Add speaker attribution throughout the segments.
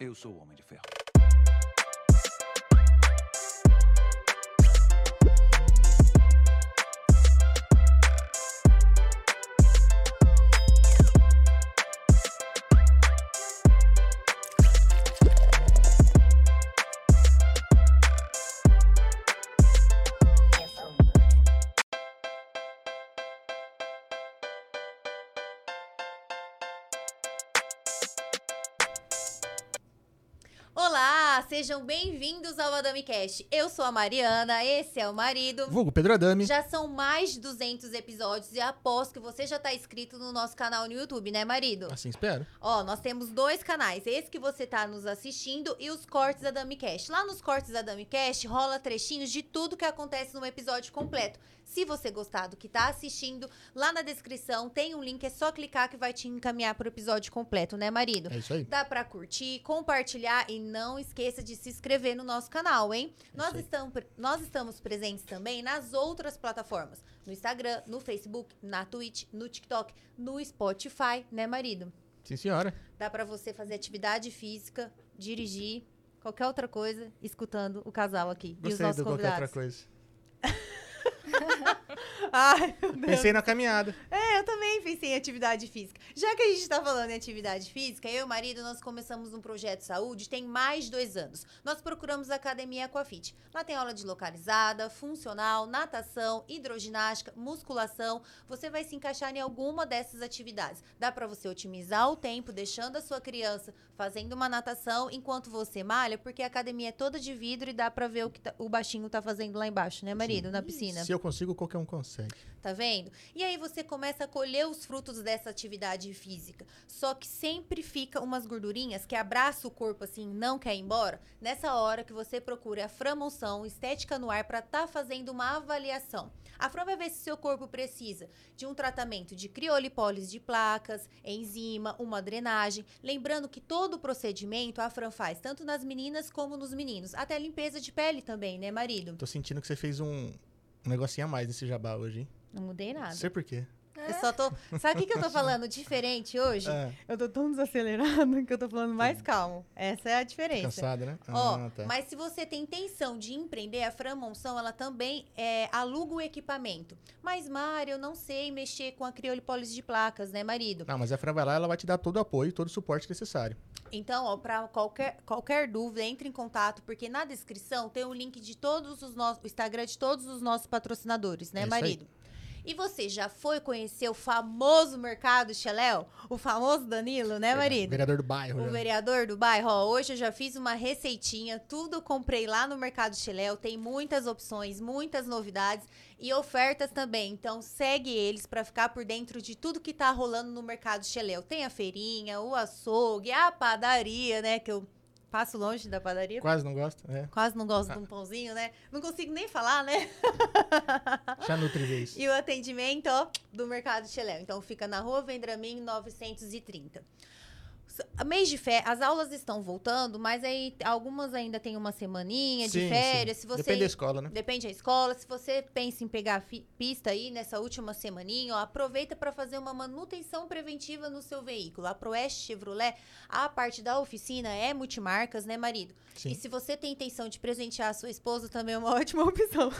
Speaker 1: Eu sou o Homem de Ferro.
Speaker 2: Olá, sejam bem-vindos ao AdamiCast. Eu sou a Mariana, esse é o marido.
Speaker 3: Vulgo Pedro Adami.
Speaker 2: Já são mais de 200 episódios e aposto que você já tá inscrito no nosso canal no YouTube, né, marido?
Speaker 3: Assim espero.
Speaker 2: Ó, nós temos dois canais, esse que você tá nos assistindo e os cortes da Dami Cash. Lá nos cortes da Dami Cash rola trechinhos de tudo que acontece no episódio completo. Se você gostar do que tá assistindo, lá na descrição tem um link, é só clicar que vai te encaminhar pro episódio completo, né, marido?
Speaker 3: É isso aí.
Speaker 2: Dá pra curtir, compartilhar e não esqueça de se inscrever no nosso canal, hein? Nós,
Speaker 3: aí.
Speaker 2: estamos, nós estamos presentes também nas outras plataformas. No Instagram, no Facebook, na Twitch, no TikTok, no Spotify, né, marido?
Speaker 3: Sim, senhora.
Speaker 2: Dá pra você fazer atividade física, dirigir, qualquer outra coisa, escutando o casal aqui. e os
Speaker 3: Gostei
Speaker 2: nossos
Speaker 3: do qualquer outra
Speaker 2: convidados.
Speaker 3: coisa.
Speaker 2: Ai, meu Deus.
Speaker 3: Pensei na caminhada.
Speaker 2: É, eu também pensei em atividade física. Já que a gente tá falando em atividade física, eu e o marido, nós começamos um projeto de saúde tem mais de dois anos. Nós procuramos a Academia Aquafit. Lá tem aula de localizada, funcional, natação, hidroginástica, musculação. Você vai se encaixar em alguma dessas atividades. Dá pra você otimizar o tempo, deixando a sua criança fazendo uma natação enquanto você malha, porque a academia é toda de vidro e dá pra ver o que tá- o baixinho tá fazendo lá embaixo, né, marido? Na piscina.
Speaker 3: Se eu consigo, qualquer um consegue.
Speaker 2: Tá vendo? E aí você começa a colher os frutos dessa atividade física. Só que sempre fica umas gordurinhas que abraça o corpo assim, não quer ir embora. Nessa hora que você procura a Framonção Estética no Ar pra tá fazendo uma avaliação. A Fran vai ver se seu corpo precisa de um tratamento de criolipólise de placas, enzima, uma drenagem. Lembrando que todo o procedimento a Fran faz, tanto nas meninas como nos meninos. Até limpeza de pele também, né, marido?
Speaker 3: Tô sentindo que você fez um, um negocinho a mais nesse jabá hoje, hein?
Speaker 2: Não mudei
Speaker 3: Não
Speaker 2: nada.
Speaker 3: sei por quê.
Speaker 2: Eu só tô. Sabe o que, que eu tô falando diferente hoje?
Speaker 3: Ah,
Speaker 2: Eu tô tão desacelerada que eu tô falando mais calmo. Essa é a diferença.
Speaker 3: cansado, né?
Speaker 2: Ó,
Speaker 3: ah, tá.
Speaker 2: mas se você tem intenção de empreender, a Fran Monção, ela também é, aluga o equipamento. Mas, Mari, eu não sei mexer com a criolipólise de placas, né, marido?
Speaker 3: Não, mas a Fran vai lá, ela vai te dar todo o apoio, todo o suporte necessário.
Speaker 2: Então, ó, pra qualquer, qualquer dúvida, entre em contato, porque na descrição tem o link de todos os nossos, o Instagram de todos os nossos patrocinadores, né,
Speaker 3: É isso aí.
Speaker 2: marido? E você já foi conhecer o famoso mercado Xeléu? O famoso Danilo,
Speaker 3: É,
Speaker 2: né, marido?
Speaker 3: Vereador do bairro.
Speaker 2: O
Speaker 3: né?
Speaker 2: vereador do bairro, ó, hoje eu já fiz uma receitinha, tudo eu comprei lá no Mercado Chiléu, tem muitas opções, muitas novidades e ofertas também. Então segue eles pra ficar por dentro de tudo que tá rolando no Mercado Chiléu. Tem a feirinha, o açougue, a padaria, né, que eu passo longe da padaria.
Speaker 3: Quase não gosta, né?
Speaker 2: Quase não gosto de um pãozinho, né? Não consigo nem falar, né?
Speaker 3: Já nutri vez.
Speaker 2: E o atendimento, ó, do Mercado Cheléu. Então fica na Rua Vendramin 930. S- Mês de férias, as aulas estão voltando, mas aí algumas ainda tem uma semaninha é de
Speaker 3: Sim,
Speaker 2: férias.
Speaker 3: sim.
Speaker 2: Se você
Speaker 3: Depende da escola, né?
Speaker 2: Depende da escola. Se você pensa em pegar fi- pista aí nessa última semaninha, ó, aproveita para fazer uma manutenção preventiva no seu veículo. A Proeste Chevrolet, a parte da oficina é multimarcas, né, marido? E
Speaker 3: Sim.
Speaker 2: se você tem intenção de presentear a sua esposa, também é uma ótima opção.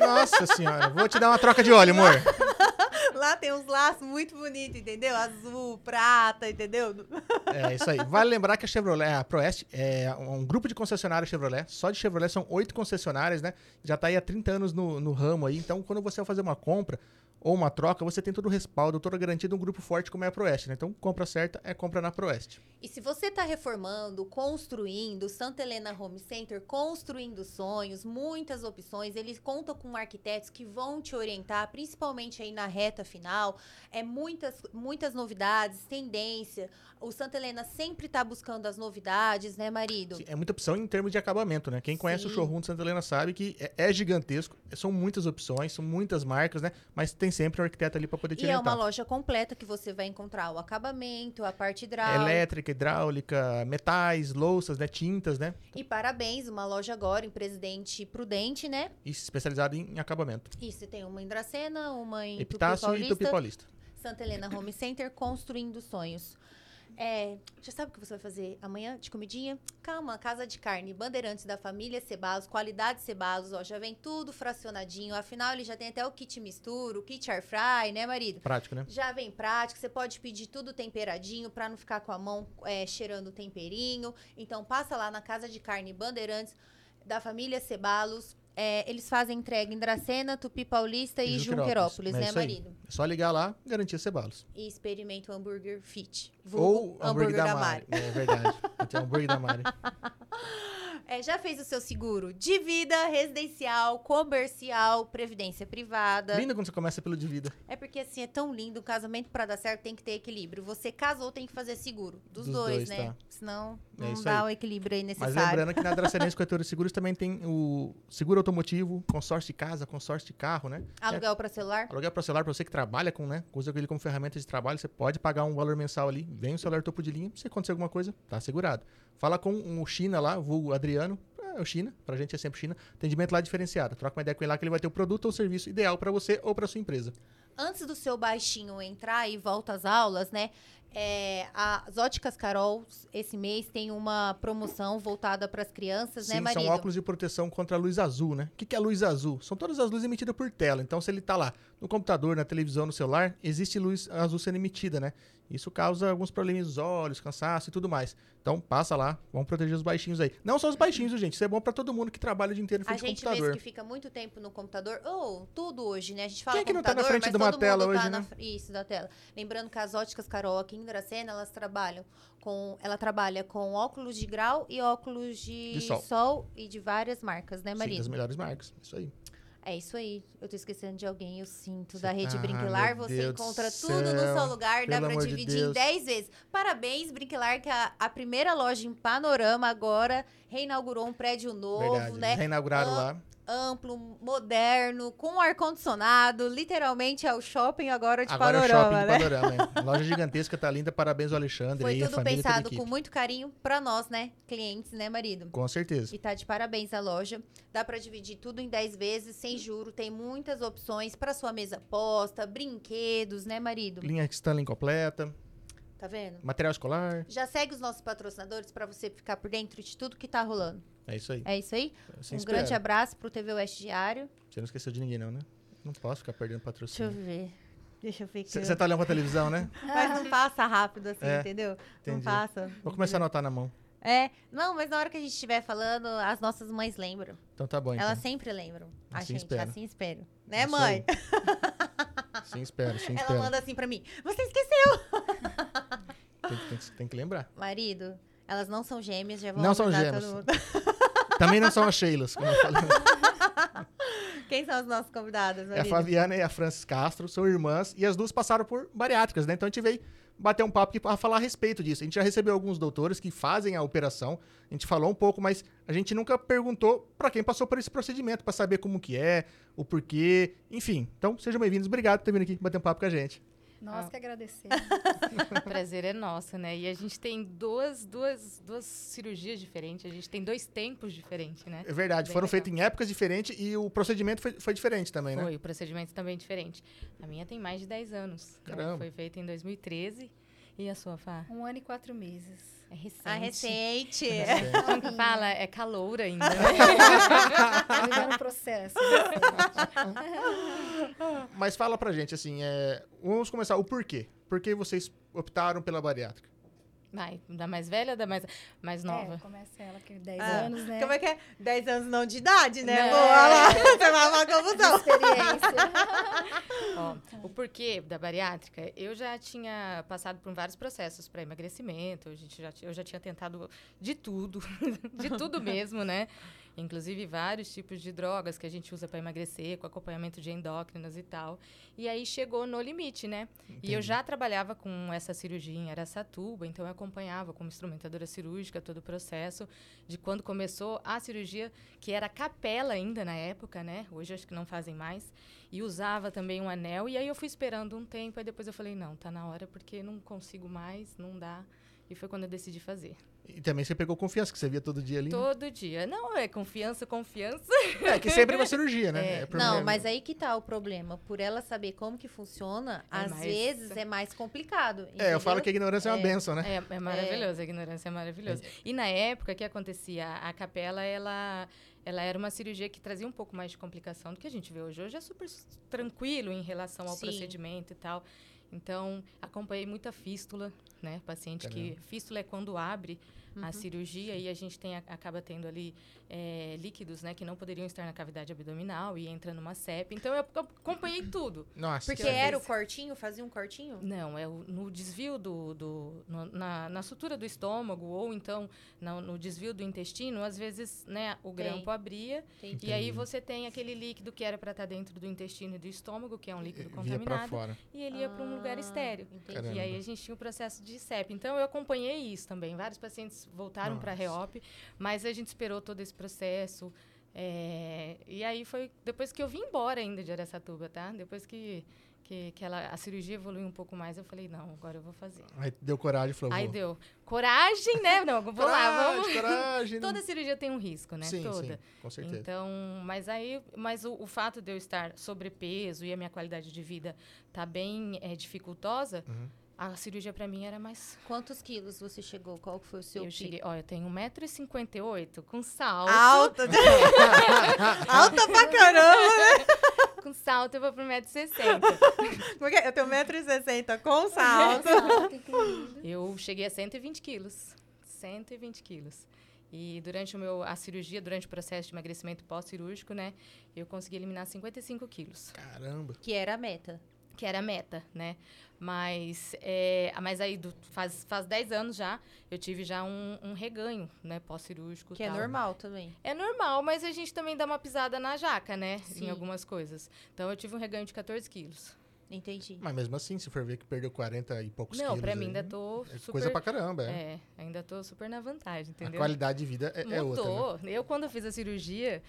Speaker 3: Nossa senhora, vou te dar uma troca de óleo, amor.
Speaker 2: Lá tem uns laços muito bonitos, entendeu? Azul, prata, entendeu?
Speaker 3: É isso aí. Vale lembrar que a Chevrolet, a Proeste, é um grupo de concessionárias Chevrolet. Só de Chevrolet são oito concessionárias, né? Já tá aí há 30 anos no, no ramo aí. Então, quando você vai fazer uma compra ou uma troca, você tem todo o respaldo, toda a garantia de um grupo forte como é a Proeste, né? Então, compra certa é compra na Proeste.
Speaker 2: E se você está reformando, construindo, Santa Helena Home Center, construindo sonhos, muitas opções, eles contam com arquitetos que vão te orientar, principalmente aí na reta final. É muitas, muitas novidades, tendência. O Santa Helena sempre está buscando as novidades, né, marido?
Speaker 3: Sim, É muita opção em termos de acabamento, né? Quem conhece
Speaker 2: Sim.
Speaker 3: o showroom de Santa Helena sabe que é, é gigantesco. São muitas opções, são muitas marcas, né? Mas tem sempre um arquiteto ali para poder te
Speaker 2: E é uma
Speaker 3: orientar.
Speaker 2: loja completa que você vai encontrar o acabamento, a parte hidráulica.
Speaker 3: Elétrica, hidráulica, metais, louças, né? Tintas, né?
Speaker 2: E parabéns, uma loja agora em Presidente Prudente, né?
Speaker 3: E especializado em acabamento.
Speaker 2: Isso, tem uma em Dracena, uma em Tupi
Speaker 3: Epitácio e Tupi
Speaker 2: Paulista,
Speaker 3: Paulista.
Speaker 2: Santa Helena Home Center, Construindo Sonhos. É, já sabe o que você vai fazer amanhã de comidinha? Calma, casa de carne, bandeirantes da família Cebalos, qualidade Cebalos, ó, já vem tudo fracionadinho. Afinal, ele já tem até o kit mistura, o kit air fry, né, marido?
Speaker 3: Prático, né?
Speaker 2: Já vem prático, você pode pedir tudo temperadinho pra não ficar com a mão é, cheirando o temperinho. Então passa lá na Casa de Carne Bandeirantes da família Cebalos. É, eles fazem entrega em Dracena, Tupi Paulista e, Junquerópolis,
Speaker 3: É
Speaker 2: né,
Speaker 3: isso aí.
Speaker 2: marido?
Speaker 3: É só ligar lá, garantir Cebalos.
Speaker 2: E experimenta o hambúrguer fit.
Speaker 3: Ou
Speaker 2: vulgo
Speaker 3: hambúrguer da Mari. É verdade. Tem hambúrguer da Mari.
Speaker 2: É, já fez o seu seguro de vida, residencial, comercial, previdência privada.
Speaker 3: Lindo quando você começa pelo de vida.
Speaker 2: É porque assim, é tão lindo. O casamento pra dar certo tem que ter equilíbrio. Você casou, tem que fazer seguro. Dos,
Speaker 3: Dos
Speaker 2: dois,
Speaker 3: dois,
Speaker 2: né?
Speaker 3: tá.
Speaker 2: Senão
Speaker 3: É
Speaker 2: não
Speaker 3: isso
Speaker 2: dá
Speaker 3: aí.
Speaker 2: o equilíbrio aí necessário.
Speaker 3: Mas lembrando que na Dracenense Corretora de Seguros também tem o seguro automotivo, consórcio de casa, consórcio de carro, né?
Speaker 2: Aluguel pra celular.
Speaker 3: Aluguel para celular, para você que trabalha com, né? Usa ele como ferramenta de trabalho, você pode pagar um valor mensal ali, vem o celular topo de linha, se acontecer alguma coisa, tá segurado. Fala com o China lá, vulgo Adriano, é o China, pra gente é sempre China, atendimento lá diferenciado. Troca uma ideia com ele lá que ele vai ter o produto ou serviço ideal para você ou para sua empresa.
Speaker 2: Antes do seu baixinho entrar e volta às aulas, né? É, as Óticas Carol, esse mês, tem uma promoção voltada pras crianças, né,
Speaker 3: Sim,
Speaker 2: marido?
Speaker 3: são óculos de proteção contra a luz azul, né? O que que é luz azul? São todas as luzes emitidas por tela. Então, se ele tá lá no computador, na televisão, no celular, existe luz azul sendo emitida, né? Isso causa alguns problemas nos olhos, cansaço e tudo mais. Então, passa lá, vamos proteger os baixinhos aí. Não só os baixinhos, viu, gente. Isso é bom pra todo mundo que trabalha o dia inteiro em
Speaker 2: A
Speaker 3: frente ao
Speaker 2: gente vê
Speaker 3: computador.
Speaker 2: que fica muito tempo no computador, ou tudo hoje, né? A gente fala
Speaker 3: Quem é que não tá
Speaker 2: computador,
Speaker 3: na frente
Speaker 2: mas
Speaker 3: de uma
Speaker 2: todo
Speaker 3: tela
Speaker 2: mundo tá
Speaker 3: hoje,
Speaker 2: na
Speaker 3: né?
Speaker 2: fr- isso da tela. Lembrando que as óticas Carol aqui em Dracena, elas trabalham com ela trabalha com óculos de grau e óculos de,
Speaker 3: De sol.
Speaker 2: e de várias marcas, né,
Speaker 3: Sim,
Speaker 2: Maria?
Speaker 3: das melhores marcas. Isso aí.
Speaker 2: É isso aí. Eu tô esquecendo de alguém, eu sinto, da
Speaker 3: Cê-
Speaker 2: Rede
Speaker 3: Ah,
Speaker 2: Brinquilar.
Speaker 3: meu
Speaker 2: Você
Speaker 3: Deus do
Speaker 2: encontra
Speaker 3: céu.
Speaker 2: tudo no seu lugar, dá
Speaker 3: Pelo
Speaker 2: pra
Speaker 3: amor de
Speaker 2: dividir em
Speaker 3: Deus.
Speaker 2: 10 vezes. Parabéns, Brinquilar, que a, a primeira loja em Panorama agora reinaugurou um prédio novo,
Speaker 3: Verdade.
Speaker 2: né?
Speaker 3: Eles reinauguraram
Speaker 2: Ah,
Speaker 3: lá.
Speaker 2: amplo, moderno, com ar-condicionado. Literalmente é o shopping agora de
Speaker 3: Agora
Speaker 2: panorama,
Speaker 3: é o shopping
Speaker 2: né?
Speaker 3: de Panorama. hein? Loja gigantesca, tá linda. Parabéns ao Alexandre
Speaker 2: Foi
Speaker 3: aí, a
Speaker 2: tudo
Speaker 3: família e toda a
Speaker 2: pensado
Speaker 3: equipe.
Speaker 2: com muito carinho pra nós, né? Clientes, né, marido?
Speaker 3: Com certeza.
Speaker 2: E tá de parabéns a loja. Dá pra dividir tudo em 10 vezes, sem juro. Tem muitas opções pra sua mesa posta, brinquedos, né, marido?
Speaker 3: Linha Stanley completa,
Speaker 2: Tá vendo?
Speaker 3: material escolar.
Speaker 2: Já segue os nossos patrocinadores pra você ficar por dentro de tudo que tá rolando.
Speaker 3: É isso aí.
Speaker 2: É isso aí?
Speaker 3: Sem
Speaker 2: um
Speaker 3: esperar.
Speaker 2: grande abraço pro TV West Diário.
Speaker 3: Você não esqueceu de ninguém, não, né? Não posso ficar perdendo
Speaker 2: Deixa eu
Speaker 3: patrocínio.
Speaker 2: ver. Deixa eu ver. que eu-
Speaker 3: Você tá olhando pra televisão, né?
Speaker 2: Mas não passa rápido assim,
Speaker 3: É,
Speaker 2: entendeu? Não
Speaker 3: entendi.
Speaker 2: passa.
Speaker 3: Vou começar a anotar na mão.
Speaker 2: É, não, mas na hora que a gente estiver falando, as nossas mães lembram.
Speaker 3: Então tá bom, então.
Speaker 2: Elas sempre lembram. A
Speaker 3: Assim
Speaker 2: gente,
Speaker 3: espero.
Speaker 2: assim espero. Né,
Speaker 3: Isso
Speaker 2: mãe?
Speaker 3: aí. Sim, espero, sim,
Speaker 2: Ela
Speaker 3: espero.
Speaker 2: manda assim pra mim: Você esqueceu?
Speaker 3: Tem, que- tem que- tem que lembrar.
Speaker 2: Marido, elas não são gêmeas, já vão
Speaker 3: Não são
Speaker 2: avisar todo
Speaker 3: gêmeas.
Speaker 2: mundo.
Speaker 3: Também não são as Sheilas, como eu falei.
Speaker 2: Quem são as nossas convidadas,
Speaker 3: É a
Speaker 2: marido?
Speaker 3: Fabiana e a Francis Castro são irmãs e as duas passaram por bariátricas, né? Então a gente veio bater um papo para falar a respeito disso. A gente já recebeu alguns doutores que fazem a operação, a gente falou um pouco, mas a gente nunca perguntou para quem passou por esse procedimento, para saber como que é, o porquê, enfim. Então sejam bem-vindos, obrigado por ter vindo aqui bater um papo com a gente.
Speaker 1: Nós
Speaker 4: Ah.
Speaker 1: que agradecer.
Speaker 4: O prazer é nosso, né? E a gente tem duas, duas, duas cirurgias diferentes, a gente tem dois tempos diferentes, né?
Speaker 3: É verdade,
Speaker 4: Bem
Speaker 3: foram
Speaker 4: legal.
Speaker 3: feitos em épocas diferentes e o procedimento foi, foi diferente também, né?
Speaker 4: Foi, o procedimento também é diferente. A minha tem mais de 10 anos. né?
Speaker 3: Caramba.
Speaker 4: Foi feita em 2013. E a sua, Fá?
Speaker 1: Um ano e quatro meses.
Speaker 4: É recente.
Speaker 2: A recente.
Speaker 3: É.
Speaker 4: Como que fala? É caloura ainda, né?
Speaker 1: Ainda no um processo. né?
Speaker 3: Mas fala pra gente, assim, é, vamos começar, o porquê? Por que vocês optaram pela bariátrica?
Speaker 4: Vai, da mais velha ou da mais, mais nova?
Speaker 1: É, começa ela que 10
Speaker 2: Ah,
Speaker 1: anos, né?
Speaker 2: Como é que é? 10 anos não de idade, né?
Speaker 4: Né?
Speaker 2: Boa lá. Você vai uma confusão.
Speaker 1: Experiência.
Speaker 4: Ó, o porquê da bariátrica, eu já tinha passado por vários processos para emagrecimento, a gente já ti- eu já tinha tentado de tudo, de tudo mesmo, né? Inclusive vários tipos de drogas que a gente usa para emagrecer, com acompanhamento de endócrinas e tal. E aí chegou no limite, né? E eu
Speaker 3: Entendi.
Speaker 4: já trabalhava com essa cirurgia em Araçatuba, então eu acompanhava como instrumentadora cirúrgica todo o processo de quando começou a cirurgia, que era capela ainda na época, né? Hoje acho que não fazem mais e usava também um anel. E aí eu fui esperando um tempo, aí depois eu falei, não, tá na hora porque não consigo mais, não dá. E foi quando eu decidi fazer.
Speaker 3: E também você pegou confiança, que você via todo dia ali. né?
Speaker 4: Todo dia. Não, é confiança, confiança.
Speaker 3: É, que sempre é uma cirurgia, né?
Speaker 4: É.
Speaker 3: É problema.
Speaker 2: Não, mas aí que tá o problema. Por ela saber como que funciona,
Speaker 4: É
Speaker 2: às
Speaker 4: mais-
Speaker 2: vezes é mais complicado.
Speaker 3: É, eu falo
Speaker 2: entendeu?
Speaker 3: que a ignorância é uma benção, né?
Speaker 4: É, é maravilhoso, a ignorância é maravilhosa. E na época, o que acontecia? A a capela, ela, ela era uma cirurgia que trazia um pouco mais de complicação do que a gente vê hoje. Hoje é super s- tranquilo em relação ao
Speaker 2: Sim.
Speaker 4: procedimento e tal. Então, acompanhei muita fístula, né? Paciente que... Fístula é quando abre a cirurgia e a gente tem, a- acaba tendo ali é, líquidos, né? Que não poderiam estar na cavidade abdominal e entra numa CEP. Então, eu acompanhei tudo.
Speaker 3: Nossa.
Speaker 2: Porque
Speaker 3: cara.
Speaker 2: era o cortinho, fazia um cortinho?
Speaker 4: Não, é o- no desvio do. do- no- na, na sutura do estômago, ou então na- no desvio do intestino, às vezes né, o
Speaker 2: Tem.
Speaker 4: grampo abria.
Speaker 2: Entendi.
Speaker 4: E aí você é tem aquele líquido que era para estar dentro do intestino e do estômago, que é um líquido
Speaker 3: Via pra
Speaker 4: contaminado,
Speaker 3: fora.
Speaker 4: e ele ia para um lugar
Speaker 2: Ah,
Speaker 4: estéreo.
Speaker 2: Entendi.
Speaker 4: E aí a gente tinha o processo de CEP. Então eu acompanhei isso também. Vários pacientes voltaram para a
Speaker 3: Nossa.
Speaker 4: REOP, mas a gente esperou todo esse processo. é, e aí foi depois que eu vim embora ainda de Aracatuba, tá? Depois que, que, que ela, a cirurgia evoluiu um pouco mais, eu falei, não, agora eu vou fazer.
Speaker 3: Aí deu coragem, e falou.
Speaker 4: Aí
Speaker 3: vou.
Speaker 4: deu coragem, né? Não, vou lá,
Speaker 3: coragem,
Speaker 4: vamos.
Speaker 3: coragem. não-
Speaker 4: Toda cirurgia tem um risco, né?
Speaker 3: Sim,
Speaker 4: Toda.
Speaker 3: sim, com certeza.
Speaker 4: Então, mas aí, mas o, o fato de eu estar sobrepeso e a minha qualidade de vida tá bem eh, dificultosa,
Speaker 3: Uhum.
Speaker 4: a cirurgia para mim era mais.
Speaker 2: Quantos quilos você chegou? Qual que foi o seu
Speaker 4: eu
Speaker 2: pico?
Speaker 4: cheguei, ó, eu tenho 1,58m com salto.
Speaker 2: Alta! Alta pra caramba!
Speaker 4: Com salto eu vou pro 1,60m.
Speaker 2: Porque eu tenho 1,60m com salto.
Speaker 1: Nossa, que lindo.
Speaker 4: eu cheguei a 120 quilos. 120 quilos. E durante o meu, a cirurgia, durante o processo de emagrecimento pós-cirúrgico, né, eu consegui eliminar 55 quilos.
Speaker 3: Caramba.
Speaker 2: Que era a meta.
Speaker 4: que era a meta, né? Mas, é, mas aí do- faz, faz 10 anos já, eu tive já um, um reganho, né? Pós-cirúrgico. e
Speaker 2: Que é
Speaker 4: tal.
Speaker 2: normal também.
Speaker 4: É normal, mas a gente também dá uma pisada na jaca, né?
Speaker 2: Sim.
Speaker 4: Em algumas coisas. Então, eu tive um reganho de 14 quilos.
Speaker 2: Entendi.
Speaker 3: Mas mesmo assim, se for ver que perdeu 40 e poucos
Speaker 4: Não,
Speaker 3: quilos.
Speaker 4: pra mim
Speaker 3: aí,
Speaker 4: ainda tô
Speaker 3: É
Speaker 4: super...
Speaker 3: coisa pra caramba, é.
Speaker 4: É, ainda tô super na
Speaker 3: a
Speaker 4: vantagem, entendeu?
Speaker 3: qualidade de vida é, é outra. né?
Speaker 4: Mudou. Eu, quando fiz a cirurgia,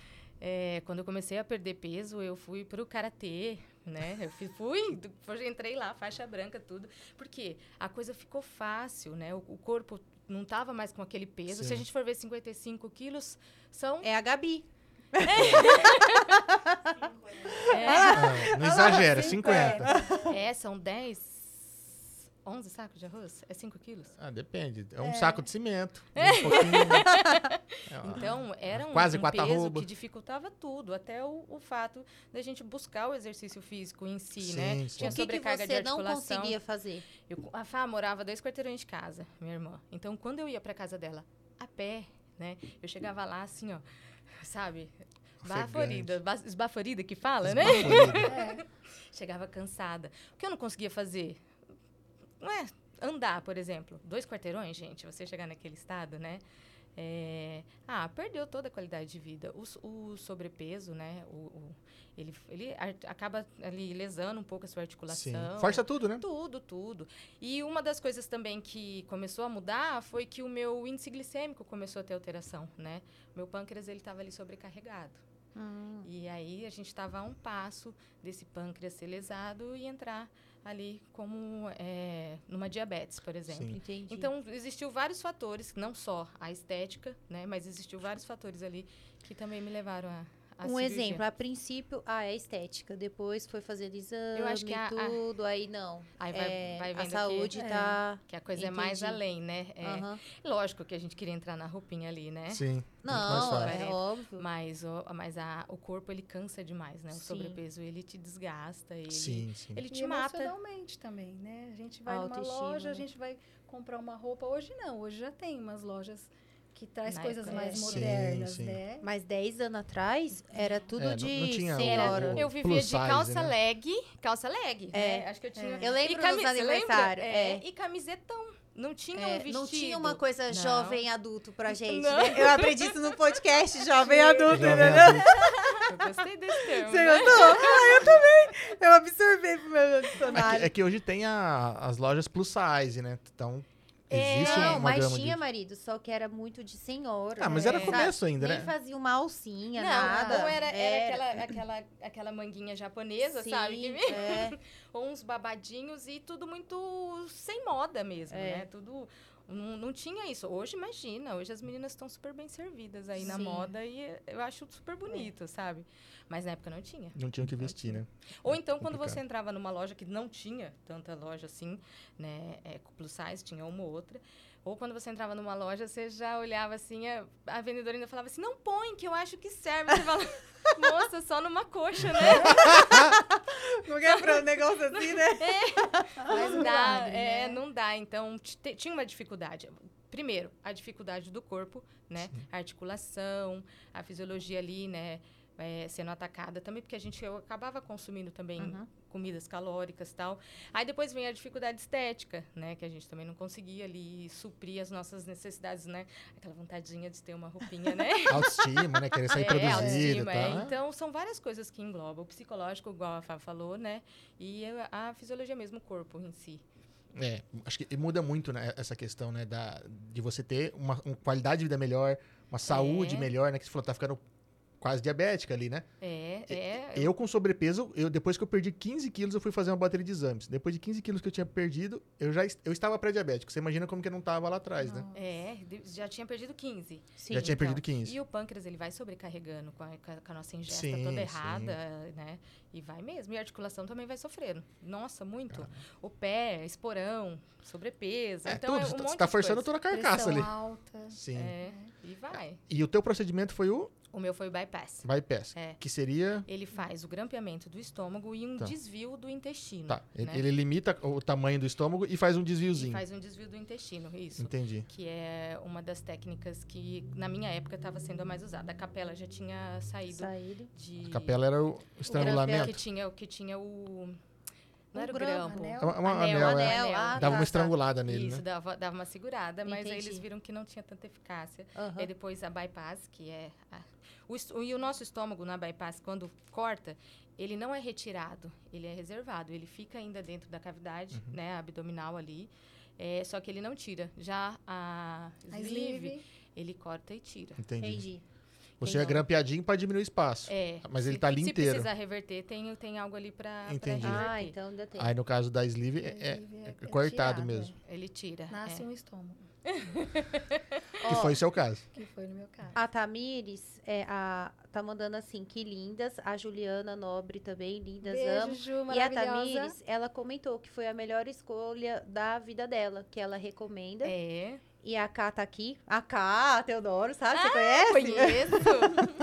Speaker 4: é, quando eu comecei a perder peso, eu fui pro karatê, né? Eu fui, fui, depois eu entrei lá, faixa branca, tudo. Porque a coisa ficou fácil, né? O, o corpo não tava mais com aquele peso. Se
Speaker 3: Sim.
Speaker 4: a gente for ver 55 quilos, são.
Speaker 2: É a Gabi.
Speaker 4: É,
Speaker 3: Ah, não exagera, 50.
Speaker 4: é, são 10. 11 sacos de arroz? É 5 quilos?
Speaker 3: Ah, depende. É um saco de cimento. Um pouquinho. É, ó.
Speaker 4: Então, era um,
Speaker 3: Quase
Speaker 4: um
Speaker 3: quatro
Speaker 4: peso
Speaker 3: arroba.
Speaker 4: que dificultava tudo, até o, o fato da gente buscar o exercício físico em si,
Speaker 3: Sim,
Speaker 4: né?
Speaker 3: sim.
Speaker 4: Tinha
Speaker 2: o que, que
Speaker 4: sobrecarga
Speaker 2: você
Speaker 4: de
Speaker 2: não
Speaker 4: articulação.
Speaker 2: conseguia fazer?
Speaker 4: Eu- a Fá morava dois quarteirões de casa, minha irmã. Então, quando eu ia pra casa dela a pé, né? Eu chegava lá assim, ó, sabe?
Speaker 3: Ofegante.
Speaker 4: Baforida, ba- esbaforida que fala, né?
Speaker 1: É,
Speaker 3: Esbaforido.
Speaker 4: Chegava cansada. O que eu não conseguia fazer? Não é andar, por exemplo. Dois quarteirões, gente, você chegar naquele estado, né? É, Ah, perdeu toda a qualidade de vida. O, so- o sobrepeso, né? O, o- ele, ele ar- acaba ali lesando um pouco a
Speaker 3: Sim.
Speaker 4: sua articulação.
Speaker 3: Força tudo, né?
Speaker 4: Tudo, tudo. E uma das coisas também que começou a mudar foi que o meu índice glicêmico começou a ter alteração, né? Meu pâncreas, ele estava ali sobrecarregado.
Speaker 2: Hum.
Speaker 4: E aí a gente estava a um passo desse pâncreas ser lesado e entrar ali como é, numa diabetes, por exemplo.
Speaker 3: Sim.
Speaker 2: Entendi.
Speaker 4: Então, existiu vários fatores, não só a estética, né? Mas existiu vários fatores ali que também me levaram a, a
Speaker 2: um
Speaker 4: cirurgia.
Speaker 2: exemplo, a princípio, ah, é estética. Depois foi fazer exame
Speaker 4: Eu acho que a- a-
Speaker 2: tudo, aí não.
Speaker 4: Aí vai,
Speaker 2: É,
Speaker 4: vai
Speaker 2: a
Speaker 4: vendo
Speaker 2: saúde
Speaker 4: que,
Speaker 2: tá...
Speaker 4: que a coisa é mais
Speaker 2: Entendi.
Speaker 4: além, né? É,
Speaker 2: Aham.
Speaker 4: Lógico que a gente queria entrar na roupinha ali, né?
Speaker 3: Sim. muito mais
Speaker 2: Não,
Speaker 3: fácil.
Speaker 2: é óbvio.
Speaker 4: Mas, o, mas a, o corpo, ele cansa demais, né? O
Speaker 2: Sim.
Speaker 4: sobrepeso, ele te desgasta, ele,
Speaker 3: Sim, sim.
Speaker 4: ele
Speaker 1: E
Speaker 4: te mata.
Speaker 1: emocionalmente também, né? A gente vai numa
Speaker 2: Autoestima,
Speaker 1: loja, a
Speaker 2: né?
Speaker 1: gente vai comprar uma roupa. Hoje não, hoje já tem umas lojas que traz
Speaker 4: Na
Speaker 1: coisas
Speaker 4: época,
Speaker 1: mais
Speaker 4: é.
Speaker 3: Sim,
Speaker 1: modernas,
Speaker 3: sim.
Speaker 1: né?
Speaker 2: Mas 10 anos atrás era tudo
Speaker 3: É, não-
Speaker 2: de
Speaker 3: não tinha o-
Speaker 2: senhora.
Speaker 3: o-
Speaker 4: Eu vivia
Speaker 3: plus
Speaker 4: de
Speaker 3: size,
Speaker 4: calça
Speaker 3: né?
Speaker 4: leg, calça leg,
Speaker 2: É,
Speaker 4: né? Acho que eu tinha.
Speaker 2: Eu lembro
Speaker 4: e
Speaker 2: nos
Speaker 4: você lembra?
Speaker 2: aniversários, é.
Speaker 4: E camisetão. Não tinha um
Speaker 2: É,
Speaker 4: vestido.
Speaker 2: não tinha uma coisa
Speaker 4: Não.
Speaker 2: jovem adulto pra gente.
Speaker 4: Não.
Speaker 2: né? Eu aprendi isso no podcast Jovem Adulto,
Speaker 3: Jovem
Speaker 2: entendeu?
Speaker 3: adulto.
Speaker 4: Eu gostei desse termo.
Speaker 2: Você
Speaker 4: né?
Speaker 2: gostou? Ah, eu também. Eu absorvei pro meu
Speaker 3: É que,
Speaker 2: dicionário.
Speaker 3: é que hoje tem a- as lojas plus size, né? Então, existe
Speaker 2: não,
Speaker 3: uma
Speaker 2: É, mas
Speaker 3: gama
Speaker 2: tinha
Speaker 3: de...
Speaker 2: marido, só que era muito de senhora.
Speaker 3: Ah, mas era
Speaker 4: É.
Speaker 3: começo ainda,
Speaker 2: Nem
Speaker 3: né?
Speaker 2: fazia uma alcinha,
Speaker 4: Não,
Speaker 2: nada.
Speaker 4: ou era, era, Aquela, aquela, aquela manguinha japonesa,
Speaker 2: Sim,
Speaker 4: sabe? Que
Speaker 2: é.
Speaker 4: ou uns babadinhos e tudo muito sem moda mesmo,
Speaker 2: É.
Speaker 4: né? Tudo Não, não tinha isso. Hoje, imagina, hoje as meninas estão super bem servidas aí na
Speaker 2: Sim. É.
Speaker 4: moda e eh, eu acho super bonito, sabe? Mas na época não tinha.
Speaker 3: Não tinha o que vestir, né?
Speaker 4: Ou então, quando
Speaker 3: complicado.
Speaker 4: você entrava numa loja que não tinha tanta loja assim, né? É, com plus size, tinha uma ou outra. Ou quando você entrava numa loja, você já olhava assim, a, a vendedora ainda falava assim, não põe, que eu acho que serve. Você fala, moça, só numa coxa, né?
Speaker 2: Não quer pra um negócio assim, né?
Speaker 3: Ah,
Speaker 4: Mas dá,
Speaker 1: milagre,
Speaker 4: é,
Speaker 1: né?
Speaker 4: não dá. Então, ti- te- tinha uma dificuldade. Primeiro, a dificuldade do corpo, né? A articulação, a fisiologia ali, né? é, sendo atacada também, porque a gente eu acabava consumindo também
Speaker 2: Uhum.
Speaker 4: comidas calóricas e tal. Aí depois vem a dificuldade estética, né? Que a gente também não conseguia ali suprir as nossas necessidades, né? Aquela vontadinha de ter uma roupinha, né?
Speaker 3: Autoestima, né? Querer sair produzido e
Speaker 4: autoestima,
Speaker 3: tal.
Speaker 4: é.
Speaker 3: né?
Speaker 4: Então, são várias coisas que englobam. O psicológico, igual a Fá falou, né? E a- a fisiologia mesmo, o corpo em si.
Speaker 3: É, acho que muda muito né, essa questão, né? Da, de você ter uma, uma qualidade de vida melhor, uma saúde
Speaker 4: É.
Speaker 3: melhor, né? Que você falou, tá ficando quase diabética ali, né?
Speaker 4: É, é.
Speaker 3: Eu com sobrepeso, eu, depois que eu perdi 15 quilos, eu fui fazer uma bateria de exames. Depois de 15 quilos que eu tinha perdido, eu já est- eu estava pré-diabético. Você imagina como que eu não estava lá atrás, né?
Speaker 1: Nossa.
Speaker 4: É, de- já tinha perdido 15.
Speaker 2: Sim.
Speaker 3: já tinha
Speaker 4: então.
Speaker 3: perdido 15.
Speaker 4: E o pâncreas, ele vai sobrecarregando com a, com a- com a nossa ingesta
Speaker 3: Sim, sim.
Speaker 4: toda errada, né? E vai mesmo. E a articulação também vai sofrendo. Nossa, muito. O pé, esporão, sobrepeso.
Speaker 3: É,
Speaker 4: então,
Speaker 3: tudo.
Speaker 4: é
Speaker 3: você
Speaker 4: um
Speaker 3: tá-
Speaker 4: monte
Speaker 3: você tá
Speaker 4: de
Speaker 3: forçando toda
Speaker 4: coisa.
Speaker 3: a carcaça
Speaker 1: Pressão
Speaker 3: ali.
Speaker 1: alta.
Speaker 3: Sim.
Speaker 4: É, e vai.
Speaker 3: E o teu procedimento foi o
Speaker 4: O meu foi o bypass.
Speaker 3: bypass,
Speaker 4: É.
Speaker 3: que seria...
Speaker 4: Ele faz o grampeamento do estômago e um
Speaker 3: Tá.
Speaker 4: desvio do intestino.
Speaker 3: Tá, ele-
Speaker 4: né?
Speaker 3: ele limita o tamanho do estômago e faz um
Speaker 4: E
Speaker 3: desviozinho.
Speaker 4: faz um desvio do intestino, isso.
Speaker 3: Entendi.
Speaker 4: que é uma das técnicas que na minha época estava sendo a mais usada. A capela já tinha saído
Speaker 1: Saído.
Speaker 4: de
Speaker 3: A capela era o
Speaker 4: o
Speaker 3: estrangulamento.
Speaker 4: que tinha o que tinha o não
Speaker 1: O
Speaker 2: Um
Speaker 4: era o
Speaker 1: grampo,
Speaker 4: grampo.
Speaker 2: né?
Speaker 1: anel.
Speaker 3: É uma- é uma-
Speaker 4: Anel,
Speaker 3: anel, é.
Speaker 4: anel.
Speaker 2: ah,
Speaker 3: Dava
Speaker 2: tá,
Speaker 3: uma
Speaker 2: tá.
Speaker 3: estrangulada nele,
Speaker 4: Isso
Speaker 3: né?
Speaker 4: dava, dava uma segurada, mas aí eles
Speaker 2: Entendi.
Speaker 4: viram que não tinha tanta eficácia.
Speaker 2: Aham.
Speaker 4: E depois a bypass, que é a- o est- e o nosso estômago na bypass quando corta, ele não é retirado, ele é reservado, ele fica ainda dentro da cavidade,
Speaker 3: Uhum.
Speaker 4: né, abdominal ali. É, só que ele não tira. Já a
Speaker 1: A
Speaker 4: sleeve,
Speaker 1: sleeve.
Speaker 4: ele corta e tira.
Speaker 3: Entendi.
Speaker 2: Entendi.
Speaker 3: Você é
Speaker 4: Então-
Speaker 3: grampeadinho pra diminuir o espaço.
Speaker 4: É.
Speaker 3: Mas ele
Speaker 4: se-
Speaker 3: tá ali inteiro.
Speaker 4: Se precisar reverter, tem, tem algo ali pra, pra
Speaker 3: Entendi.
Speaker 4: reverter.
Speaker 2: Ah, então ainda tem.
Speaker 3: Aí no caso da sleeve é, é- é cortado
Speaker 1: tirado,
Speaker 3: mesmo.
Speaker 4: Ele tira.
Speaker 1: é. Nasce
Speaker 4: é.
Speaker 1: um estômago,
Speaker 3: Que
Speaker 2: Ó,
Speaker 3: foi o seu caso.
Speaker 1: que foi no meu caso.
Speaker 2: A Tamires é, a, tá mandando assim, que lindas. A Juliana Nobre também, lindas, amo.
Speaker 1: Beijo, Ju,
Speaker 2: E a
Speaker 1: maravilhosa.
Speaker 2: Tamires, ela comentou que foi a melhor escolha da vida dela, que ela recomenda.
Speaker 4: É.
Speaker 2: E a Ká tá aqui. A Ká, a Teodoro, sabe?
Speaker 1: Ah,
Speaker 2: Você
Speaker 4: É
Speaker 2: conhece?
Speaker 4: Conheço.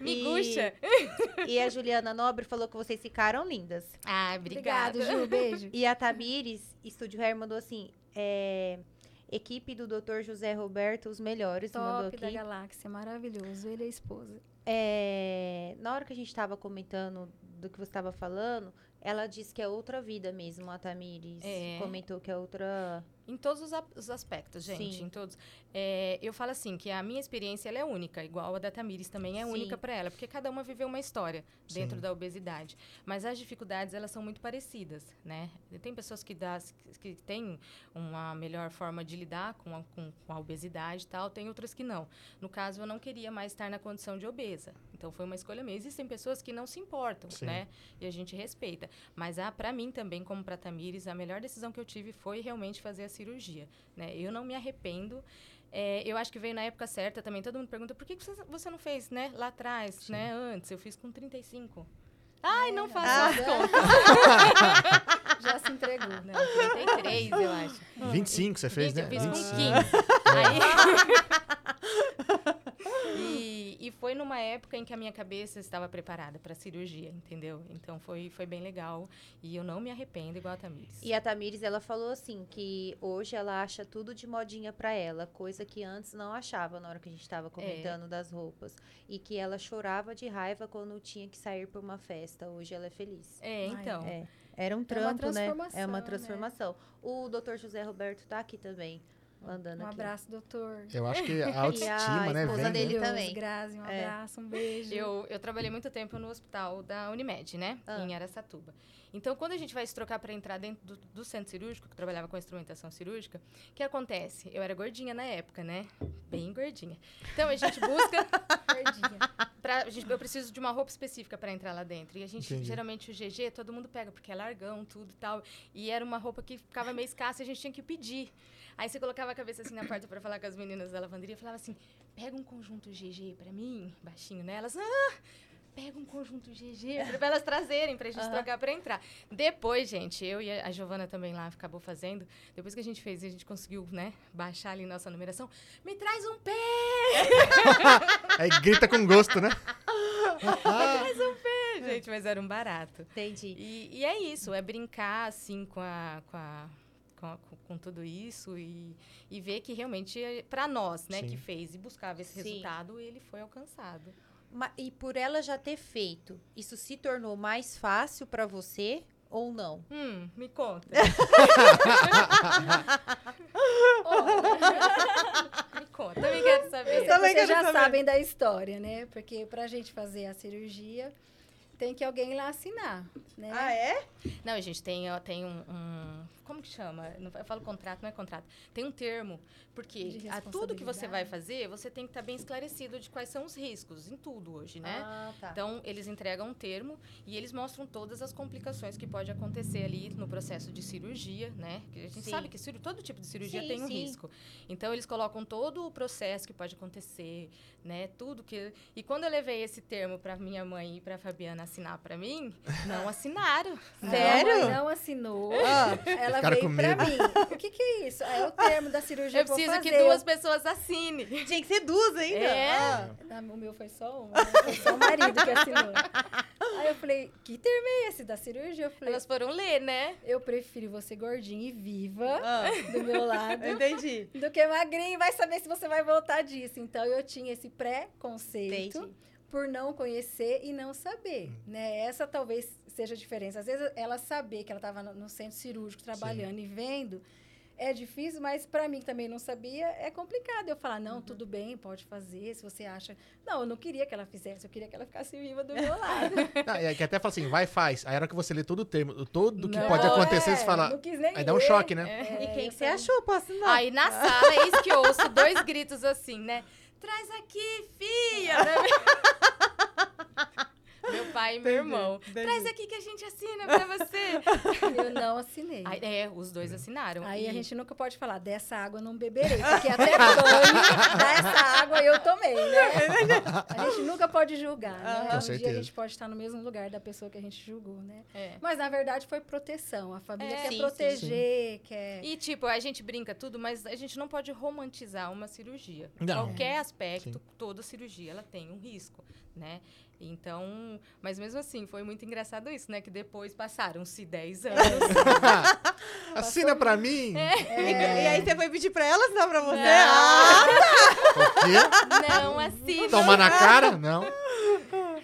Speaker 2: E-
Speaker 4: Miguxa.
Speaker 2: E a Juliana Nobre falou que vocês ficaram lindas.
Speaker 4: Ah,
Speaker 1: Obrigada,
Speaker 4: obrigado.
Speaker 1: Ju, beijo.
Speaker 2: E a Tamires, Estúdio Hair, mandou assim: é, equipe do Dr. José Roberto, os melhores, mandou
Speaker 1: Top da
Speaker 2: aqui.
Speaker 1: galáxia, maravilhoso. Ele é esposa.
Speaker 2: É, na hora que a gente estava comentando do que você estava falando, ela disse que é outra vida mesmo, a Tamires.
Speaker 4: É.
Speaker 2: Comentou que é outra.
Speaker 4: Em todos os, a- os aspectos, gente.
Speaker 2: Sim.
Speaker 4: Em todos. É, eu falo assim, que a minha experiência ela é única, igual a da Tamires também é
Speaker 2: Sim.
Speaker 4: única para ela, porque cada uma viveu uma história dentro
Speaker 3: Sim.
Speaker 4: da obesidade. Mas as dificuldades, elas são muito parecidas, né? Tem pessoas que, dá, que têm uma melhor forma de lidar com a, com- com a obesidade e tal, tem outras que não. No caso, eu não queria mais estar na condição de obesa. Então, foi uma escolha minha. Existem pessoas que não se importam,
Speaker 3: Sim.
Speaker 4: né? E a gente respeita. Mas, ah, para mim também, como para Tamires, a melhor decisão que eu tive foi realmente fazer a cirurgia, né? Eu não me arrependo. É, eu acho que veio na época certa também. Todo mundo pergunta, por que que você, você não fez, né? Lá atrás, né? Antes, eu fiz com 35. Ai, não faço
Speaker 1: Ah.
Speaker 4: as contas.
Speaker 1: Já se entregou. né?
Speaker 4: Não, 33, eu acho.
Speaker 3: 25 você fez,
Speaker 4: Gente,
Speaker 3: né?
Speaker 4: Eu fiz com 15.
Speaker 3: 25. É.
Speaker 4: Aí- e, e foi numa época em que a minha cabeça estava preparada para cirurgia, entendeu? Então foi, foi bem legal. E eu não me arrependo igual a Tamires.
Speaker 2: E a Tamires, ela falou assim: que hoje ela acha tudo de modinha pra ela, coisa que antes não achava na hora que a gente
Speaker 1: É.
Speaker 2: tava comentando das roupas. E que ela chorava de raiva quando tinha que sair pra uma festa. Hoje ela é feliz.
Speaker 1: Ai,
Speaker 4: É, então.
Speaker 2: É. Era um trampo, né?
Speaker 1: transformação,
Speaker 2: É uma
Speaker 1: né?
Speaker 2: transformação. O doutor José Roberto tá aqui também, mandando
Speaker 1: Um
Speaker 2: aqui.
Speaker 1: abraço, doutor.
Speaker 3: Eu acho que a autoestima, né?
Speaker 2: esposa
Speaker 3: Vem,
Speaker 2: dele
Speaker 3: né?
Speaker 1: Maravilhoso,
Speaker 2: também.
Speaker 1: Grazi, um
Speaker 2: É.
Speaker 1: abraço, um beijo.
Speaker 4: Eu, eu trabalhei muito tempo no hospital da Unimed, né?
Speaker 2: Ah.
Speaker 4: Em Aracatuba. Então, quando a gente vai se trocar para entrar dentro do, do centro cirúrgico, que eu trabalhava com instrumentação cirúrgica, o que acontece? Eu era gordinha na época, né? Bem gordinha. Então, a gente busca
Speaker 1: Gordinha.
Speaker 4: pra- a gente- eu preciso de uma roupa específica para entrar lá dentro. E a gente,
Speaker 3: Entendi.
Speaker 4: geralmente, o GG, todo mundo pega, porque é largão, tudo e tal. E era uma roupa que ficava meio escassa e a gente tinha que pedir. Aí você colocava a cabeça assim na porta para falar com as meninas da lavanderia e falava assim: pega um conjunto GG para mim, baixinho nelas. Ah! Pega um conjunto GG para elas trazerem, pra gente
Speaker 2: Aham.
Speaker 4: trocar pra entrar. Depois, gente, eu e a a Giovana também lá acabou fazendo. Depois que a gente fez, a gente conseguiu, né, baixar ali nossa numeração. Me traz um pé!
Speaker 3: Aí grita com gosto, né?
Speaker 4: Gente, mas era um barato.
Speaker 2: Entendi.
Speaker 4: E, e é isso, é brincar assim com a, com a- com, a- com- com tudo isso e, e ver que realmente é para nós, né,
Speaker 3: Sim.
Speaker 4: que fez e buscava esse
Speaker 2: Sim.
Speaker 4: resultado, ele foi alcançado.
Speaker 2: Ma- e por ela já ter feito, isso se tornou mais fácil pra você ou não?
Speaker 4: Hum, me conta. Olha, me conta, também quero saber.
Speaker 2: também
Speaker 1: Vocês
Speaker 2: quero
Speaker 1: já
Speaker 2: saber.
Speaker 1: sabem da história, né? Porque pra gente fazer a cirurgia, tem que alguém lá assinar, né?
Speaker 2: é?
Speaker 4: Não, a gente tem, ó, tem um, um- Como que chama? Não, eu falo contrato, não é contrato. Tem um termo. Porque
Speaker 1: De
Speaker 4: a tudo que você vai
Speaker 1: responsabilidade.
Speaker 4: fazer, você tem que estar bem esclarecido de quais são os riscos em tudo hoje, né?
Speaker 2: Ah, tá.
Speaker 4: Então, eles entregam um termo e eles mostram todas as complicações que pode acontecer ali no processo de cirurgia, né? Que a gente
Speaker 2: Sim.
Speaker 4: sabe que ciru- todo tipo de cirurgia
Speaker 2: Sim,
Speaker 4: tem um
Speaker 2: sim.
Speaker 4: risco. Então, eles colocam todo o processo que pode acontecer, né? Tudo que... E quando eu levei esse termo para minha mãe e para Fabiana assinar para mim, não assinaram.
Speaker 1: A
Speaker 2: Sério?
Speaker 1: mamãe não assinou.
Speaker 3: Ah,
Speaker 1: Ela
Speaker 3: Ficaram
Speaker 1: veio
Speaker 3: com
Speaker 1: pra
Speaker 3: medo.
Speaker 1: mim. O que que é isso? É o termo da cirurgia
Speaker 4: Eu
Speaker 1: que vou
Speaker 4: preciso que
Speaker 1: fazer.
Speaker 4: duas pessoas assinem.
Speaker 2: Tinha que ser duas ainda.
Speaker 4: É.
Speaker 2: Ah.
Speaker 1: Ah, O meu foi só um, né? foi só o marido que assinou. Aí eu falei, que termo é esse da cirurgia? Eu falei,
Speaker 4: Elas foram ler, né?
Speaker 1: eu prefiro você gordinha e viva
Speaker 2: Ah,
Speaker 1: do meu lado
Speaker 2: entendi.
Speaker 1: do que magrinha e vai saber se você vai voltar disso. Então eu tinha esse pré-conceito
Speaker 2: Entendi.
Speaker 1: por não conhecer e não saber,
Speaker 3: Hum.
Speaker 1: né? Essa talvez seja a diferença. Às vezes ela saber que ela estava no no centro cirúrgico trabalhando e vendo é difícil, mas para mim que também não sabia é complicado. Eu falar
Speaker 3: Uhum.
Speaker 1: não, tudo bem, pode fazer, se você acha. Não, eu não queria que ela fizesse, eu queria que ela ficasse viva do meu lado.
Speaker 3: Não, é que até fala assim, vai, faz. Aí a hora que você lê todo o termo, todo o que
Speaker 4: Não,
Speaker 3: pode acontecer,
Speaker 1: É,
Speaker 3: você fala.
Speaker 1: Não É. quis nem
Speaker 3: Aí dá um
Speaker 1: ler.
Speaker 3: choque, né?
Speaker 2: e quem que você
Speaker 1: eu falei-
Speaker 2: achou? Posso assinar?
Speaker 4: Aí na sala, é isso que eu ouço dois gritos assim, né? Traz aqui, filha! né? meu pai e meu irmão. Traz aqui que a gente assina pra você.
Speaker 1: Eu não assinei.
Speaker 4: Aí, é, os dois assinaram.
Speaker 2: Então,
Speaker 1: Aí a
Speaker 4: E-
Speaker 1: gente nunca pode falar, dessa água eu não beberei, porque até banho dessa água eu tomei, né? A gente nunca pode julgar, né?
Speaker 2: É Aham. Com
Speaker 1: Hoje em dia
Speaker 3: certeza.
Speaker 1: a gente pode estar no mesmo lugar da pessoa que a gente julgou, né?
Speaker 4: é.
Speaker 1: Mas na verdade foi proteção, a família
Speaker 4: É,
Speaker 1: quer
Speaker 2: sim, sim,
Speaker 1: proteger, quer...
Speaker 4: E, tipo, a gente brinca tudo, mas a gente não pode romantizar uma cirurgia.
Speaker 3: Não.
Speaker 4: Qualquer aspecto,
Speaker 3: Sim.
Speaker 4: toda cirurgia, ela tem um risco, né? Então, mas mesmo assim, foi muito engraçado isso, né? Que depois passaram-se 10 anos.
Speaker 3: Assina pra mim!
Speaker 1: É.
Speaker 2: E, e aí você foi pedir pra ela assinar pra você?
Speaker 4: Não.
Speaker 2: Ah!
Speaker 3: O quê?
Speaker 4: não assinam.
Speaker 3: Tomar na cara? Não.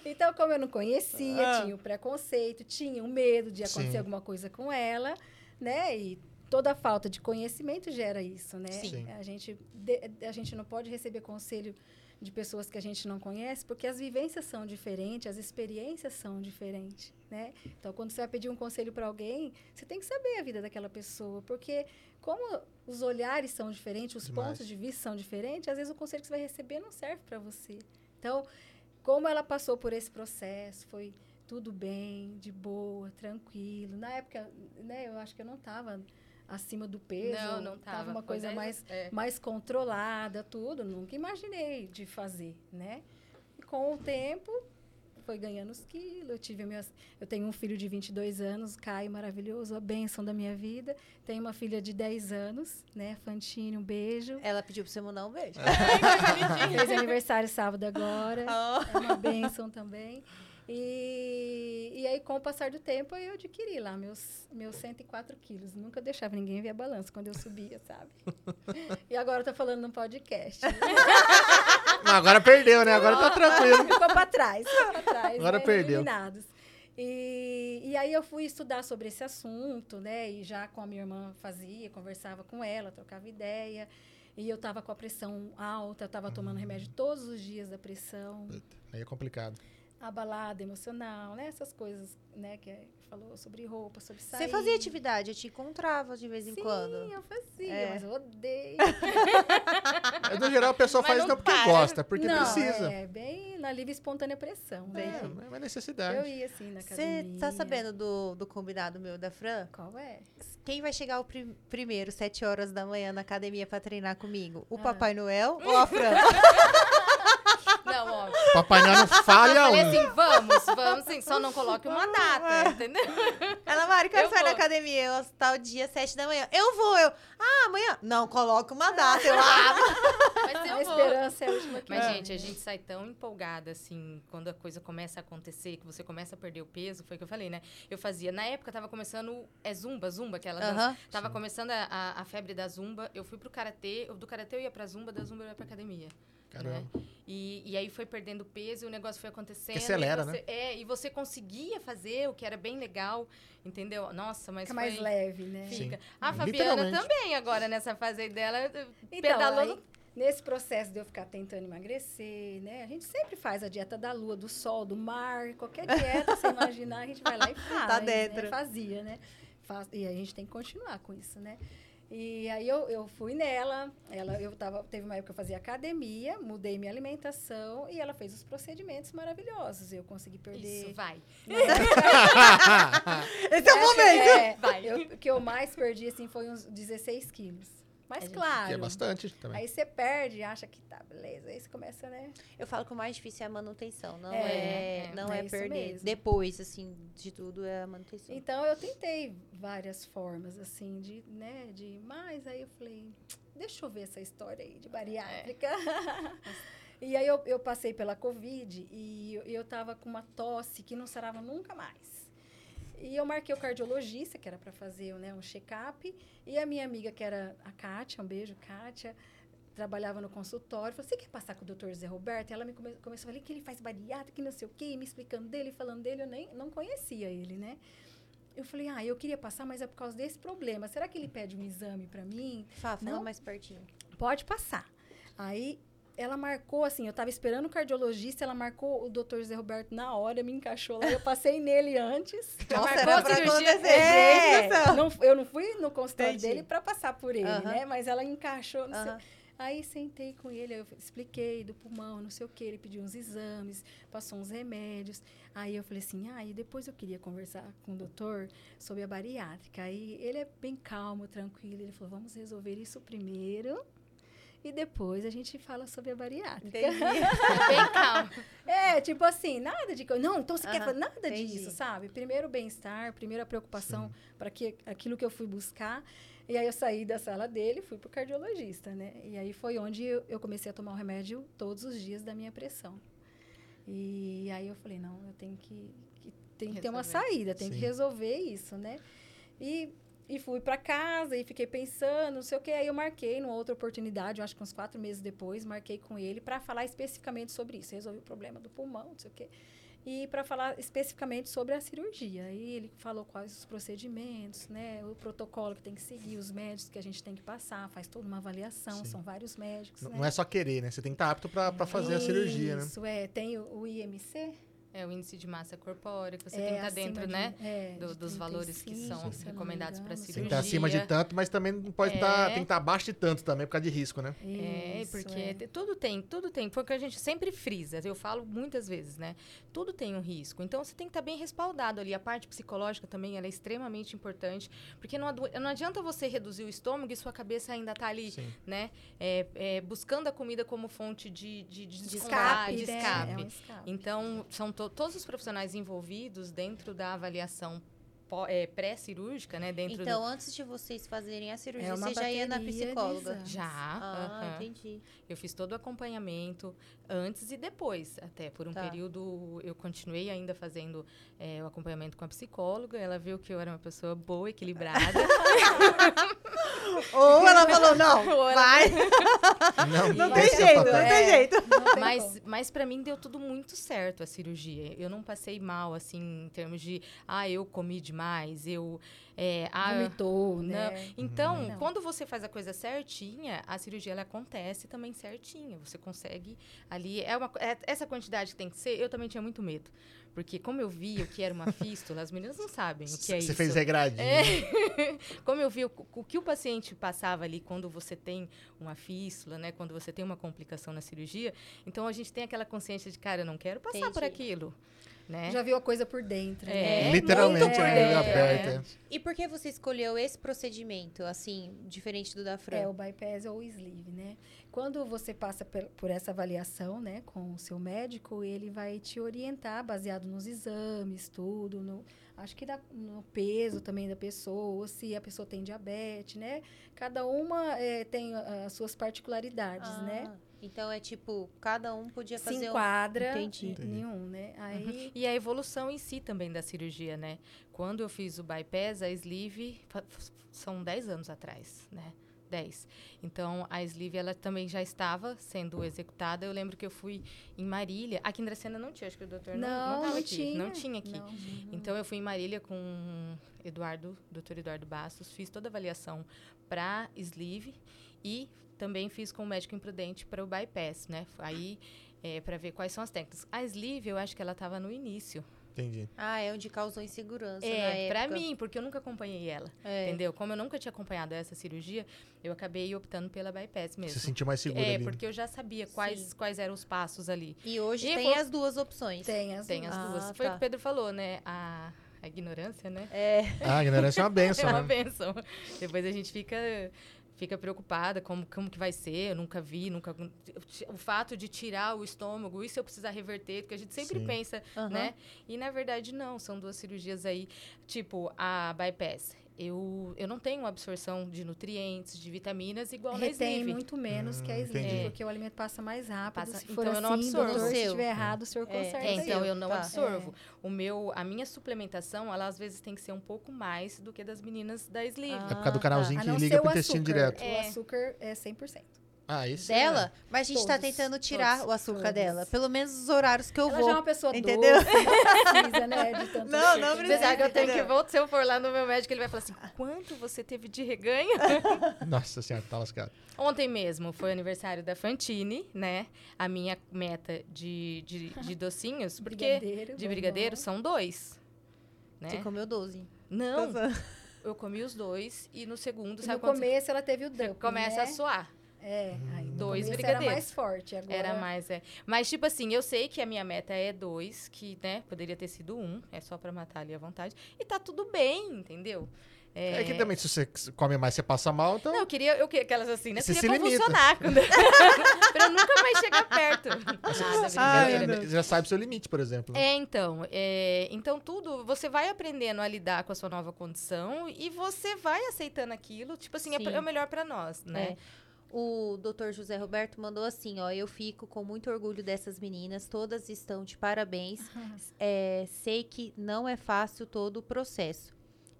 Speaker 1: Então, como eu não conhecia,
Speaker 2: Ah.
Speaker 1: tinha o preconceito, tinha o medo de acontecer
Speaker 3: Sim.
Speaker 1: alguma coisa com ela, né? E toda a falta de conhecimento gera isso, né?
Speaker 3: Sim.
Speaker 1: A gente, de- a gente não pode receber conselho de pessoas que a gente não conhece, porque as vivências são diferentes, as experiências são diferentes, né? Então, quando você vai pedir um conselho para alguém, você tem que saber a vida daquela pessoa, porque como os olhares são diferentes, os
Speaker 3: Demais.
Speaker 1: pontos de vista são diferentes, às vezes o conselho que você vai receber não serve para você. Então, como ela passou por esse processo, foi tudo bem, de boa, tranquilo. Na época, né, eu acho que eu não estava acima do peso,
Speaker 4: Não, não tava.
Speaker 1: uma
Speaker 4: Foi
Speaker 1: coisa
Speaker 4: 10
Speaker 1: mais
Speaker 4: é.
Speaker 1: mais controlada, tudo. Nunca imaginei de fazer, né? E com o tempo, foi ganhando os quilos. Eu, tive minhas, eu tenho um filho de 22 anos, Caio, maravilhoso, a bênção da minha vida. Tenho uma filha de 10 anos, né? Fantine, um beijo.
Speaker 2: Ela pediu pra você mandar um beijo.
Speaker 1: Fez aniversário sábado agora.
Speaker 2: Ah.
Speaker 1: É uma bênção também. E, e aí, com o passar do tempo, eu adquiri lá meus, meus 104 quilos. Nunca deixava ninguém ver a balança quando eu subia, sabe? E agora eu tô falando num podcast.
Speaker 3: Mas agora perdeu, né? Agora tá tranquilo.
Speaker 1: Ficou pra trás, ficou pra trás.
Speaker 3: Agora
Speaker 1: né?
Speaker 3: perdeu.
Speaker 1: Eliminados. E, e aí eu fui estudar sobre esse assunto, né? E já com a minha irmã fazia, conversava com ela, trocava ideia. E eu tava com a pressão alta, eu tava tomando remédio todos os dias da pressão
Speaker 3: Aí é complicado.
Speaker 1: abalada emocional, né? Essas coisas, né, que é- falou sobre roupa, sobre sair.
Speaker 2: Você fazia atividade, eu te encontrava de vez em
Speaker 1: Sim,
Speaker 2: quando.
Speaker 1: eu fazia,
Speaker 2: É.
Speaker 1: mas eu odeio.
Speaker 3: Mas, No geral, o pessoal
Speaker 4: Mas
Speaker 3: faz
Speaker 4: não
Speaker 3: não porque
Speaker 4: para.
Speaker 3: gosta, porque
Speaker 1: Não,
Speaker 3: precisa. É,
Speaker 1: É, bem na livre e espontânea pressão.
Speaker 3: é
Speaker 1: Né?
Speaker 3: uma
Speaker 1: Eu
Speaker 3: necessidade.
Speaker 1: ia assim na
Speaker 2: Você
Speaker 1: academia.
Speaker 2: tá sabendo do, do combinado meu e da Fran?
Speaker 1: Qual é?
Speaker 2: Quem vai chegar o pri- primeiro, sete horas da manhã, na academia pra treinar comigo? O
Speaker 1: Ah.
Speaker 2: Papai Noel ou a Fran?
Speaker 4: Não, ó.
Speaker 3: Papai Noel não
Speaker 4: Eu
Speaker 3: falha
Speaker 4: falei
Speaker 3: um.
Speaker 4: assim, vamos, vamos sim. Só não coloque uma data, entendeu?
Speaker 2: Ela, Mari, quero
Speaker 4: Eu
Speaker 2: sair da
Speaker 4: vou.
Speaker 2: academia. Eu, tal dia, sete da manhã. Eu vou, eu. Ah, amanhã. Não, coloca uma data. Eu, ah,
Speaker 4: Mas
Speaker 1: A
Speaker 4: eu vou.
Speaker 1: esperança é a última que
Speaker 4: Mas,
Speaker 1: morre,
Speaker 4: gente, a
Speaker 1: né?
Speaker 4: gente sai tão empolgada, assim, quando a coisa começa a acontecer, que você começa a perder o peso, foi o que eu falei, né? Eu fazia, na época, tava começando, é zumba, zumba, aquela dança.
Speaker 2: Aham.
Speaker 4: Tava começando a, a, a febre da zumba, eu fui pro karatê, eu- do karatê eu ia pra zumba, da zumba eu ia pra academia. né?
Speaker 3: Caramba.
Speaker 4: E, e aí foi perdendo peso, e o negócio foi acontecendo.
Speaker 3: Porque acelera, né?
Speaker 4: e você, É, e você conseguia fazer, o que era bem legal, entendeu? Nossa, mas
Speaker 1: Fica
Speaker 4: foi...
Speaker 1: mais leve, né?
Speaker 3: Sim.
Speaker 4: Fica. A Fabiana
Speaker 3: Literalmente.
Speaker 4: também agora, nessa fase aí dela,
Speaker 1: Então,
Speaker 4: pedalou no
Speaker 1: aí, nesse processo de eu ficar tentando emagrecer, né? A gente sempre faz a dieta da lua, do sol, do mar, qualquer dieta, você imaginar, a gente vai lá e faz.
Speaker 2: Tá dentro.
Speaker 1: Né? Fazia, né? Faz- e a gente tem que continuar com isso, né? E aí eu, eu fui nela, ela eu tava, teve uma época que eu fazia academia, mudei minha alimentação e ela fez os procedimentos maravilhosos. Eu consegui perder.
Speaker 4: Isso, vai.
Speaker 2: Esse é o momento.
Speaker 1: É,
Speaker 4: Vai.
Speaker 1: eu- o que eu mais perdi assim foi uns 16 quilos. Mas
Speaker 4: É, gente, né?
Speaker 1: claro.
Speaker 3: Que é bastante também.
Speaker 1: Aí você perde, acha que tá, beleza. Aí você começa, né?
Speaker 2: Eu falo que o mais difícil é a manutenção, não é,
Speaker 1: É,
Speaker 4: é.
Speaker 2: não é,
Speaker 1: É isso
Speaker 2: perder.
Speaker 1: mesmo.
Speaker 2: Depois, assim, de tudo é a manutenção.
Speaker 1: Então eu tentei várias formas, assim, de, né? De, mas aí eu falei, deixa eu ver essa história aí de bariátrica. e aí eu, eu passei pela Covid e eu, eu tava com uma tosse que não sarava nunca mais. E eu marquei o cardiologista, que era para fazer né, um check-up, e a minha amiga, que era a Kátia, um beijo, Kátia, trabalhava no consultório, falou, você quer passar com o doutor Zé Roberto? E ela me come- começou a falar que ele faz bariátrica, que não sei o quê, e me explicando dele, falando dele, eu nem não conhecia ele, né? Eu falei, ah, eu queria passar, mas é por causa desse problema. Será que ele pede um exame para mim?
Speaker 2: Fá, fala
Speaker 1: Não.
Speaker 2: mais pertinho.
Speaker 1: Pode passar. Aí ela marcou, assim, eu tava esperando o cardiologista, ela marcou o doutor Zé Roberto na hora, me encaixou lá, eu passei nele antes. Já
Speaker 2: Nossa,
Speaker 1: marcou
Speaker 2: era
Speaker 1: a
Speaker 2: pra
Speaker 1: cirurgia.
Speaker 2: acontecer.
Speaker 1: É,
Speaker 2: Presta atenção.
Speaker 1: não, eu não fui no consultório
Speaker 2: Entendi.
Speaker 1: dele para passar por ele,
Speaker 2: Aham.
Speaker 1: né? Mas ela encaixou, não sei
Speaker 2: Aham.
Speaker 1: Aí sentei com ele, eu expliquei do pulmão, não sei o que, ele pediu uns exames, passou uns remédios. Aí eu falei assim, ah, e depois eu queria conversar com o doutor sobre a bariátrica. Aí ele é bem calmo, tranquilo, ele falou, vamos resolver isso primeiro e depois a gente fala sobre a bariátrica.
Speaker 2: Entendi.
Speaker 4: Bem calma.
Speaker 1: É, tipo assim, nada de... co- Não, então você quer
Speaker 2: Aham,
Speaker 1: fazer nada
Speaker 2: entendi.
Speaker 1: disso, sabe? Primeiro o bem-estar, primeiro a preocupação para que aquilo que eu fui buscar. E aí eu saí da sala dele, fui pro cardiologista, né? E aí foi onde eu, eu comecei a tomar o remédio todos os dias da minha pressão. E aí eu falei, não, eu tenho que, que- tem que ter uma
Speaker 4: Resolver.
Speaker 1: saída, tem que
Speaker 3: Sim.
Speaker 1: resolver isso, né? E e fui para casa e fiquei pensando, não sei o que. Aí eu marquei numa outra oportunidade, eu acho que uns quatro meses depois, marquei com ele para falar especificamente sobre isso. Resolvi o problema do pulmão, não sei o quê. E para falar especificamente sobre a cirurgia. E ele falou quais os procedimentos, né? O protocolo que tem que seguir, os médicos que a gente tem que passar, faz toda uma avaliação,
Speaker 3: Sim.
Speaker 1: são vários médicos.
Speaker 3: Não
Speaker 1: né?
Speaker 3: não é só querer, né? Você tem que estar apto pra, pra fazer a cirurgia, né?
Speaker 1: Isso, é. Tem o, o IMC?
Speaker 4: É o índice de massa corpórea, que você
Speaker 1: é,
Speaker 4: tem que estar
Speaker 1: acima
Speaker 4: dentro,
Speaker 1: de-
Speaker 4: né?
Speaker 1: é,
Speaker 4: do-
Speaker 1: de
Speaker 4: dos valores que
Speaker 1: 35,
Speaker 4: são
Speaker 1: se eu não me
Speaker 4: recomendados pra
Speaker 1: engano,
Speaker 3: Tem que
Speaker 4: cirurgia.
Speaker 3: estar acima de tanto, mas também não pode
Speaker 4: É.
Speaker 3: estar. Tem que estar abaixo de tanto também, por causa de risco, né?
Speaker 4: É,
Speaker 1: Isso,
Speaker 4: porque
Speaker 1: é.
Speaker 4: te- tudo tem, tudo tem. Foi o que a gente sempre frisa, eu falo muitas vezes, né? Tudo tem um risco. Então você tem que estar bem respaldado ali. A parte psicológica também ela é extremamente importante, porque não, adu- não adianta você reduzir o estômago e sua cabeça ainda tá ali,
Speaker 3: Sim.
Speaker 4: né? É, é, buscando a comida como fonte de, de, de
Speaker 1: de
Speaker 4: descontar,
Speaker 1: escape,
Speaker 4: de
Speaker 1: né?
Speaker 4: escape.
Speaker 1: É um escape.
Speaker 4: Então, são to- todos os profissionais envolvidos dentro da avaliação pó- é, pré-cirúrgica, né? Dentro do-
Speaker 2: Então, antes de vocês fazerem a cirurgia,
Speaker 1: É uma
Speaker 2: você já ia na
Speaker 1: bateria de
Speaker 2: psicóloga.
Speaker 1: exame.
Speaker 4: Já.
Speaker 2: Ah,
Speaker 4: aham.
Speaker 2: entendi.
Speaker 4: Eu fiz todo o acompanhamento antes e depois, até por um
Speaker 2: Tá.
Speaker 4: período eu continuei ainda fazendo é, o acompanhamento com a psicóloga. Ela viu que eu era uma pessoa boa, equilibrada.
Speaker 2: Tá Ou ela falou, não,
Speaker 4: Ou ela-
Speaker 2: vai.
Speaker 3: Não,
Speaker 2: Não
Speaker 1: Vai
Speaker 2: tem
Speaker 1: ser
Speaker 2: jeito,
Speaker 1: papai.
Speaker 4: né?
Speaker 2: não tem
Speaker 1: É.
Speaker 2: jeito.
Speaker 1: Não tem como.
Speaker 4: mas mas para mim deu tudo muito certo a cirurgia. Eu não passei mal assim em termos de ah, eu comi demais. mais, eu. É, ah,
Speaker 1: Vomitou,
Speaker 4: não.
Speaker 1: né?
Speaker 4: Então,
Speaker 1: Não.
Speaker 4: quando você faz a coisa certinha, a cirurgia ela acontece também certinha. Você consegue ali. É uma, co- é- essa quantidade que tem que ser, eu também tinha muito medo. Porque como eu vi o que era uma fístula, as meninas não sabem o que
Speaker 3: Você
Speaker 4: é isso.
Speaker 3: fez regradinho.
Speaker 4: É. Como eu vi o, o que o paciente passava ali quando você tem uma fístula, né? Quando você tem uma complicação na cirurgia, então a gente tem aquela consciência de, cara, eu não quero passar por
Speaker 2: Entendi.
Speaker 4: aquilo, né?
Speaker 1: Já viu a coisa por dentro.
Speaker 4: É,
Speaker 1: né?
Speaker 3: Literalmente, é.
Speaker 1: É. muito
Speaker 3: a
Speaker 1: bem.
Speaker 3: língua aberta.
Speaker 2: E por que você escolheu esse procedimento, assim, diferente do da Fran?
Speaker 1: É, o bypass ou o sleeve, né? Quando você passa pel- por essa avaliação, né, com o seu médico, ele vai te orientar baseado nos exames, tudo, no, acho que da- no peso também da pessoa, se a pessoa tem diabetes, né? Cada uma eh, tem ah, as suas particularidades,
Speaker 2: Ah,
Speaker 1: né?
Speaker 2: Então é tipo, cada um podia
Speaker 1: Se
Speaker 2: fazer um...
Speaker 1: enquadra
Speaker 2: Entendi.
Speaker 1: em
Speaker 3: Entendi.
Speaker 1: nenhum, né? Aí
Speaker 4: E a evolução em si também da cirurgia, né? Quando eu fiz o bypass, a sleeve fa- f- são 10 anos atrás, né? 10. Então, a sleeve, ela também já estava sendo executada. Eu lembro que eu fui em Marília. Aqui em Dracena não tinha, acho que o doutor não,
Speaker 1: Não,
Speaker 4: tava
Speaker 1: não
Speaker 4: aqui. Não
Speaker 1: tinha.
Speaker 4: tinha aqui.
Speaker 1: não.
Speaker 4: Então eu fui em Marília com Eduardo, Dr. Eduardo Bastos, fiz toda a avaliação para sleeve e também fiz com o médico imprudente para o bypass, né? Aí é, para ver quais são as técnicas. A sleeve eu acho que ela estava no início.
Speaker 3: Entendi.
Speaker 2: Ah, é onde causou insegurança na
Speaker 4: É,
Speaker 2: época.
Speaker 4: para mim, porque eu nunca acompanhei ela,
Speaker 2: É.
Speaker 4: entendeu? Como eu nunca tinha acompanhado essa cirurgia, eu acabei optando pela bypass
Speaker 3: Você
Speaker 4: mesmo.
Speaker 3: se sentiu mais segura
Speaker 4: é,
Speaker 3: ali. né?
Speaker 4: porque eu já sabia quais, quais eram os passos ali.
Speaker 2: E hoje
Speaker 4: E
Speaker 2: tem
Speaker 4: vou-
Speaker 2: as duas opções.
Speaker 1: Tem as
Speaker 4: Tem as
Speaker 2: Ah,
Speaker 4: duas. Foi o
Speaker 2: tá.
Speaker 4: que o Pedro falou, né? A, a ignorância, né?
Speaker 2: É,
Speaker 3: Ah, a ignorância é uma benção,
Speaker 4: É uma
Speaker 3: né?
Speaker 4: bênção. Depois a gente fica fica preocupada como como que vai ser, eu nunca vi, nunca o fato de tirar o estômago, e se eu precisar reverter, porque a gente sempre
Speaker 3: Sim.
Speaker 4: pensa,
Speaker 2: aham.
Speaker 4: né? E na verdade não, são duas cirurgias aí, tipo a bypass. Eu, eu não tenho absorção de nutrientes, de vitaminas igual na
Speaker 1: Retém
Speaker 4: sleeve.
Speaker 1: muito menos que a
Speaker 3: Hum,
Speaker 1: sleeve,
Speaker 4: entendi.
Speaker 1: porque o alimento passa mais rápido.
Speaker 4: Passa-
Speaker 1: Se for
Speaker 4: então eu
Speaker 1: assim,
Speaker 4: não absorvo.
Speaker 1: doutor,
Speaker 2: O
Speaker 1: se
Speaker 2: seu.
Speaker 1: estiver errado, o senhor
Speaker 2: É. É,
Speaker 1: conserta
Speaker 4: É, então
Speaker 1: aí.
Speaker 4: eu não
Speaker 2: Tá.
Speaker 4: absorvo. O meu, a minha suplementação, ela às vezes tem que ser um pouco mais do que das meninas da sleeve.
Speaker 3: É por causa do canalzinho
Speaker 4: Ah,
Speaker 1: A
Speaker 3: que
Speaker 1: não
Speaker 3: liga
Speaker 1: ser o
Speaker 3: pro intestino
Speaker 1: açúcar.
Speaker 3: direto.
Speaker 1: O
Speaker 4: É.
Speaker 1: açúcar é 100%.
Speaker 3: Ah, isso.
Speaker 2: Dela? Mas a gente tá
Speaker 1: é Todos,
Speaker 2: tentando tirar o
Speaker 1: todos,
Speaker 2: açúcar
Speaker 1: todos.
Speaker 2: dela. Pelo menos os horários que eu
Speaker 1: Ela
Speaker 2: vou.
Speaker 1: já é uma pessoa
Speaker 2: entendeu?
Speaker 1: doce, não precisa, né, de tanto
Speaker 2: Não, não
Speaker 1: açúcar.
Speaker 2: precisa.
Speaker 4: Apesar que eu tenho que
Speaker 2: entendeu?
Speaker 4: voltar, se eu for lá no meu médico, ele vai falar assim: quanto você teve de reganho?
Speaker 3: Nossa senhora, tá lascado.
Speaker 4: Ontem mesmo foi aniversário da Fantine, né? A minha meta de, de, de docinhos, porque
Speaker 1: Brigadeiro, né?
Speaker 4: de brigadeiro
Speaker 1: bombom.
Speaker 4: são dois.
Speaker 2: Você
Speaker 4: Né?
Speaker 2: comeu 12. Então,
Speaker 4: Não, eu comi os dois e no segundo,
Speaker 1: E No
Speaker 4: sabe quando você
Speaker 1: começo ela teve o dump,
Speaker 4: começa
Speaker 1: né?
Speaker 4: a suar?
Speaker 1: É, aí no
Speaker 4: Dois
Speaker 1: começo
Speaker 4: brigadeiros.
Speaker 1: Era mais forte agora.
Speaker 4: Era mais, é. Mas, tipo assim, eu sei que a minha meta é dois, que, né, poderia ter sido um, é só pra matar ali à vontade. E tá tudo bem, entendeu?
Speaker 3: É. que também, se você come mais, você passa mal, então.
Speaker 4: Não, eu queria, eu queria aquelas assim, né?
Speaker 3: Você
Speaker 4: Eu
Speaker 3: se
Speaker 4: queria
Speaker 3: limita.
Speaker 4: convulsionar. Quando... pra eu nunca mais chegar perto.
Speaker 2: Ai,
Speaker 4: Nada,
Speaker 3: já-
Speaker 2: meu
Speaker 3: já, já sabe o seu limite, por exemplo.
Speaker 4: ah, é, então, é, então tudo, você vai aprendendo a lidar com a sua nova condição e você vai aceitando aquilo, tipo assim, é,
Speaker 2: Sim.
Speaker 4: pra- é o melhor pra nós, né?
Speaker 2: O doutor José Roberto mandou assim, ó, eu fico com muito orgulho dessas meninas, todas estão de parabéns. É, sei que não é fácil todo o processo.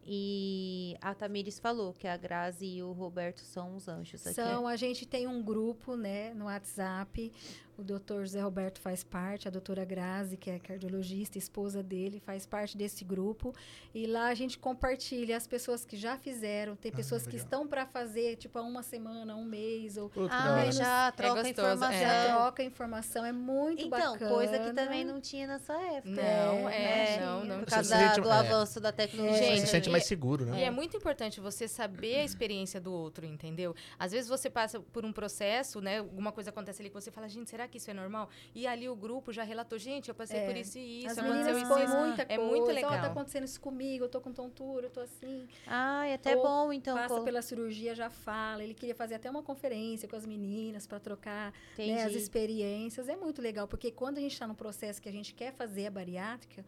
Speaker 2: E a Tamires falou que a Grazi e o Roberto são uns anjos aqui. é
Speaker 1: São, a gente tem um grupo, né, no WhatsApp. O doutor José Roberto faz parte, a doutora Grazi, que é cardiologista, esposa dele, faz parte desse grupo. E lá a gente compartilha as pessoas que já fizeram, tem
Speaker 3: Ah,
Speaker 1: pessoas que
Speaker 3: legal.
Speaker 1: estão para fazer, tipo, há uma semana, um mês, ou
Speaker 3: Puta, que da
Speaker 2: Ah,
Speaker 3: hora.
Speaker 2: mas já troca
Speaker 4: gostoso,
Speaker 2: informação.
Speaker 1: já troca informação, é muito
Speaker 2: Então,
Speaker 1: bacana.
Speaker 2: coisa que também não tinha nessa época.
Speaker 4: Não, é,
Speaker 2: É,
Speaker 4: não, não.
Speaker 2: Por
Speaker 3: Você
Speaker 2: causa
Speaker 3: se sente-
Speaker 2: do
Speaker 3: é.
Speaker 2: avanço da tecnologia.
Speaker 3: Você se
Speaker 4: Gente,
Speaker 3: sente
Speaker 4: e-
Speaker 3: mais seguro,
Speaker 4: E
Speaker 3: né?
Speaker 4: é muito importante você saber a experiência do outro, entendeu? Às vezes você passa por um processo, né? Alguma coisa acontece ali que você fala, gente, será que isso é normal? E ali o grupo já relatou, gente, eu passei
Speaker 1: É.
Speaker 4: por isso e isso,
Speaker 1: As
Speaker 4: aconteceu
Speaker 1: meninas
Speaker 4: isso. e
Speaker 1: põem
Speaker 4: isso.
Speaker 1: muita
Speaker 4: É
Speaker 1: coisa.
Speaker 4: muito
Speaker 1: Ó,
Speaker 4: legal.
Speaker 1: tá acontecendo isso comigo, eu tô com tontura, eu tô assim.
Speaker 2: Ah, é até
Speaker 1: Ou
Speaker 2: bom, então.
Speaker 1: Passa
Speaker 2: colo-
Speaker 1: pela cirurgia, já fala. Ele queria fazer até uma conferência com as meninas para trocar né,
Speaker 2: Entendi.
Speaker 1: as experiências. É muito legal, porque quando a gente está num processo que a gente quer fazer a bariátrica,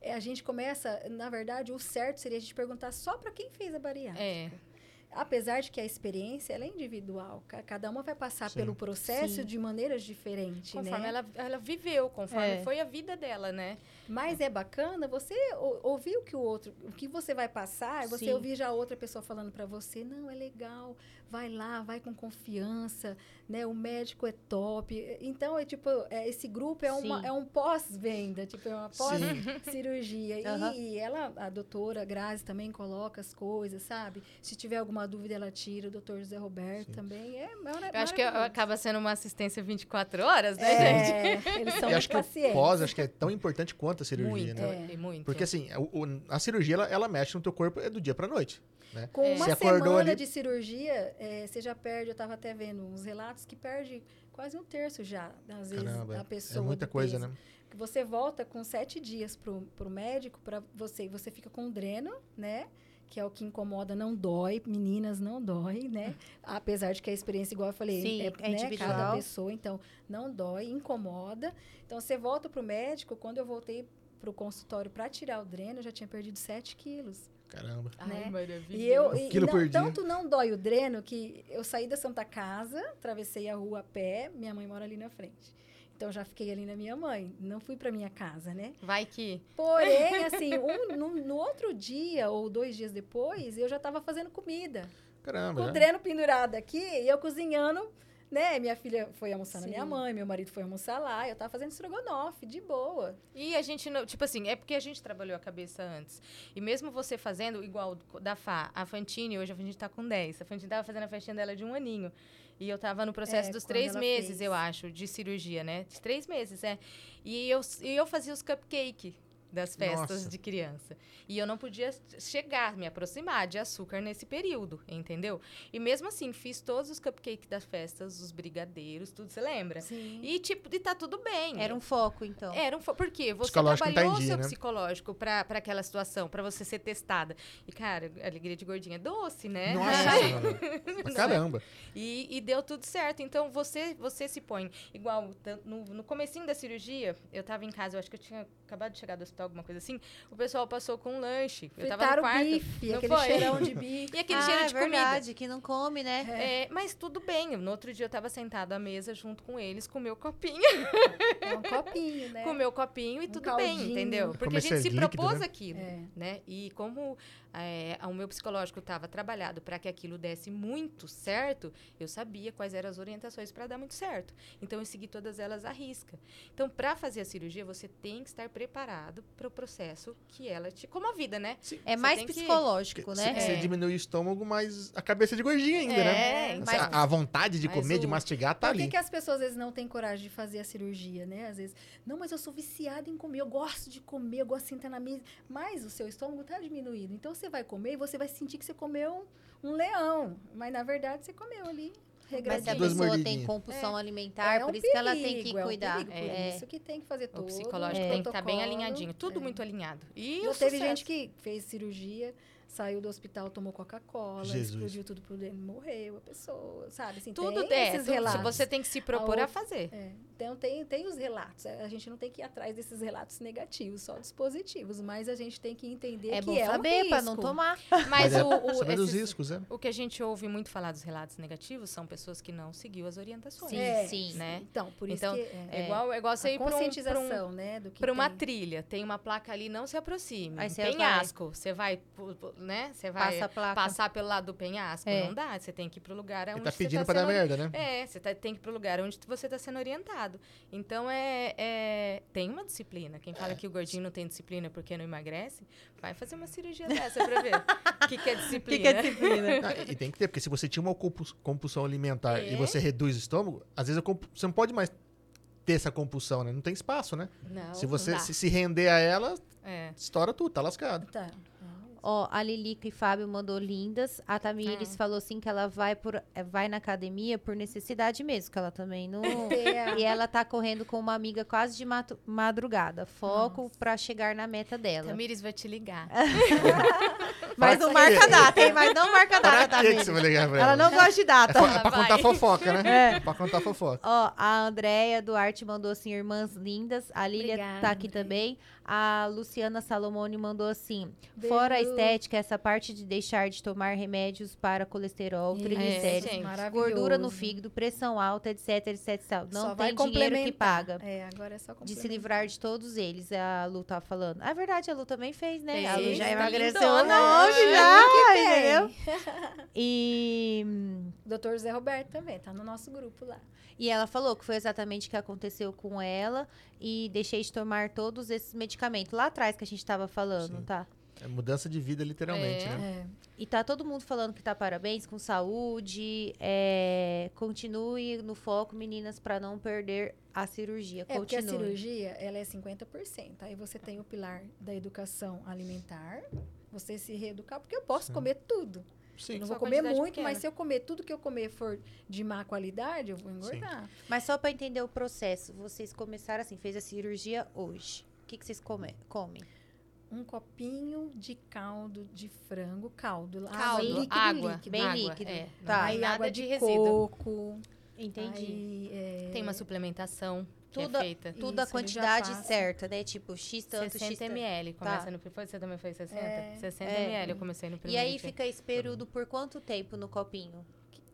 Speaker 1: é, a gente começa, na verdade, o certo seria a gente perguntar só para quem fez a bariátrica.
Speaker 4: É,
Speaker 1: Apesar de que a experiência ela é individual, ca- cada uma vai passar
Speaker 3: Sim.
Speaker 1: pelo processo
Speaker 2: Sim.
Speaker 1: de maneiras diferentes,
Speaker 4: Conforme
Speaker 1: né?
Speaker 4: ela, ela viveu, conforme
Speaker 5: É.
Speaker 4: foi a vida dela, né?
Speaker 1: Mas é bacana você ou- ouvir o que o outro, o que você vai passar, você
Speaker 2: Sim.
Speaker 1: ouvir já outra pessoa falando para você, não, é legal, vai lá, vai com confiança, né? O médico é top. Então, é tipo, é, esse grupo é, uma,
Speaker 5: Sim.
Speaker 1: é um pós-venda, tipo, é uma pós-cirurgia. E-
Speaker 2: Aham.
Speaker 1: E ela, a doutora Grazi também coloca as coisas, sabe? Se tiver alguma dúvida, ela tira, o doutor José Roberto
Speaker 3: Sim.
Speaker 1: também. É
Speaker 4: Eu acho que acaba sendo uma assistência 24 horas, né, gente?
Speaker 1: é, eles são
Speaker 3: E acho
Speaker 1: muito
Speaker 3: que o
Speaker 1: pacientes.
Speaker 3: pós acho que é tão importante quanto a cirurgia,
Speaker 4: Muito, é.
Speaker 3: né?
Speaker 4: e muito.
Speaker 3: Porque assim, o- o- a cirurgia ela, ela mexe no teu corpo é do dia pra noite.
Speaker 1: Com
Speaker 4: É.
Speaker 1: uma
Speaker 3: Você acordou
Speaker 1: semana
Speaker 3: ali-
Speaker 1: de cirurgia, é, você já perde, eu estava até vendo uns relatos que perde quase um terço já, às vezes,
Speaker 3: Caramba,
Speaker 1: da
Speaker 3: é
Speaker 1: pessoa.
Speaker 3: muita
Speaker 1: do
Speaker 3: coisa,
Speaker 1: peso.
Speaker 3: né?
Speaker 1: Que Você volta com sete dias pro, pro médico para você, e você fica com um dreno, né? Que é o que incomoda, não dói, meninas não dói, né? Apesar de que a experiência, igual eu falei,
Speaker 2: Sim, é
Speaker 1: é, né,
Speaker 2: individual.
Speaker 1: cada pessoa, então não dói, incomoda. Então você volta pro médico, quando eu voltei pro consultório para tirar o dreno, eu já tinha perdido sete quilos.
Speaker 3: Caramba.
Speaker 4: Ai,
Speaker 1: né?
Speaker 4: maravilha.
Speaker 1: E eu e-
Speaker 3: Quilo
Speaker 1: não-
Speaker 3: por dia.
Speaker 1: tanto não dói o dreno que eu saí da Santa Casa, atravessei a rua a pé, minha mãe mora ali na frente. Então já fiquei ali na minha mãe, não fui para minha casa, né?
Speaker 4: Vai que...
Speaker 1: Porém, assim, um- no, no outro dia ou dois dias depois, eu já estava fazendo comida,
Speaker 3: Caramba.
Speaker 1: com o
Speaker 3: já.
Speaker 1: dreno pendurado aqui e eu cozinhando, né? Minha filha foi almoçar na minha
Speaker 5: Sim.
Speaker 1: mãe, meu marido foi almoçar lá, eu estava fazendo estrogonofe de boa.
Speaker 4: E a gente não. Tipo assim, é porque a gente trabalhou a cabeça antes. E mesmo você fazendo, igual do- da Fá, a Fantine, hoje a Fantine tá com 10. A Fantine tava fazendo a festinha dela de um aninho. E eu tava no processo
Speaker 1: É,
Speaker 4: dos
Speaker 1: quando
Speaker 4: três
Speaker 1: ela
Speaker 4: meses,
Speaker 1: fez.
Speaker 4: eu acho, de cirurgia, né? De três meses, é. E eu, e eu fazia os cupcake das festas
Speaker 3: Nossa.
Speaker 4: de criança. E eu não podia chegar, me aproximar de açúcar nesse período, entendeu? E mesmo assim, fiz todos os cupcakes das festas, os brigadeiros, tudo, você lembra?
Speaker 2: Sim.
Speaker 4: E tipo, e tá tudo bem.
Speaker 2: Era um foco, então.
Speaker 4: Era um fo- porque você
Speaker 3: Psicológico não tá em
Speaker 4: trabalhou o
Speaker 3: dia,
Speaker 4: seu
Speaker 3: né?
Speaker 4: psicológico pra pra aquela situação, pra você ser testada. E cara, a alegria de gordinha é doce, né?
Speaker 3: Nossa, mano. Pra caramba.
Speaker 4: E, e deu tudo certo. Então você você se põe igual tan- no, no comecinho da cirurgia, eu tava em casa, eu acho que eu tinha acabado de chegar do hospital, alguma coisa assim. O pessoal passou com um lanche. Eu tava no
Speaker 1: Fritaram
Speaker 4: quarto.
Speaker 1: o bife,
Speaker 4: não
Speaker 1: aquele
Speaker 4: foi?
Speaker 1: cheirão de bife.
Speaker 4: E aquele
Speaker 2: ah,
Speaker 4: cheiro
Speaker 2: é
Speaker 4: de comida.
Speaker 2: verdade, que não come, né?
Speaker 4: É, mas tudo bem. No outro dia eu tava sentada à mesa junto com eles, com o meu copinho.
Speaker 1: É um copinho, né?
Speaker 4: com o meu copinho e
Speaker 1: Um
Speaker 4: tudo bem,
Speaker 1: caldinho.
Speaker 4: entendeu? Porque a
Speaker 3: Comer
Speaker 4: gente
Speaker 3: ser
Speaker 4: se
Speaker 3: líquido,
Speaker 4: propôs
Speaker 3: né?
Speaker 4: aquilo,
Speaker 1: É.
Speaker 4: né? E como é, o meu psicológico estava trabalhado para que aquilo desse muito certo, eu sabia quais eram as orientações para dar muito certo. Então eu segui todas elas à risca. Então para fazer a cirurgia você tem que estar preparado para o processo que ela te, como a vida, né?
Speaker 2: É
Speaker 4: Você
Speaker 2: mais
Speaker 4: tem que-
Speaker 2: psicológico,
Speaker 3: Você
Speaker 2: né?
Speaker 4: É.
Speaker 3: diminui o estômago, mas a cabeça de gordinha ainda, né?
Speaker 4: é,
Speaker 2: né?
Speaker 3: Assim,
Speaker 2: mas-
Speaker 3: a, a vontade de
Speaker 4: mas
Speaker 3: comer, de
Speaker 4: o- é
Speaker 3: mastigar, tá
Speaker 1: Por que,
Speaker 3: ali.
Speaker 1: que as pessoas às vezes não têm coragem de fazer a cirurgia, né? Às vezes, não, mas eu sou viciada em comer, eu gosto de comer, eu gosto de sentar na mesa. Mas o seu estômago tá diminuído. Então você vai comer e você vai sentir que você comeu um, um leão. Mas na verdade você comeu ali.
Speaker 4: é
Speaker 2: Mas se a
Speaker 1: Regradinho.
Speaker 3: Duas
Speaker 2: pessoa tem
Speaker 3: mordidinhas.
Speaker 2: compulsão alimentar,
Speaker 1: É um
Speaker 2: por isso que ela tem que
Speaker 1: perigo, é um
Speaker 2: cuidar.
Speaker 1: perigo, por
Speaker 2: É.
Speaker 1: isso que tem que fazer
Speaker 4: O
Speaker 1: todo
Speaker 4: psicológico
Speaker 1: um
Speaker 4: tem que estar bem
Speaker 1: protocolo.
Speaker 4: alinhadinho, tudo
Speaker 1: É.
Speaker 4: muito alinhado.
Speaker 1: Já
Speaker 4: E o
Speaker 1: teve
Speaker 4: sucesso.
Speaker 1: gente que fez cirurgia, saiu do hospital, tomou Coca-Cola,
Speaker 3: Jesus.
Speaker 1: explodiu tudo pro dentro, morreu a pessoa, sabe? Assim,
Speaker 4: tudo
Speaker 1: tem
Speaker 4: é,
Speaker 1: esses
Speaker 4: tudo-
Speaker 1: relatos.
Speaker 4: você tem que se propor a,
Speaker 1: outra-
Speaker 4: fazer.
Speaker 1: É, então tem, tem os relatos. É, A gente não tem que ir atrás desses relatos negativos, só dos positivos, mas a gente tem que entender
Speaker 2: É
Speaker 1: que
Speaker 2: bom
Speaker 1: é
Speaker 2: saber,
Speaker 1: um
Speaker 2: pra não
Speaker 1: risco.
Speaker 2: tomar.
Speaker 4: Mas,
Speaker 3: é,
Speaker 4: o, o é
Speaker 3: sabendo os
Speaker 4: esses-
Speaker 3: riscos, né?
Speaker 4: O que a gente ouve muito falar dos relatos negativos são pessoas que não seguiu as orientações.
Speaker 2: Sim,
Speaker 1: É,
Speaker 2: sim.
Speaker 4: Né?
Speaker 1: Então, por isso
Speaker 4: Então,
Speaker 1: que é,
Speaker 4: É
Speaker 2: É.
Speaker 4: igual, é igual
Speaker 1: a
Speaker 4: você ir para um, pra
Speaker 1: conscientização,
Speaker 4: um,
Speaker 1: né, do que
Speaker 4: pra uma
Speaker 1: tem.
Speaker 4: trilha. Tem uma placa ali, não se aproxime.
Speaker 2: Aí
Speaker 4: um
Speaker 2: você vai.
Speaker 4: penhasco. Você vai, pu- pu- né? Você vai
Speaker 2: Passa a placa.
Speaker 4: passar pelo lado do penhasco.
Speaker 2: É.
Speaker 4: Não dá. Você tem que ir pro lugar
Speaker 3: Ele
Speaker 4: onde
Speaker 3: tá
Speaker 4: você
Speaker 3: pedindo
Speaker 4: tá
Speaker 3: pra dar
Speaker 4: sendo-
Speaker 3: merda, né?
Speaker 4: É, você tá- tem que ir pro lugar onde você está sendo orientado. Então, é, é- tem uma disciplina. Quem fala que o gordinho não tem disciplina porque não emagrece, vai fazer uma cirurgia dessa pra ver o que, que é disciplina.
Speaker 2: disciplina?
Speaker 3: Ah, e tem que ter, porque se você tinha uma compu- compulsão alimentar e
Speaker 4: É.
Speaker 3: você reduz o estômago, às vezes a compu- você não pode mais ter essa compulsão, né? Não tem espaço, né?
Speaker 4: Não,
Speaker 3: se
Speaker 4: não
Speaker 3: você
Speaker 4: dá.
Speaker 3: se, se render a ela,
Speaker 4: É.
Speaker 3: estoura tudo, tá lascado.
Speaker 1: Tá.
Speaker 2: Ó, a Lilica e Fábio mandou lindas. A Tamires falou assim que ela vai, por, é, vai na academia por necessidade mesmo, que ela também não.
Speaker 1: Ter a-
Speaker 2: E ela tá correndo com uma amiga quase de matu- madrugada. Foco pra chegar na meta dela.
Speaker 4: Tamires vai te ligar.
Speaker 2: Mas
Speaker 3: Pra
Speaker 2: não marca
Speaker 3: quê?
Speaker 2: data, hein? Mas não marca
Speaker 3: Para
Speaker 2: data,
Speaker 3: que que você
Speaker 2: Tamires.
Speaker 3: vai ligar pra ela?
Speaker 2: Ela não gosta de
Speaker 3: É
Speaker 2: data.
Speaker 3: fo- é pra
Speaker 4: Vai.
Speaker 3: contar fofoca, né?
Speaker 2: É.
Speaker 3: Pra contar fofoca.
Speaker 2: Ó, a Andréia Duarte mandou assim, irmãs lindas. A Lília
Speaker 1: Obrigada,
Speaker 2: tá aqui
Speaker 1: Andréia.
Speaker 2: também. A Luciana Salomone mandou assim,
Speaker 1: Beijo.
Speaker 2: fora a estética, essa parte de deixar de tomar remédios para colesterol,
Speaker 1: Isso, é,
Speaker 2: triglicéridos,
Speaker 4: gente.
Speaker 1: maravilhoso.
Speaker 2: gordura no fígado, pressão alta, etc, etc. tal. Não
Speaker 1: Só vai
Speaker 2: tem dinheiro que
Speaker 1: complementar.
Speaker 2: paga.
Speaker 1: É, agora é só
Speaker 2: De se
Speaker 1: complementar.
Speaker 2: livrar de todos eles, a Lu tá falando. A verdade, a Lu também fez, né? a Lu
Speaker 4: Fez,
Speaker 2: já
Speaker 4: tá
Speaker 2: emagreceu
Speaker 4: lindona,
Speaker 2: não,
Speaker 4: né?
Speaker 2: já,
Speaker 1: É, tem.
Speaker 2: entendeu? E,
Speaker 1: Doutor José Roberto também, tá no nosso grupo lá.
Speaker 2: e ela falou que foi exatamente o que aconteceu com ela e deixei de tomar todos esses medicamentos lá atrás que a gente tava falando,
Speaker 3: Sim.
Speaker 2: tá?
Speaker 3: É mudança de vida, literalmente,
Speaker 4: É.
Speaker 3: né?
Speaker 1: É.
Speaker 2: E tá todo mundo falando que tá parabéns, com saúde, é, continue no foco, meninas, pra não perder a cirurgia.
Speaker 1: É, porque a
Speaker 2: Continue.
Speaker 1: cirurgia, ela é 50%. Aí você tem o pilar da educação alimentar, você se reeducar, porque eu posso
Speaker 3: Sim.
Speaker 1: comer tudo. Eu
Speaker 3: Sim.
Speaker 1: não
Speaker 4: Só
Speaker 1: vou comer
Speaker 4: quantidade
Speaker 1: muito,
Speaker 4: pequena.
Speaker 1: mas se eu comer tudo que eu comer for de má qualidade, eu vou engordar.
Speaker 2: Mas só pra entender o processo, vocês começaram assim, fez a cirurgia hoje. O que, que vocês come- comem?
Speaker 1: Um copinho de caldo de frango, caldo, lá,
Speaker 4: Caldo,
Speaker 1: líquido,
Speaker 4: água,
Speaker 1: líquido.
Speaker 2: bem
Speaker 4: água,
Speaker 2: líquido.
Speaker 4: é.
Speaker 2: Tá.
Speaker 4: Não
Speaker 1: Aí
Speaker 4: tem nada
Speaker 1: água
Speaker 4: de,
Speaker 1: de,
Speaker 4: resíduo.
Speaker 1: coco.
Speaker 2: Entendi.
Speaker 1: Aí, é,
Speaker 4: Tem uma suplementação que
Speaker 2: Tudo-
Speaker 4: é feita.
Speaker 2: Tudo a
Speaker 1: Isso, ele já
Speaker 2: quantidade
Speaker 1: passa.
Speaker 2: certa, né? Tipo, X tanto, X
Speaker 4: 60
Speaker 2: tanto.
Speaker 4: ml.
Speaker 2: Tá.
Speaker 4: Começa no... Foi, você também fez 60?
Speaker 1: É.
Speaker 4: 60
Speaker 2: É.
Speaker 4: ml eu comecei no
Speaker 2: E
Speaker 4: primeiro
Speaker 2: aí
Speaker 4: dia.
Speaker 2: fica esse período por quanto tempo no copinho?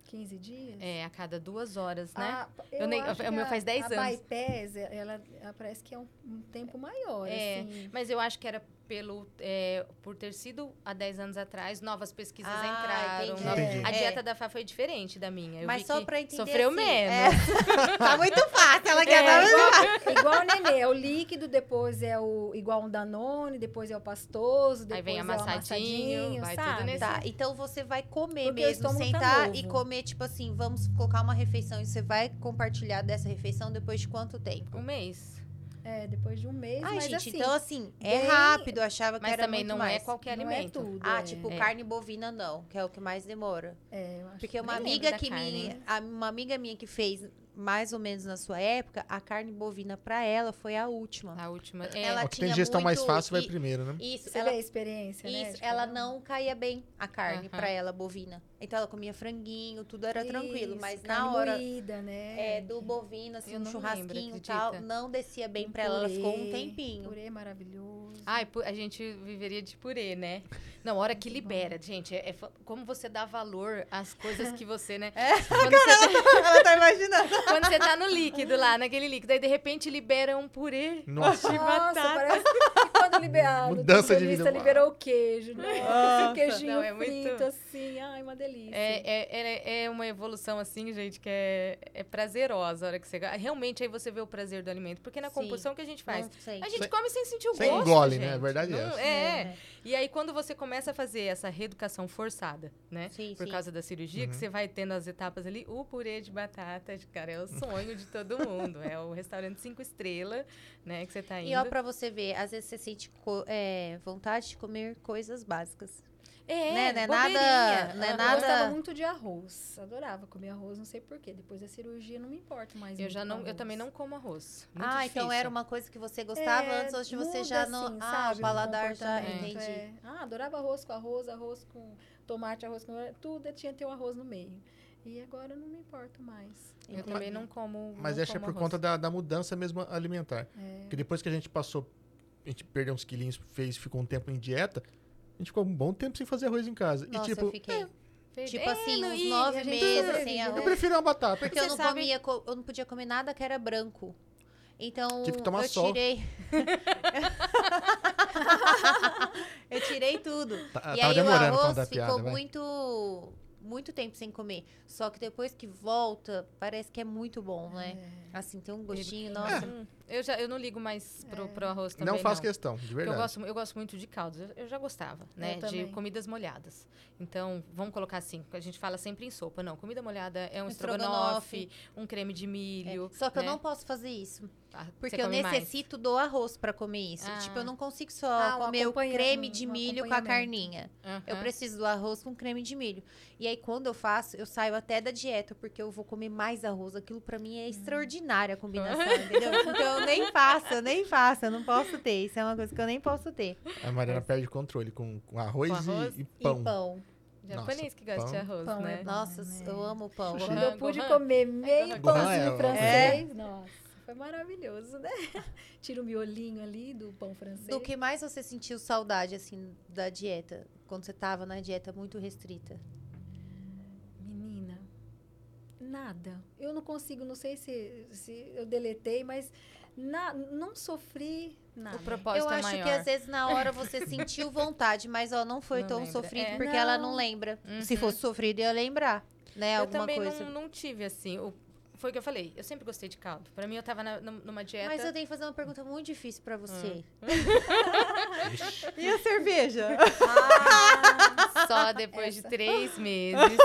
Speaker 1: 15 dias.
Speaker 4: É, a cada duas horas,
Speaker 2: Ah.
Speaker 4: né?
Speaker 1: A-
Speaker 4: Eu nem-
Speaker 1: acho
Speaker 4: o
Speaker 1: que
Speaker 4: meu
Speaker 1: a-
Speaker 4: faz 10
Speaker 1: A
Speaker 4: anos.
Speaker 1: bypass, ela, ela parece que é um, um tempo maior,
Speaker 4: É,
Speaker 1: assim.
Speaker 4: Mas eu acho que era pelo, é, por ter sido há 10 anos atrás, novas pesquisas
Speaker 2: Ah,
Speaker 4: entraram.
Speaker 2: entendi.
Speaker 4: novas-
Speaker 3: Entendi.
Speaker 4: A
Speaker 2: É.
Speaker 4: dieta da Fá foi diferente da minha. Eu
Speaker 2: Mas
Speaker 4: vi
Speaker 2: só
Speaker 4: que
Speaker 2: pra entender.
Speaker 4: Sofreu
Speaker 2: assim,
Speaker 4: menos.
Speaker 2: é. tá muito fácil, ela quer
Speaker 4: É,
Speaker 2: dar
Speaker 1: É igual, igual o nenê, é o líquido, depois é o igual um danone, depois é o pastoso, depois
Speaker 4: Aí vem
Speaker 1: é o
Speaker 4: amassadinho,
Speaker 1: amassadinho,
Speaker 4: vai tudo
Speaker 1: sabe?
Speaker 4: nesse-
Speaker 2: Tá, então você vai comer
Speaker 1: Porque o
Speaker 2: mesmo,
Speaker 1: estômago tá
Speaker 2: sentar
Speaker 1: novo.
Speaker 2: e comer, tipo assim, vamos colocar uma refeição e você vai compartilhar dessa refeição depois de quanto tempo?
Speaker 4: Um mês.
Speaker 1: É, depois de um mês,
Speaker 2: Ai,
Speaker 1: mas
Speaker 2: gente,
Speaker 1: assim,
Speaker 2: então assim, é
Speaker 1: bem-
Speaker 2: rápido, eu achava que
Speaker 4: Mas
Speaker 2: era
Speaker 4: também
Speaker 2: muito
Speaker 4: não
Speaker 2: mais.
Speaker 4: é qualquer
Speaker 1: não é
Speaker 4: alimento.
Speaker 1: tudo.
Speaker 2: Ah,
Speaker 1: é.
Speaker 2: tipo,
Speaker 4: É.
Speaker 2: carne bovina não, que é o que mais demora.
Speaker 1: É, eu acho
Speaker 2: Porque
Speaker 1: que
Speaker 2: uma
Speaker 1: nem lembro
Speaker 2: amiga
Speaker 4: da
Speaker 2: que
Speaker 4: carne,
Speaker 2: me,
Speaker 4: né?
Speaker 2: a- uma amiga minha que fez mais ou menos na sua época, a carne bovina pra ela foi a última.
Speaker 4: A última. É,
Speaker 2: Ela
Speaker 3: Ó, que tem
Speaker 2: tinha
Speaker 3: gestão mais
Speaker 2: muito-
Speaker 3: fácil, vai
Speaker 2: e-
Speaker 3: primeiro, né?
Speaker 2: Isso,
Speaker 1: Você
Speaker 2: ela,
Speaker 1: vê a experiência, né?
Speaker 2: isso,
Speaker 1: de
Speaker 2: ela
Speaker 1: cada um.
Speaker 2: não caía bem a carne
Speaker 4: Aham.
Speaker 2: pra ela bovina. Então ela comia franguinho, tudo era tranquilo,
Speaker 1: Isso,
Speaker 2: mas na
Speaker 1: carne
Speaker 2: hora
Speaker 1: moída, né?
Speaker 2: é, do bovino, assim,
Speaker 4: Eu
Speaker 2: um
Speaker 4: não lembro,
Speaker 2: churrasquinho e tal,
Speaker 4: acredita?
Speaker 2: não descia bem
Speaker 1: Um
Speaker 2: pra ela, ela ficou um
Speaker 1: purê,
Speaker 2: tempinho.
Speaker 1: Purê maravilhoso.
Speaker 4: Ai, pu- a gente viveria de purê, né? Não, a hora que libera, gente. É, é fa- como você dá valor às coisas que você, né?
Speaker 2: É,
Speaker 4: quando, você tá,
Speaker 2: ela tá imaginando.
Speaker 4: quando você tá no líquido lá, naquele líquido, aí de repente libera um purê.
Speaker 3: Nossa.
Speaker 4: de
Speaker 1: Nossa,
Speaker 4: batata.
Speaker 1: parece que quando liberado,
Speaker 3: Mudança de vida.
Speaker 1: liberou o queijo, né?
Speaker 2: Nossa.
Speaker 1: O queijinho
Speaker 4: Não, é
Speaker 1: frito,
Speaker 4: muito-
Speaker 1: assim, ai, uma delícia.
Speaker 4: É, é, é, é uma evolução, assim, gente, que é, é prazerosa a hora que você. ah, Realmente aí você vê o prazer do alimento. Porque na
Speaker 2: Sim.
Speaker 4: compulsão o que a gente faz?
Speaker 2: Não sei.
Speaker 4: A gente
Speaker 3: Sem-
Speaker 4: come sem sentir o
Speaker 3: sem
Speaker 4: gosto.
Speaker 3: engole, né?
Speaker 4: gente.
Speaker 3: A verdade é
Speaker 4: Não-
Speaker 3: essa.
Speaker 4: é.
Speaker 2: né?
Speaker 4: E aí, quando você começa a fazer essa reeducação forçada, né?
Speaker 2: Sim,
Speaker 4: Por
Speaker 2: sim.
Speaker 4: causa da cirurgia, que
Speaker 3: Uhum.
Speaker 4: você vai tendo as etapas ali. O purê de batata, de cara, é o sonho de todo mundo. é o restaurante cinco estrelas, né? Que você tá indo.
Speaker 2: E ó, pra você ver, às vezes você sente co- é, vontade de comer coisas básicas.
Speaker 4: É,
Speaker 2: né, né,
Speaker 4: bobeirinha.
Speaker 2: nada- né,
Speaker 4: Ah,
Speaker 1: Eu
Speaker 2: nada-
Speaker 1: gostava muito de arroz. Adorava comer arroz, não sei porquê. Depois da cirurgia, não me importo mais.
Speaker 4: Eu
Speaker 1: muito
Speaker 4: já
Speaker 1: com
Speaker 4: não, eu
Speaker 1: arroz.
Speaker 4: também não como arroz. Muito
Speaker 2: ah, então
Speaker 4: difícil.
Speaker 2: era uma coisa que você gostava
Speaker 1: É,
Speaker 2: antes, hoje você
Speaker 1: muda,
Speaker 2: já não.
Speaker 1: assim,
Speaker 2: ah,
Speaker 1: sabe,
Speaker 2: o paladar já.
Speaker 1: comportamento,
Speaker 2: Entendi.
Speaker 1: é. Ah, adorava arroz com arroz, arroz com tomate, arroz com. Tudo tinha que ter um arroz no meio. E agora eu não me importo mais.
Speaker 4: Eu também não como.
Speaker 3: Mas
Speaker 4: não
Speaker 3: acho que é
Speaker 4: como
Speaker 3: por
Speaker 4: arroz.
Speaker 3: conta da, da mudança mesmo alimentar. Porque depois que a gente passou, a gente perdeu uns quilinhos, fez, ficou um tempo em dieta, a gente ficou um bom tempo sem fazer arroz em casa.
Speaker 2: Nossa,
Speaker 3: e tipo,
Speaker 2: eu fiquei. Tipo
Speaker 4: É,
Speaker 2: assim,
Speaker 4: não,
Speaker 2: uns
Speaker 4: e
Speaker 2: nove
Speaker 4: a gente
Speaker 2: meses
Speaker 1: sobrevive,
Speaker 2: sem
Speaker 1: né?
Speaker 3: eu
Speaker 2: arroz.
Speaker 3: prefiro uma batata.
Speaker 2: Porque
Speaker 4: Você
Speaker 2: eu não
Speaker 4: sabe-
Speaker 2: comia, co- eu não podia comer nada que era branco. Então,
Speaker 3: Tive que tomar
Speaker 2: eu
Speaker 3: sol.
Speaker 2: tirei. eu tirei tudo.
Speaker 3: Tá,
Speaker 2: e aí
Speaker 3: tava
Speaker 2: o
Speaker 3: demorando pra
Speaker 2: arroz
Speaker 3: mandar a piada,
Speaker 2: ficou
Speaker 3: vai.
Speaker 2: muito muito tempo sem comer. Só que depois que volta, parece que é muito bom, né?
Speaker 1: É.
Speaker 2: Assim, tem um gostinho, nossa. É.
Speaker 4: Hum, Eu, já, eu não ligo mais pro, pro arroz
Speaker 3: É.
Speaker 4: também.
Speaker 3: Não faço questão, de
Speaker 4: Porque
Speaker 3: verdade.
Speaker 4: Eu gosto, eu gosto muito de caldos. Eu, eu já gostava, né? de
Speaker 1: também.
Speaker 4: comidas molhadas. Então, vamos colocar assim. A gente fala sempre em sopa. Não, comida molhada é um
Speaker 2: Um
Speaker 4: estrogonofe,
Speaker 2: estrogonofe. É.
Speaker 4: um creme de
Speaker 3: É.
Speaker 4: milho.
Speaker 2: Só que eu
Speaker 4: né?
Speaker 2: não posso fazer isso.
Speaker 4: Ah, você
Speaker 2: Porque eu
Speaker 4: come mais?
Speaker 2: necessito do arroz pra comer isso.
Speaker 4: Ah.
Speaker 2: Tipo, eu não consigo só
Speaker 1: Ah, um
Speaker 2: comer o
Speaker 1: acompanha-
Speaker 2: creme
Speaker 1: um-
Speaker 2: de
Speaker 1: um
Speaker 2: milho com a
Speaker 1: acompanhamento.
Speaker 2: carninha.
Speaker 4: Aham.
Speaker 2: Eu preciso do arroz com creme de milho. E aí, quando eu faço, eu saio
Speaker 4: Hum.
Speaker 2: até da dieta, porque eu vou comer mais arroz. Aquilo pra mim é extraordinária a combinação, entendeu? Então, Não, nem faça, nem faça. Não posso ter. Isso é uma coisa que eu nem posso ter.
Speaker 3: A Mariana perde controle com, é. com arroz,
Speaker 4: Com arroz
Speaker 3: e, e
Speaker 2: E
Speaker 3: pão.
Speaker 2: pão.
Speaker 4: Japonês
Speaker 3: Nossa,
Speaker 4: que gosta de
Speaker 3: pão.
Speaker 4: arroz,
Speaker 1: Pão é
Speaker 4: né?
Speaker 1: bom.
Speaker 2: Nossa,
Speaker 1: né?
Speaker 2: eu amo pão.
Speaker 1: Quando
Speaker 4: Gohan,
Speaker 1: eu pude
Speaker 4: Gohan.
Speaker 1: comer meio
Speaker 4: Gohan.
Speaker 3: Gohan é
Speaker 1: pãozinho
Speaker 3: o-
Speaker 1: francês, nossa, foi maravilhoso, né? Tira o miolinho ali do pão francês.
Speaker 2: Do que mais você sentiu saudade, assim, da dieta? Quando você tava na dieta muito restrita?
Speaker 1: Menina, nada. Eu não consigo, não sei se, se eu deletei, mas na- não sofri nada.
Speaker 4: O propósito
Speaker 2: eu
Speaker 4: é
Speaker 2: acho
Speaker 4: maior.
Speaker 2: que às vezes na hora você sentiu vontade, mas ó, não foi
Speaker 4: Não
Speaker 2: tão
Speaker 4: lembra.
Speaker 2: sofrido
Speaker 4: É.
Speaker 2: porque ela
Speaker 1: Não.
Speaker 2: não lembra.
Speaker 4: Uhum.
Speaker 2: Se fosse sofrido, ia lembrar, né?
Speaker 4: eu
Speaker 2: Alguma
Speaker 4: também
Speaker 2: coisa.
Speaker 4: Não, não tive, assim. o- foi o que eu falei. Eu sempre gostei de caldo. Pra mim, eu tava na- num- numa dieta...
Speaker 2: Mas eu tenho que fazer uma pergunta muito difícil pra
Speaker 4: Hum.
Speaker 2: você.
Speaker 3: Ixi,
Speaker 2: E a cerveja?
Speaker 1: Ah,
Speaker 4: Só depois
Speaker 1: Essa.
Speaker 4: de três meses.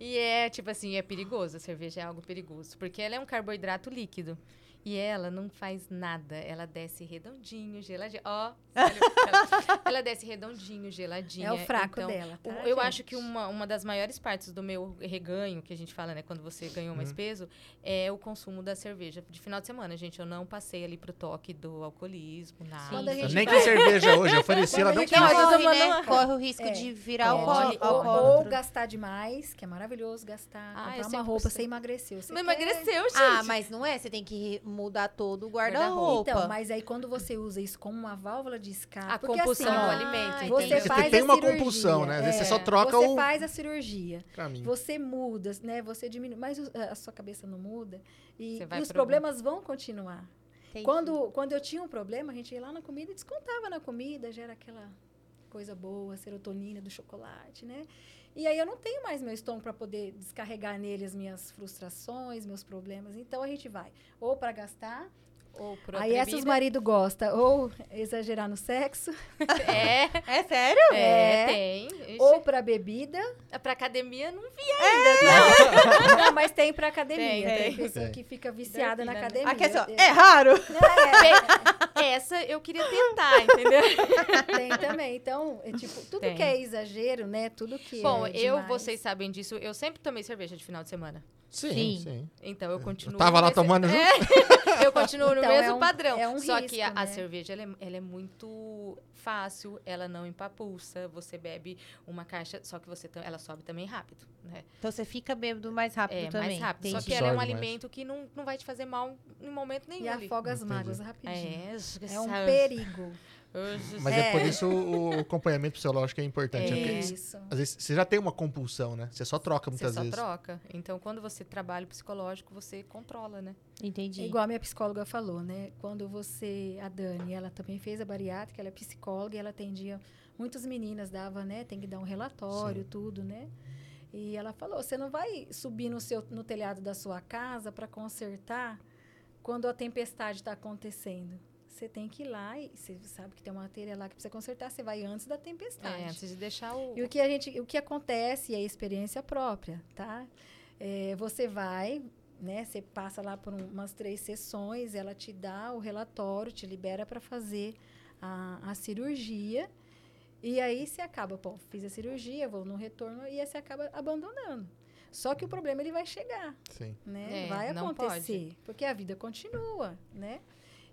Speaker 4: e é, tipo assim, é perigoso. A cerveja é algo perigoso. Porque ela é um carboidrato líquido. E ela não faz nada. Ela desce redondinho, geladinha. Ó, olha o- ela, ela desce redondinho, geladinha.
Speaker 1: é o fraco
Speaker 4: então,
Speaker 1: dela, tá,
Speaker 4: o- eu
Speaker 1: gente?
Speaker 4: acho que um uma, uma das maiores partes do meu reganho, que a gente fala, né, quando você ganhou mais peso, é o consumo da cerveja de final de semana. Gente, eu não passei ali pro toque do alcoolismo, nada.
Speaker 1: Quando a gente
Speaker 3: Nem
Speaker 1: vai-
Speaker 3: com cerveja hoje, eu ofereci, ela um
Speaker 1: Quando
Speaker 3: não
Speaker 1: a gente
Speaker 2: Não,
Speaker 1: vai-
Speaker 3: quis.
Speaker 1: eu tô
Speaker 2: corre,
Speaker 1: falando-
Speaker 2: né? Corre o risco
Speaker 1: É.
Speaker 2: de virar
Speaker 1: É,
Speaker 4: Corre,
Speaker 2: alcoó-
Speaker 1: ou,
Speaker 4: corre.
Speaker 1: ou
Speaker 2: alcoólatra.
Speaker 1: gastar demais, que é maravilhoso gastar.
Speaker 4: Ah, eu
Speaker 1: comprar
Speaker 4: sempre
Speaker 1: uma roupa,
Speaker 4: gostei.
Speaker 1: você emagreceu. Você
Speaker 4: Não
Speaker 1: quer-
Speaker 4: emagreceu, gente.
Speaker 2: Ah, mas não é? Você tem que mudar todo o guarda-roupa.
Speaker 1: Então, mas aí quando você usa isso como uma válvula de escape,
Speaker 4: A
Speaker 1: porque
Speaker 4: compulsão
Speaker 1: assim,
Speaker 4: ao
Speaker 1: ó,
Speaker 4: alimento.
Speaker 2: Ah,
Speaker 1: Você
Speaker 4: entendeu?
Speaker 3: Você
Speaker 1: faz
Speaker 3: tem
Speaker 1: a
Speaker 3: uma
Speaker 1: cirurgia,
Speaker 3: compulsão, né? Às vezes
Speaker 1: é.
Speaker 3: você só troca
Speaker 1: você
Speaker 3: o
Speaker 1: faz a cirurgia,
Speaker 3: pra mim.
Speaker 1: você muda, né? Você diminui, mas o- a sua cabeça não muda e,
Speaker 4: Você vai
Speaker 1: e os
Speaker 4: pro-
Speaker 1: problemas vão continuar.
Speaker 2: Entendi.
Speaker 1: Quando, quando eu tinha um problema, a gente ia lá na comida e descontava na comida, já era aquela coisa boa, a serotonina do chocolate, né? E aí eu não tenho mais meu estômago para poder descarregar nele as minhas frustrações, meus problemas. Então a gente vai ou para gastar,
Speaker 4: Ou por
Speaker 1: aí
Speaker 4: outra
Speaker 1: essa os
Speaker 4: bebida.
Speaker 1: marido gosta, ou exagerar no sexo,
Speaker 4: É,
Speaker 2: É sério?
Speaker 4: é,
Speaker 1: É.
Speaker 4: tem. Ixi,
Speaker 1: ou É. para bebida,
Speaker 4: Pra academia não vi.
Speaker 1: Não, mas tem pra academia.
Speaker 4: Tem,
Speaker 1: Tem,
Speaker 4: tem.
Speaker 1: pessoa
Speaker 3: Tem.
Speaker 1: que fica viciada na
Speaker 4: Endorfina, né?
Speaker 1: academia.
Speaker 2: Aqui é só,
Speaker 1: Tem-
Speaker 2: é raro.
Speaker 4: Essa eu queria tentar, entendeu?
Speaker 1: É, Tem também. Então, é tipo, tudo
Speaker 4: Tem.
Speaker 1: que é exagero, né? Tudo que
Speaker 4: Bom,
Speaker 1: é
Speaker 4: eu,
Speaker 1: demais.
Speaker 4: vocês sabem disso, eu sempre tomei cerveja de final de semana.
Speaker 3: Sim,
Speaker 2: Sim.
Speaker 3: sim.
Speaker 4: Então eu continuo.
Speaker 3: Eu tava
Speaker 4: no
Speaker 3: lá
Speaker 4: mesmo-
Speaker 3: tomando junto.
Speaker 4: Eu continuo no
Speaker 1: Então,
Speaker 4: mesmo
Speaker 1: é um-
Speaker 4: padrão.
Speaker 1: é um
Speaker 4: Só
Speaker 1: risco,
Speaker 4: que a, a
Speaker 1: né?
Speaker 4: cerveja ela é, ela é muito fácil, ela não empapulsa. Você bebe uma caixa, só que você tam- ela sobe também rápido, né?
Speaker 2: Então você fica bêbado mais rápido
Speaker 4: é
Speaker 2: também.
Speaker 4: mais rápido. Só
Speaker 2: Entendi.
Speaker 4: que ela é um
Speaker 3: Absorve mais.
Speaker 4: alimento que não, não vai te fazer mal em momento nenhum.
Speaker 1: E
Speaker 4: ali.
Speaker 1: afoga as
Speaker 3: Entendi.
Speaker 1: mágoas rapidinho.
Speaker 4: É,
Speaker 1: É,
Speaker 4: essa-
Speaker 1: um perigo.
Speaker 4: Hoje-
Speaker 3: Mas é. por isso o o acompanhamento psicológico é importante. né? Porque
Speaker 1: Isso.
Speaker 3: Às vezes você já tem uma compulsão, né? Você só troca
Speaker 4: Você
Speaker 3: muitas
Speaker 4: só
Speaker 3: vezes.
Speaker 4: troca. Então, quando você trabalha o psicológico, você controla, né?
Speaker 2: Entendi.
Speaker 1: É Igual a minha psicóloga falou, né? Quando você, a Dani, ela também fez a bariátrica, ela é psicóloga e ela atendia muitas meninas, dava, né? Tem que dar um relatório, tudo, né? E ela falou: você não vai subir no, seu, no telhado da sua casa para consertar quando a tempestade está acontecendo. Você tem que ir lá e você sabe que tem uma telha lá que precisa consertar, você vai antes da tempestade.
Speaker 4: É, antes de deixar o.
Speaker 1: E o que a gente, o que acontece é experiência própria, tá? É, você vai, né? Você passa lá por um- umas três sessões, ela te dá o relatório, te libera para fazer a, a cirurgia. E aí você acaba, pô, fiz a cirurgia, vou no retorno e aí você acaba abandonando. Só que o problema ele vai chegar
Speaker 3: Sim.
Speaker 1: né?
Speaker 4: É,
Speaker 1: vai
Speaker 4: não
Speaker 1: acontecer, porque a vida continua, né?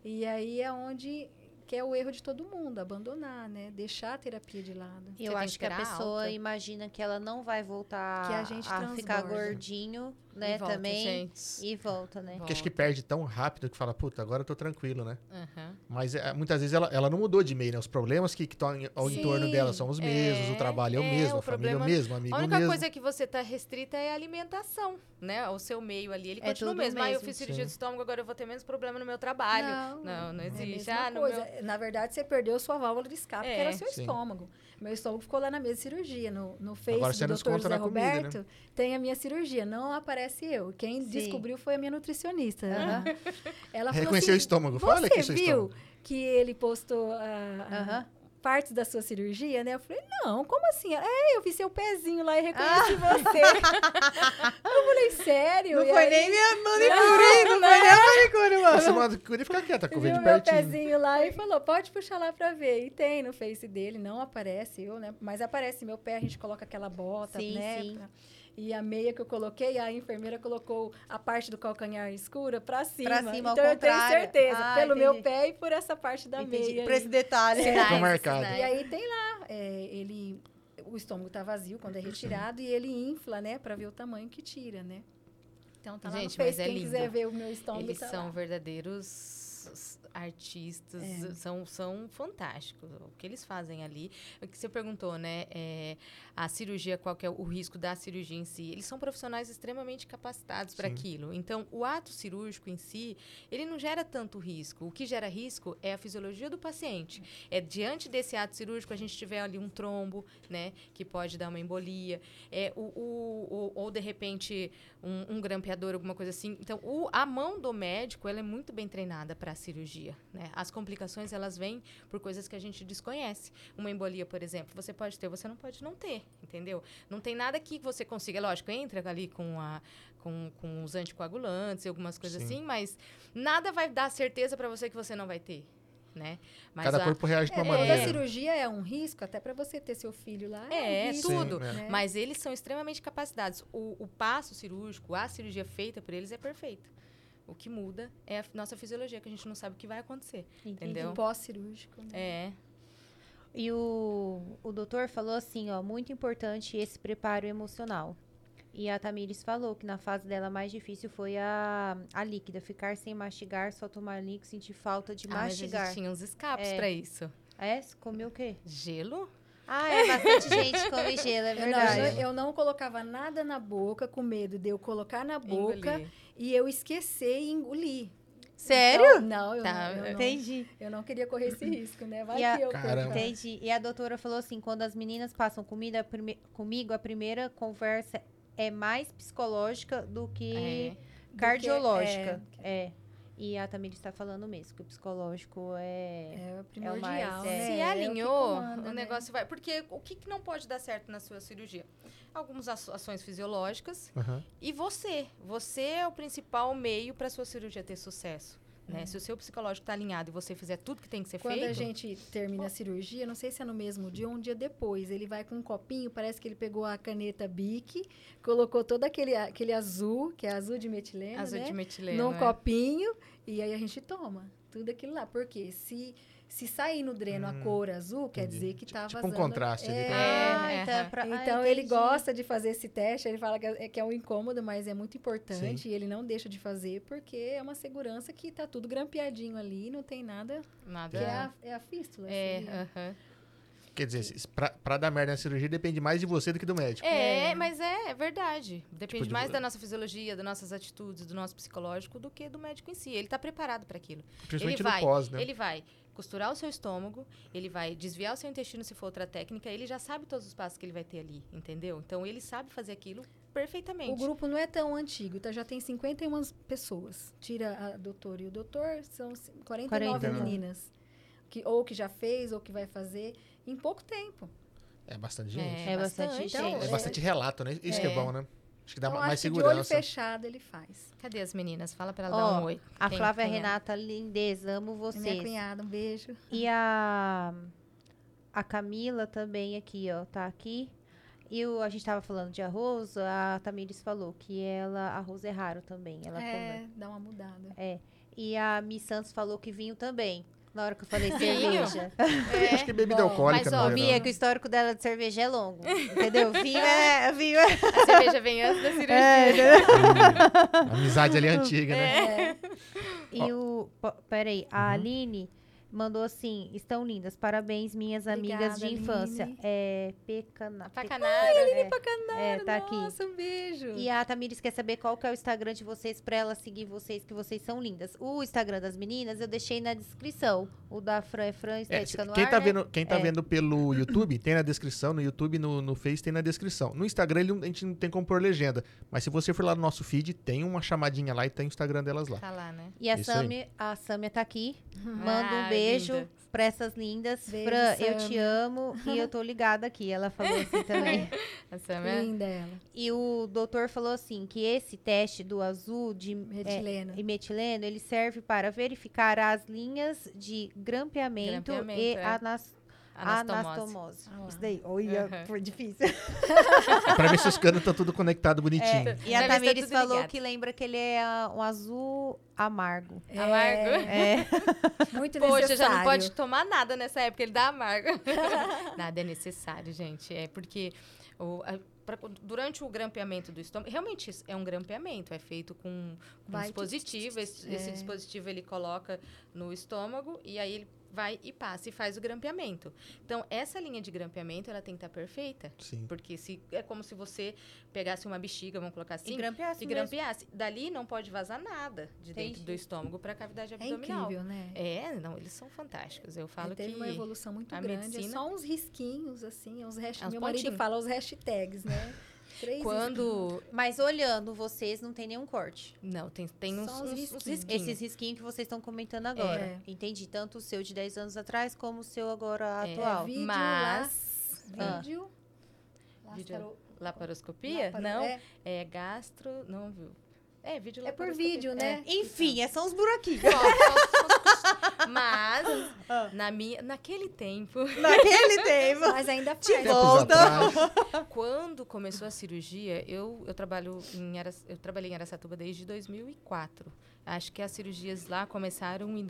Speaker 1: E aí é onde que é o erro de todo mundo, abandonar, né? Deixar a terapia de lado.
Speaker 4: Você
Speaker 2: Eu
Speaker 4: tem
Speaker 2: acho
Speaker 4: que
Speaker 2: que a
Speaker 4: esperar a
Speaker 2: pessoa
Speaker 4: alta.
Speaker 2: imagina que ela não vai voltar
Speaker 1: Que a gente
Speaker 2: ficar
Speaker 1: transborda.
Speaker 2: gordinho,
Speaker 4: e
Speaker 2: né,
Speaker 4: volta,
Speaker 2: também.
Speaker 4: Gente.
Speaker 2: E volta, né?
Speaker 3: Porque acho que
Speaker 4: Volta.
Speaker 3: perde tão rápido que fala, puta, agora eu tô tranquilo, né?
Speaker 4: Aham.
Speaker 3: Mas é, muitas vezes ela, ela não mudou de meio, né? Os problemas que estão ao
Speaker 1: Sim,
Speaker 3: entorno dela são os
Speaker 4: é,
Speaker 3: mesmos, o trabalho é o
Speaker 4: é,
Speaker 3: mesmo,
Speaker 4: o
Speaker 3: a família é o
Speaker 4: problema-
Speaker 3: mesmo, o amigo
Speaker 4: A
Speaker 3: é o
Speaker 4: única
Speaker 3: mesmo.
Speaker 4: coisa que você tá restrita é a alimentação, né? O seu meio ali, ele
Speaker 2: É
Speaker 4: continua o
Speaker 2: tudo
Speaker 4: mesmo. Ah, eu
Speaker 2: mesmo.
Speaker 4: fiz cirurgia
Speaker 3: Sim.
Speaker 4: de estômago, agora eu vou ter menos problema no meu trabalho. Não, não
Speaker 1: é a
Speaker 4: existe.
Speaker 1: mesma
Speaker 4: ah, no
Speaker 1: coisa.
Speaker 4: meu...
Speaker 1: Na verdade, você perdeu sua válvula de escape,
Speaker 4: É.
Speaker 1: que era seu
Speaker 3: Sim.
Speaker 1: estômago. Meu estômago ficou lá na mesa de cirurgia, no, no Face
Speaker 3: Agora você
Speaker 1: do
Speaker 3: nos
Speaker 1: Dr.
Speaker 3: conta
Speaker 1: José
Speaker 3: na comida, né?
Speaker 1: Roberto, tem a minha cirurgia, não aparece eu. Quem
Speaker 2: Sim.
Speaker 1: descobriu foi a minha nutricionista.
Speaker 2: Aham.
Speaker 1: Ela falou
Speaker 3: Reconheceu o
Speaker 1: assim,
Speaker 3: estômago.
Speaker 1: você
Speaker 3: Fala aqui o seu
Speaker 1: viu
Speaker 3: estômago.
Speaker 1: que ele postou a, a-
Speaker 2: Aham.
Speaker 1: partes da sua cirurgia, né? Eu falei, não, como assim? Ela, É, eu vi seu pezinho lá e reconheci você. eu falei, sério?
Speaker 2: Ah. Não
Speaker 1: E
Speaker 2: foi
Speaker 1: aí,
Speaker 2: nem minha
Speaker 1: Não,
Speaker 2: manicure, não, foi nem a manicure, mano.
Speaker 3: Nossa, mano, queria ficar quieta, com o
Speaker 1: Viu É
Speaker 3: vídeo
Speaker 1: meu
Speaker 3: pertinho.
Speaker 1: pezinho lá e falou, pode puxar lá pra ver. E tem no Face dele, não aparece eu, né? Mas aparece meu pé, a gente coloca aquela bota,
Speaker 2: Sim,
Speaker 1: né?
Speaker 2: sim.
Speaker 1: pra- E a meia que eu coloquei, a enfermeira colocou a parte do calcanhar escura para cima.
Speaker 2: Pra cima, ao
Speaker 1: então eu tenho
Speaker 2: contrário.
Speaker 1: certeza,
Speaker 2: Ah,
Speaker 1: pelo
Speaker 2: entendi.
Speaker 1: meu pé e por essa parte da
Speaker 2: Entendi.
Speaker 1: meia.
Speaker 2: Pra
Speaker 1: aí.
Speaker 2: esse detalhe.
Speaker 4: Sinais, né?
Speaker 3: Ficou marcado.
Speaker 4: sinais.
Speaker 1: E aí tem lá, é, ele o estômago tá vazio quando é retirado e ele infla, né, para ver o tamanho que tira, né? Então tá lá no
Speaker 4: Gente,
Speaker 1: Face,
Speaker 4: mas é
Speaker 1: quem
Speaker 4: lindo.
Speaker 1: quiser ver o meu estômago
Speaker 4: Eles
Speaker 1: tá
Speaker 4: são
Speaker 1: lá.
Speaker 4: verdadeiros s- artistas, são, são fantásticos. O que eles fazem ali. O que você perguntou, né? é, a cirurgia, qual que é o risco da cirurgia em si? Eles são profissionais extremamente capacitados para
Speaker 3: Sim.
Speaker 4: aquilo. Então, o ato cirúrgico em si, ele não gera tanto risco. O que gera risco é a fisiologia do paciente. É diante desse ato cirúrgico, a gente tiver ali um trombo, né? Que pode dar uma embolia. É, o, o- o- ou, de repente, um, um grampeador, alguma coisa assim. Então, o- a mão do médico, ela é muito bem treinada para a cirurgia, né? As complicações, elas vêm por coisas que a gente desconhece. Uma embolia, por exemplo, você pode ter, você não pode não ter, entendeu? Não tem nada que você consiga, lógico, entra ali com a com, com os anticoagulantes e algumas coisas
Speaker 3: Sim.
Speaker 4: assim, mas nada vai dar certeza para você que você não vai ter, né? Mas
Speaker 3: Cada
Speaker 4: a-
Speaker 3: corpo reage de
Speaker 1: É,
Speaker 3: uma
Speaker 1: toda
Speaker 3: maneira.
Speaker 1: cirurgia é um risco, até para você ter seu filho lá.
Speaker 4: É,
Speaker 1: um risco,
Speaker 3: Sim,
Speaker 4: tudo.
Speaker 3: é.
Speaker 1: né?
Speaker 4: Mas eles são extremamente capacitados. O, o passo cirúrgico, a cirurgia feita por eles é perfeita. O que muda é a f- nossa fisiologia, que a gente não sabe o que vai acontecer.
Speaker 1: E
Speaker 4: Entendeu?
Speaker 1: do pós-cirúrgico. né?
Speaker 4: É.
Speaker 2: E o, o doutor falou assim, ó, muito importante esse preparo emocional. E a Tamires falou que na fase dela mais difícil foi a, a líquida, ficar sem mastigar, só tomar líquido, sentir falta de
Speaker 4: Ah, mas a
Speaker 2: mastigar.
Speaker 4: gente tinha uns escapes
Speaker 2: É.
Speaker 4: pra isso.
Speaker 2: É? Você Comeu o quê?
Speaker 4: Gelo?
Speaker 2: Ah, é bastante gente come gelo, é
Speaker 1: Eu não, eu,
Speaker 2: verdade.
Speaker 1: não- eu não colocava nada na boca, com medo de eu colocar na boca
Speaker 4: Engolir.
Speaker 1: e eu esquecer e engolir.
Speaker 2: Sério?
Speaker 1: Então, não, eu,
Speaker 4: Tá,
Speaker 1: não, eu não-
Speaker 2: Entendi.
Speaker 1: eu não queria correr esse risco, né? Vai
Speaker 2: E a-
Speaker 1: que eu corro.
Speaker 3: Caramba.
Speaker 2: Entendi. E a doutora falou assim: quando as meninas passam comida a prime- comigo, a primeira conversa é mais psicológica do que
Speaker 4: É.
Speaker 1: Do que-
Speaker 2: cardiológica. É. E a Tamir está falando mesmo que o psicológico
Speaker 1: É,
Speaker 2: é.
Speaker 1: é o primordial,
Speaker 2: mais, é.
Speaker 1: né?
Speaker 4: Se
Speaker 1: É o que
Speaker 4: alinhou,
Speaker 1: comanda, né?
Speaker 4: o negócio vai. Porque o que, que não pode dar certo na sua cirurgia? Algumas aço- ações fisiológicas,
Speaker 3: Aham.
Speaker 4: E você, você é o principal meio para sua cirurgia ter sucesso, né? Se o seu psicológico tá alinhado e você fizer tudo que tem que ser
Speaker 1: Uhum. Quando
Speaker 4: É feito,
Speaker 1: a gente termina a cirurgia, não sei se é no mesmo dia ou um dia depois, ele vai com um copinho, parece que ele pegou a caneta Bic, colocou todo aquele, aquele azul, que é azul de metileno,
Speaker 4: azul
Speaker 1: né?
Speaker 4: de metileno,
Speaker 1: num
Speaker 4: é.
Speaker 1: copinho, e aí a gente toma tudo aquilo lá. Porque se, se sair no dreno
Speaker 3: Hum,
Speaker 1: a cor azul, quer
Speaker 3: entendi.
Speaker 1: dizer que tá
Speaker 3: Tipo um
Speaker 1: vazando.
Speaker 3: contraste ali,
Speaker 1: É,
Speaker 3: tá?
Speaker 2: Ah,
Speaker 4: É,
Speaker 2: então é
Speaker 4: aham.
Speaker 2: pra- ah,
Speaker 1: Então ele
Speaker 2: entendi.
Speaker 1: gosta de fazer esse teste, ele fala que é, que é um incômodo, mas é muito importante e ele não deixa de fazer porque é uma segurança que tá tudo grampeadinho ali, não tem nada, que
Speaker 4: nada.
Speaker 1: é a, é a fístula.
Speaker 4: É,
Speaker 1: seria.
Speaker 4: aham.
Speaker 3: Quer dizer, se- pra, pra dar merda na cirurgia depende mais de você do que do médico.
Speaker 4: É, mas é, é verdade. Depende
Speaker 3: Tipo de-
Speaker 4: mais da nossa fisiologia, das nossas atitudes, do nosso psicológico do que do médico em si. Ele tá preparado para aquilo.
Speaker 3: Principalmente no
Speaker 4: ele vai,
Speaker 3: pós, né?
Speaker 4: Ele vai costurar o seu estômago, ele vai desviar o seu intestino se for outra técnica, ele já sabe todos os passos que ele vai ter ali, entendeu? Então ele sabe fazer aquilo perfeitamente.
Speaker 1: O grupo não é tão antigo, tá? Já tem 51 pessoas. Tira a doutora e o doutor, são c- 49
Speaker 3: né?
Speaker 2: 49.
Speaker 1: meninas. Que, ou que já fez, ou que vai fazer, em pouco tempo.
Speaker 3: É bastante gente.
Speaker 2: É bastante
Speaker 1: gente.
Speaker 4: Então,
Speaker 3: É,
Speaker 1: é-
Speaker 3: bastante relato, né? Isso que é
Speaker 4: É.
Speaker 3: bom, né? Acho que dá
Speaker 1: então,
Speaker 3: mais
Speaker 1: acho que de olho
Speaker 3: segurança.
Speaker 1: fechado ele faz.
Speaker 4: Cadê as meninas? Fala pra ela
Speaker 2: Ó,
Speaker 4: dar um oi.
Speaker 2: A
Speaker 4: Quem-
Speaker 2: Flávia
Speaker 4: quem é?
Speaker 2: Renata, lindez, amo
Speaker 1: É Minha
Speaker 2: vocês.
Speaker 1: cunhada, um beijo.
Speaker 2: E a, a Camila também aqui, ó, tá aqui. E o- a gente tava falando de arroz, a Tamires falou que ela, arroz é raro também, ela
Speaker 1: é,
Speaker 2: come.
Speaker 1: dá uma mudada.
Speaker 2: E a Miss Santos falou que vinho também, na hora que eu falei
Speaker 4: Vinho?
Speaker 2: cerveja.
Speaker 4: É.
Speaker 3: Acho que bebida
Speaker 1: Bom,
Speaker 3: alcoólica
Speaker 4: mas,
Speaker 3: não
Speaker 4: ó,
Speaker 3: olha, não.
Speaker 2: Via que o histórico dela de cerveja é longo, entendeu? Vinho é... Vinho é...
Speaker 4: A cerveja vem antes da cirurgia.
Speaker 3: A amizade ali é antiga, né?
Speaker 1: É,
Speaker 2: E o. po- Peraí, a
Speaker 3: Uhum.
Speaker 2: Aline mandou assim: estão lindas, parabéns, minhas amigas de
Speaker 1: Obrigada,
Speaker 2: infância.
Speaker 1: Aline.
Speaker 2: É. Pecana.
Speaker 4: Tá
Speaker 2: pe-
Speaker 4: Pacanara.
Speaker 2: é, é, tá aqui.
Speaker 1: nossa, um beijo.
Speaker 2: E a Tamires quer saber qual que é o Instagram de vocês pra ela seguir vocês, que vocês são lindas. O Instagram das meninas eu deixei na descrição. O da Fran é Fran
Speaker 3: É,
Speaker 2: Estética
Speaker 3: se-
Speaker 2: no
Speaker 3: quem
Speaker 2: ar,
Speaker 3: tá
Speaker 2: né?
Speaker 3: vendo, quem tá
Speaker 2: É.
Speaker 3: vendo pelo YouTube, tem na descrição, no YouTube, no, no Face tem na descrição. No Instagram ele não- a gente não tem como pôr legenda, mas se você for lá no nosso feed, tem uma chamadinha lá e tem o Instagram delas lá.
Speaker 4: Tá lá, né?
Speaker 2: E a
Speaker 3: É Isso aí.
Speaker 2: Samia, a Samia tá aqui. Manda um
Speaker 4: Ah,
Speaker 2: beijo
Speaker 4: linda.
Speaker 2: pra essas lindas.
Speaker 1: Beijo,
Speaker 2: Fran, eu te amo e eu tô ligada aqui. Ela falou assim também.
Speaker 4: Essa, né?
Speaker 1: Linda ela,
Speaker 2: E o doutor falou assim que esse teste do azul de é,
Speaker 1: retilena.
Speaker 2: e metileno ele serve para verificar as linhas de grampeamento,
Speaker 4: Grampeamento,
Speaker 2: e
Speaker 4: é.
Speaker 2: anas-
Speaker 4: Anastomose.
Speaker 2: Anastomose.
Speaker 1: Ah lá.
Speaker 5: Isso daí. Olha,
Speaker 2: é,
Speaker 4: Aham.
Speaker 5: foi difícil.
Speaker 3: É Pra ver se os canos estão tudo conectado bonitinho.
Speaker 2: É, e a
Speaker 4: Deve estar
Speaker 2: Tamires
Speaker 4: tudo
Speaker 2: falou
Speaker 4: ligado.
Speaker 2: que lembra que ele é ah, um azul amargo.
Speaker 4: É Amargo.
Speaker 2: É.
Speaker 1: Muito
Speaker 4: Poxa,
Speaker 1: necessário.
Speaker 4: já não pode tomar nada nessa época, ele dá amargo. nada é necessário, gente. É porque o- a- pra- durante o grampeamento do estômago, realmente isso é um grampeamento, é feito com, com um
Speaker 1: Vai- é.
Speaker 4: dispositivo. Esse,
Speaker 2: é.
Speaker 4: esse tipo dispositivo ele coloca no estômago e aí ele vai e passa e faz o grampeamento. Então, essa linha de grampeamento, ela tem que estar perfeita.
Speaker 3: Sim.
Speaker 4: Porque se, é como se você pegasse uma bexiga, vamos colocar assim,
Speaker 2: E grampeasse
Speaker 4: e
Speaker 2: mesmo.
Speaker 4: grampeasse. Dali não pode vazar nada de dentro
Speaker 2: Entendi.
Speaker 4: do estômago para a
Speaker 1: É
Speaker 4: cavidade abdominal.
Speaker 1: incrível, né?
Speaker 4: É, não, eles são fantásticos. Eu falo
Speaker 1: teve
Speaker 4: que
Speaker 1: uma evolução muito
Speaker 4: a
Speaker 1: grande. É
Speaker 4: medicina-
Speaker 1: só uns risquinhos, assim, uns hashtags.
Speaker 4: É uns
Speaker 1: Meu marido
Speaker 4: pontinhos.
Speaker 1: fala os hashtags, né? Três
Speaker 4: quando.
Speaker 2: Mas olhando vocês, não tem nenhum corte.
Speaker 4: Não, tem, tem uns,
Speaker 1: Só
Speaker 4: uns,
Speaker 1: uns
Speaker 4: uns
Speaker 1: risquinhos.
Speaker 4: risquinhos.
Speaker 2: Esses risquinhos que vocês estão comentando agora.
Speaker 1: É.
Speaker 2: Entendi. Tanto o seu de 10 anos atrás, como o seu agora
Speaker 4: É.
Speaker 1: É,
Speaker 2: atual.
Speaker 1: vídeo,
Speaker 4: Mas-
Speaker 1: las- vídeo,
Speaker 4: Vídeo-
Speaker 1: lastaro-
Speaker 4: Laparoscopia?
Speaker 1: laparo-
Speaker 4: não, é.
Speaker 1: É,
Speaker 4: gastro. Não, viu? É, vídeo
Speaker 1: é por vídeo, né?
Speaker 2: Enfim,
Speaker 4: Então.
Speaker 2: é só uns buraquinhos.
Speaker 4: Só- só- só- Mas,
Speaker 2: Ah.
Speaker 4: na minha, naquele tempo,
Speaker 2: Naquele tempo.
Speaker 4: Tá
Speaker 1: Mas ainda
Speaker 2: Te
Speaker 1: faz.
Speaker 2: volta.
Speaker 3: Tempos
Speaker 2: Volta.
Speaker 3: atrás,
Speaker 4: quando começou a cirurgia, eu, eu, trabalho em Aras- eu trabalhei em Aracatuba desde 2004. Acho que as cirurgias lá começaram em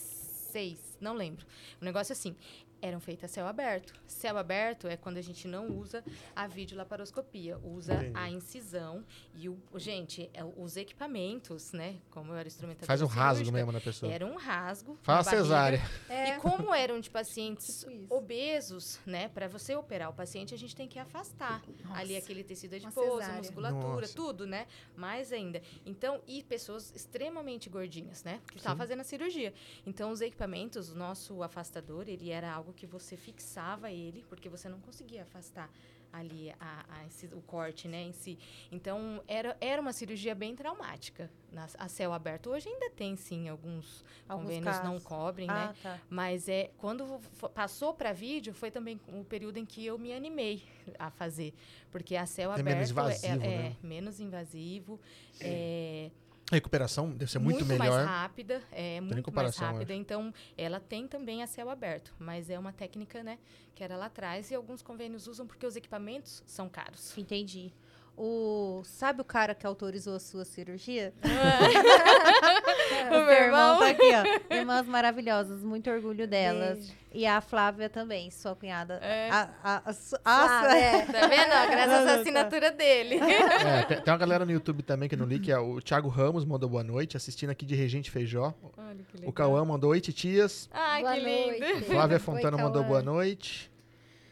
Speaker 4: 2006, não lembro. O negócio assim, eram feitas a céu aberto. Céu aberto é quando a gente não usa a videolaparoscopia, usa
Speaker 3: Entendi.
Speaker 4: a incisão e o gente, é, os equipamentos, né? Como eu era instrumentadora
Speaker 3: faz um rasgo
Speaker 4: cirúrgica,
Speaker 3: mesmo na pessoa.
Speaker 4: Era um rasgo.
Speaker 3: Fala
Speaker 4: na barriga.
Speaker 3: cesárea.
Speaker 1: É.
Speaker 4: E como eram de pacientes
Speaker 1: Tipo isso.
Speaker 4: obesos, né? Para você operar o paciente, a gente tem que afastar ali aquele tecido adiposo,
Speaker 1: cesárea.
Speaker 4: musculatura,
Speaker 3: Nossa.
Speaker 4: tudo, né? Mais ainda. Então, e pessoas extremamente gordinhas, né? Porque estava
Speaker 3: Sim.
Speaker 4: fazendo a cirurgia. Então, os equipamentos, o nosso afastador, ele era algo que você fixava ele, porque você não conseguia afastar ali a, a inci- o corte, né, em si. Então, era, era uma cirurgia bem traumática, na, a céu aberto. Hoje ainda tem, sim, alguns,
Speaker 2: Alguns
Speaker 4: convênios não
Speaker 2: casos.
Speaker 4: cobrem, né?
Speaker 2: Ah, tá.
Speaker 4: Mas é quando fo- passou para vídeo foi também o período em que eu me animei a fazer, porque a céu
Speaker 3: É
Speaker 4: aberto
Speaker 3: menos invasivo,
Speaker 4: é,
Speaker 3: né?
Speaker 4: é menos invasivo, é
Speaker 3: A recuperação deve ser é muito,
Speaker 4: mais
Speaker 3: melhor.
Speaker 4: rápida, é muito mais
Speaker 3: comparação, eu
Speaker 4: rápida. Então ela tem também a céu aberto, mas é uma técnica, né, que era lá atrás e alguns convênios usam porque os equipamentos são caros.
Speaker 2: Entendi. O... Sabe o cara que autorizou a sua cirurgia?
Speaker 4: O meu irmão.
Speaker 2: tá aqui, ó. Irmãs maravilhosas, muito orgulho delas.
Speaker 1: Beijo.
Speaker 2: E a Flávia também, sua cunhada.
Speaker 4: É.
Speaker 2: A, a, a, su- a
Speaker 1: Ah,
Speaker 2: sua-
Speaker 1: é.
Speaker 4: Tá vendo? ó? Graças
Speaker 2: Não,
Speaker 4: à
Speaker 2: não,
Speaker 4: assinatura dele.
Speaker 3: É, tem, tem uma galera no YouTube também que eu não li, que é o Thiago Ramos mandou boa noite, assistindo aqui de Regente Feijó.
Speaker 4: Olha que legal.
Speaker 3: O Cauã mandou oi, titias.
Speaker 4: Ai,
Speaker 1: Boa
Speaker 4: que lindo.
Speaker 1: noite.
Speaker 3: Flávia
Speaker 1: Oi,
Speaker 3: Fontana
Speaker 1: Cauã.
Speaker 3: mandou boa noite.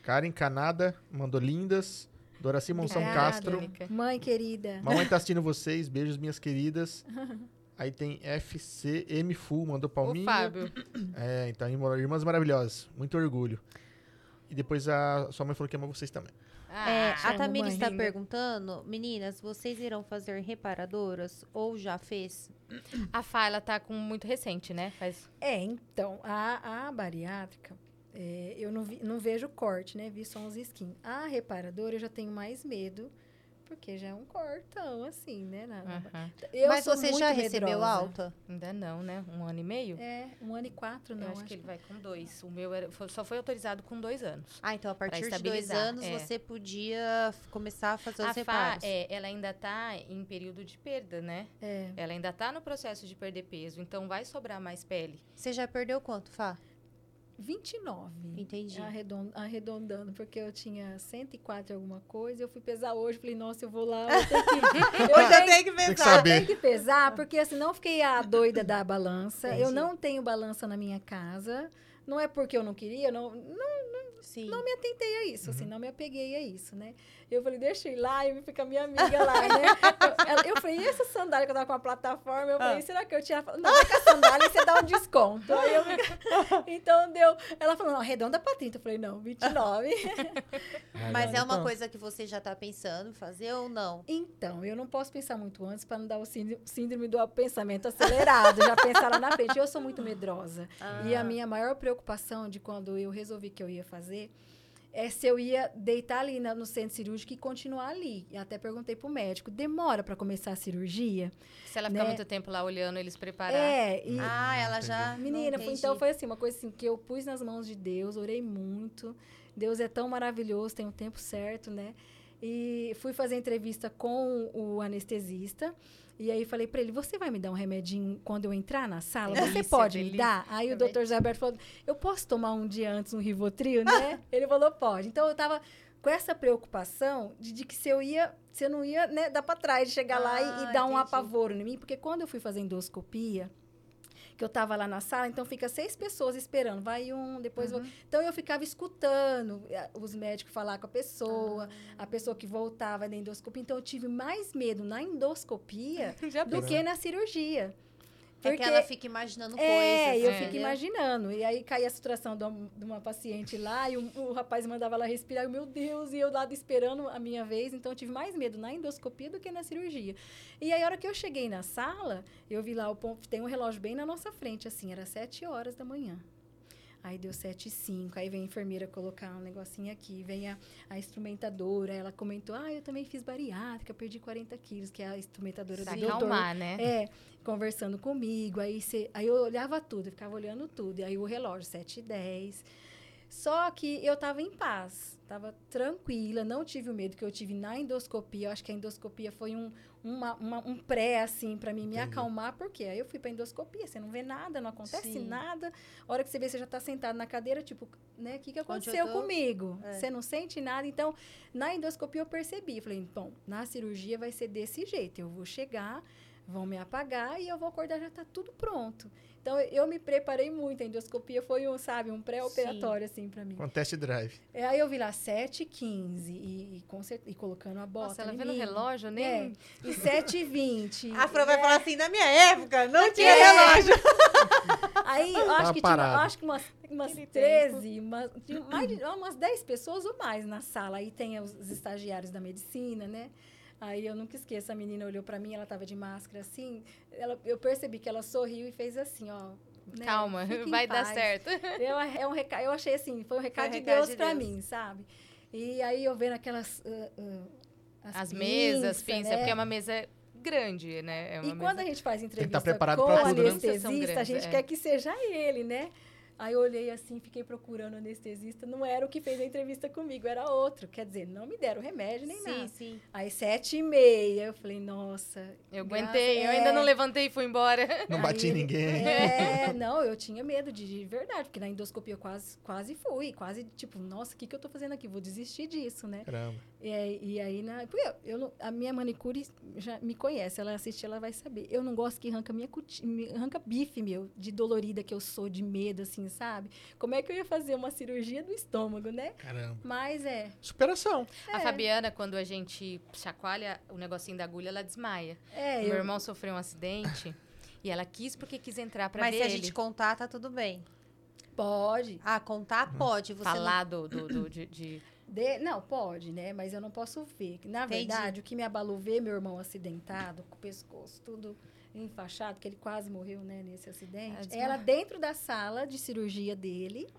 Speaker 3: Karen Canada mandou lindas. Doraci Monção
Speaker 1: Obrigada.
Speaker 3: Castro.
Speaker 4: Mônica.
Speaker 1: Mãe querida.
Speaker 3: Mamãe tá assistindo vocês. Beijos, minhas queridas. Aí tem FCM Full, mandou
Speaker 4: O
Speaker 3: palminha.
Speaker 4: Fábio.
Speaker 3: É, então, irmã- irmãs maravilhosas. Muito orgulho. E depois a sua mãe falou que ama vocês também.
Speaker 2: É,
Speaker 4: Ah.
Speaker 2: a
Speaker 1: chama
Speaker 2: Tamires
Speaker 1: mãe.
Speaker 2: está
Speaker 1: Linda.
Speaker 2: perguntando, meninas, vocês irão fazer reparadoras ou já fez?
Speaker 4: A fala tá com muito recente, né? Faz
Speaker 1: É, então, a, a bariátrica, é, eu não, vi- não vejo corte, né? Vi só uns skins. A reparadora eu já tenho mais medo, porque já é um cortão, assim, né? na- na-
Speaker 4: Aham.
Speaker 1: Eu
Speaker 2: Mas
Speaker 1: sou
Speaker 2: você
Speaker 1: muito
Speaker 2: já recebeu
Speaker 1: medrosa.
Speaker 2: alta?
Speaker 4: Ainda não, né? Um ano e meio?
Speaker 1: É, um ano e quatro, não.
Speaker 4: Eu acho que ele vai com dois. O meu era- foi- só foi autorizado com dois anos.
Speaker 2: Ah, então a partir de dois
Speaker 4: estabilizar,
Speaker 2: anos
Speaker 4: é.
Speaker 2: você podia f- começar a fazer os
Speaker 4: A Fá,
Speaker 2: reparos.
Speaker 4: é, ela ainda tá em período de perda, né?
Speaker 1: É.
Speaker 4: Ela ainda tá no processo de perder peso, então vai sobrar mais pele.
Speaker 2: Você já perdeu quanto, Fá?
Speaker 1: 29.
Speaker 2: Entendi.
Speaker 1: Arredon- arredondando, porque eu tinha 104 e alguma coisa, eu fui pesar hoje, falei, nossa, eu vou lá, eu tenho que, eu
Speaker 2: Hoje eu tenho
Speaker 1: tenho
Speaker 2: que
Speaker 3: Tem que
Speaker 2: pensar.
Speaker 1: tem
Speaker 3: saber.
Speaker 1: que pesar, porque senão eu fiquei a doida da balança. Eu
Speaker 2: Entendi.
Speaker 1: não tenho balança na minha casa. Não é porque eu não queria, eu não, não
Speaker 2: Sim.
Speaker 1: me atentei a isso, assim, não me apeguei a isso, né? Eu falei, deixa eu ir lá e fica minha amiga lá, né? Eu, ela- eu falei, e essa sandália que eu tava com a plataforma? Eu falei, será que eu tinha... Não, vai com a sandália e você dá um desconto. Aí eu fica- Então deu... Ela falou, não, arredonda pra 30. Eu falei, não, 29.
Speaker 2: Mas é uma
Speaker 3: Então,
Speaker 2: coisa que você já tá pensando em fazer ou não?
Speaker 1: Então, eu não posso pensar muito antes para não dar o sínd- síndrome do pensamento acelerado, já pensar lá na frente. Eu sou muito medrosa. E a minha maior preocupação de quando eu resolvi que eu ia fazer é se eu ia deitar ali na- no centro cirúrgico e continuar ali. E até perguntei pro médico, demora para começar a cirurgia?
Speaker 4: Se ela ficar
Speaker 1: Né?
Speaker 4: muito tempo lá olhando eles preparar.
Speaker 1: É, e
Speaker 2: Ah, ela já. Não
Speaker 1: Menina, foi-
Speaker 2: entendi.
Speaker 1: então foi assim, uma coisa assim, que eu pus nas mãos de Deus, orei muito. Deus é tão maravilhoso, tem o tempo certo, né? E fui fazer entrevista com o anestesista. E aí falei pra ele, você vai me dar um remedinho quando eu entrar na sala?
Speaker 2: É
Speaker 4: Delícia,
Speaker 1: você pode me
Speaker 4: delícia.
Speaker 1: dar? Aí o
Speaker 4: Remedinho.
Speaker 1: doutor Zé Alberto falou, eu posso tomar um dia antes um Rivotril, né? ele falou, pode. Então eu tava com essa preocupação de, de que se eu ia, se eu não ia, né, dar pra trás, de chegar lá e, e
Speaker 2: Ah,
Speaker 1: dar um
Speaker 2: entendi.
Speaker 1: apavoro em mim. Porque quando eu fui fazer endoscopia, que eu tava lá na sala, então fica seis pessoas esperando. Vai um, depois vou. Então eu ficava escutando eh, os médicos falar com a pessoa, a pessoa que voltava da endoscopia. Então eu tive mais medo na endoscopia
Speaker 4: Já
Speaker 1: do que na cirurgia.
Speaker 2: É que ela fica imaginando
Speaker 1: É,
Speaker 2: coisas.
Speaker 1: eu
Speaker 4: né?
Speaker 1: fico imaginando. E aí caía a situação de uma, de uma paciente lá, e o, o rapaz mandava ela respirar, e, meu Deus, e eu lá esperando a minha vez. Então eu tive mais medo na endoscopia do que na cirurgia. E aí, a hora que eu cheguei na sala, eu vi lá o ponto, tem um relógio bem na nossa frente, assim, era sete horas da manhã. Aí deu sete e cinco, aí vem a enfermeira colocar um negocinho aqui, vem a, a instrumentadora, ela comentou, ah, eu também fiz bariátrica, perdi 40 quilos, que é a instrumentadora
Speaker 4: Pra
Speaker 1: do doutor.
Speaker 4: acalmar, né?
Speaker 1: É, conversando comigo. Aí, cê- aí eu olhava tudo, eu ficava olhando tudo. E aí o relógio, 7 e 10. Só que eu tava em paz, tava tranquila, não tive o medo que eu tive na endoscopia. Eu acho que a endoscopia foi um, uma- uma- um pré, assim, pra mim me
Speaker 3: Entendi.
Speaker 1: acalmar, porque aí eu fui pra endoscopia, você não vê nada, não acontece
Speaker 2: Sim.
Speaker 1: nada. A hora que você vê, você já tá sentado na cadeira, tipo, né, o que,
Speaker 2: Onde
Speaker 1: que
Speaker 2: eu
Speaker 1: aconteceu
Speaker 2: tô?
Speaker 1: comigo?
Speaker 2: É.
Speaker 1: Você não sente nada, então na endoscopia eu percebi, falei, bom, na cirurgia vai ser desse jeito. Eu vou chegar, vão me apagar e eu vou acordar, já tá tudo pronto. Então eu me preparei muito, a endoscopia foi um, sabe, um pré-operatório assim para mim.
Speaker 3: Com test drive.
Speaker 1: É, aí eu vi lá 7 15 e, e, com cer- e colocando a bota
Speaker 4: Nossa, ela
Speaker 1: em
Speaker 4: vê no
Speaker 1: mim.
Speaker 4: relógio,
Speaker 1: É,
Speaker 4: nem.
Speaker 1: e 7 20.
Speaker 2: A Fran vai falar assim, na minha época, não tinha
Speaker 1: É.
Speaker 2: relógio.
Speaker 1: Aí, eu
Speaker 3: Tá
Speaker 1: acho que
Speaker 3: parado.
Speaker 1: tinha, eu acho que umas, umas
Speaker 4: Aquele
Speaker 1: 13, umas, tinha mais de, umas 10 pessoas ou mais na sala. Aí tem os os estagiários da medicina, né? Aí eu nunca esqueço, a menina olhou pra mim, ela tava de máscara assim, ela, eu percebi que ela sorriu e fez assim, ó. né?
Speaker 4: Calma,
Speaker 1: Fique em
Speaker 4: vai dar
Speaker 1: paz.
Speaker 4: certo.
Speaker 1: Eu, é um reca- eu achei assim, foi um recado,
Speaker 2: recado
Speaker 1: de Deus
Speaker 2: de
Speaker 1: pra
Speaker 2: Deus.
Speaker 1: mim, sabe? E aí eu vendo aquelas. ah, ah,
Speaker 4: As mesas, pinça,
Speaker 1: né?
Speaker 4: porque é uma mesa grande, né? É uma
Speaker 1: E quando a
Speaker 4: mesa-
Speaker 1: gente faz entrevista
Speaker 3: tá preparado
Speaker 1: com o
Speaker 3: pra tudo, né?
Speaker 1: anestesista, a gente
Speaker 4: É.
Speaker 1: quer que seja ele, né? Aí eu olhei assim, fiquei procurando o anestesista, não era o que fez a entrevista comigo, era outro. Quer dizer, não me deram remédio nem nada.
Speaker 2: sim.
Speaker 1: Aí sete e meia, eu falei, nossa.
Speaker 4: Eu
Speaker 1: graças-
Speaker 4: aguentei, eu
Speaker 1: é.
Speaker 4: ainda não levantei e fui embora.
Speaker 3: Não bati
Speaker 1: Aí-
Speaker 3: em ninguém.
Speaker 1: É, não, eu tinha medo de, de verdade, porque na endoscopia eu quase, quase fui, quase tipo, nossa, o que, que eu tô fazendo aqui? Vou desistir disso, né?
Speaker 3: Caramba.
Speaker 1: E, aí- e aí, na, porque eu, eu não- a minha manicure já me conhece, ela assiste, ela vai saber. Eu não gosto que arranca minha cuti- me- arranca bife meu, de dolorida que eu sou, de medo, assim, sabe? Como é que eu ia fazer uma cirurgia do estômago, né?
Speaker 3: Caramba.
Speaker 1: Mas é.
Speaker 3: Superação.
Speaker 2: É.
Speaker 4: A Fabiana, quando a gente chacoalha o negocinho da agulha, ela desmaia.
Speaker 1: É,
Speaker 4: Meu
Speaker 1: eu,
Speaker 4: irmão sofreu um acidente e ela quis porque quis entrar pra
Speaker 2: Mas
Speaker 4: ver
Speaker 2: se a
Speaker 4: ele.
Speaker 2: gente contar, tá tudo bem.
Speaker 1: pode.
Speaker 2: Ah, contar pode. Você
Speaker 4: Falar do, do, do- de, de-
Speaker 1: De- não, pode, né? Mas eu não posso ver. Na
Speaker 2: Entendi.
Speaker 1: verdade, o que me abalou ver meu irmão acidentado, com o pescoço tudo enfaixado, que ele quase morreu, né, nesse
Speaker 4: Ah,
Speaker 1: acidente.
Speaker 4: desma-
Speaker 1: Ela dentro da sala de cirurgia dele.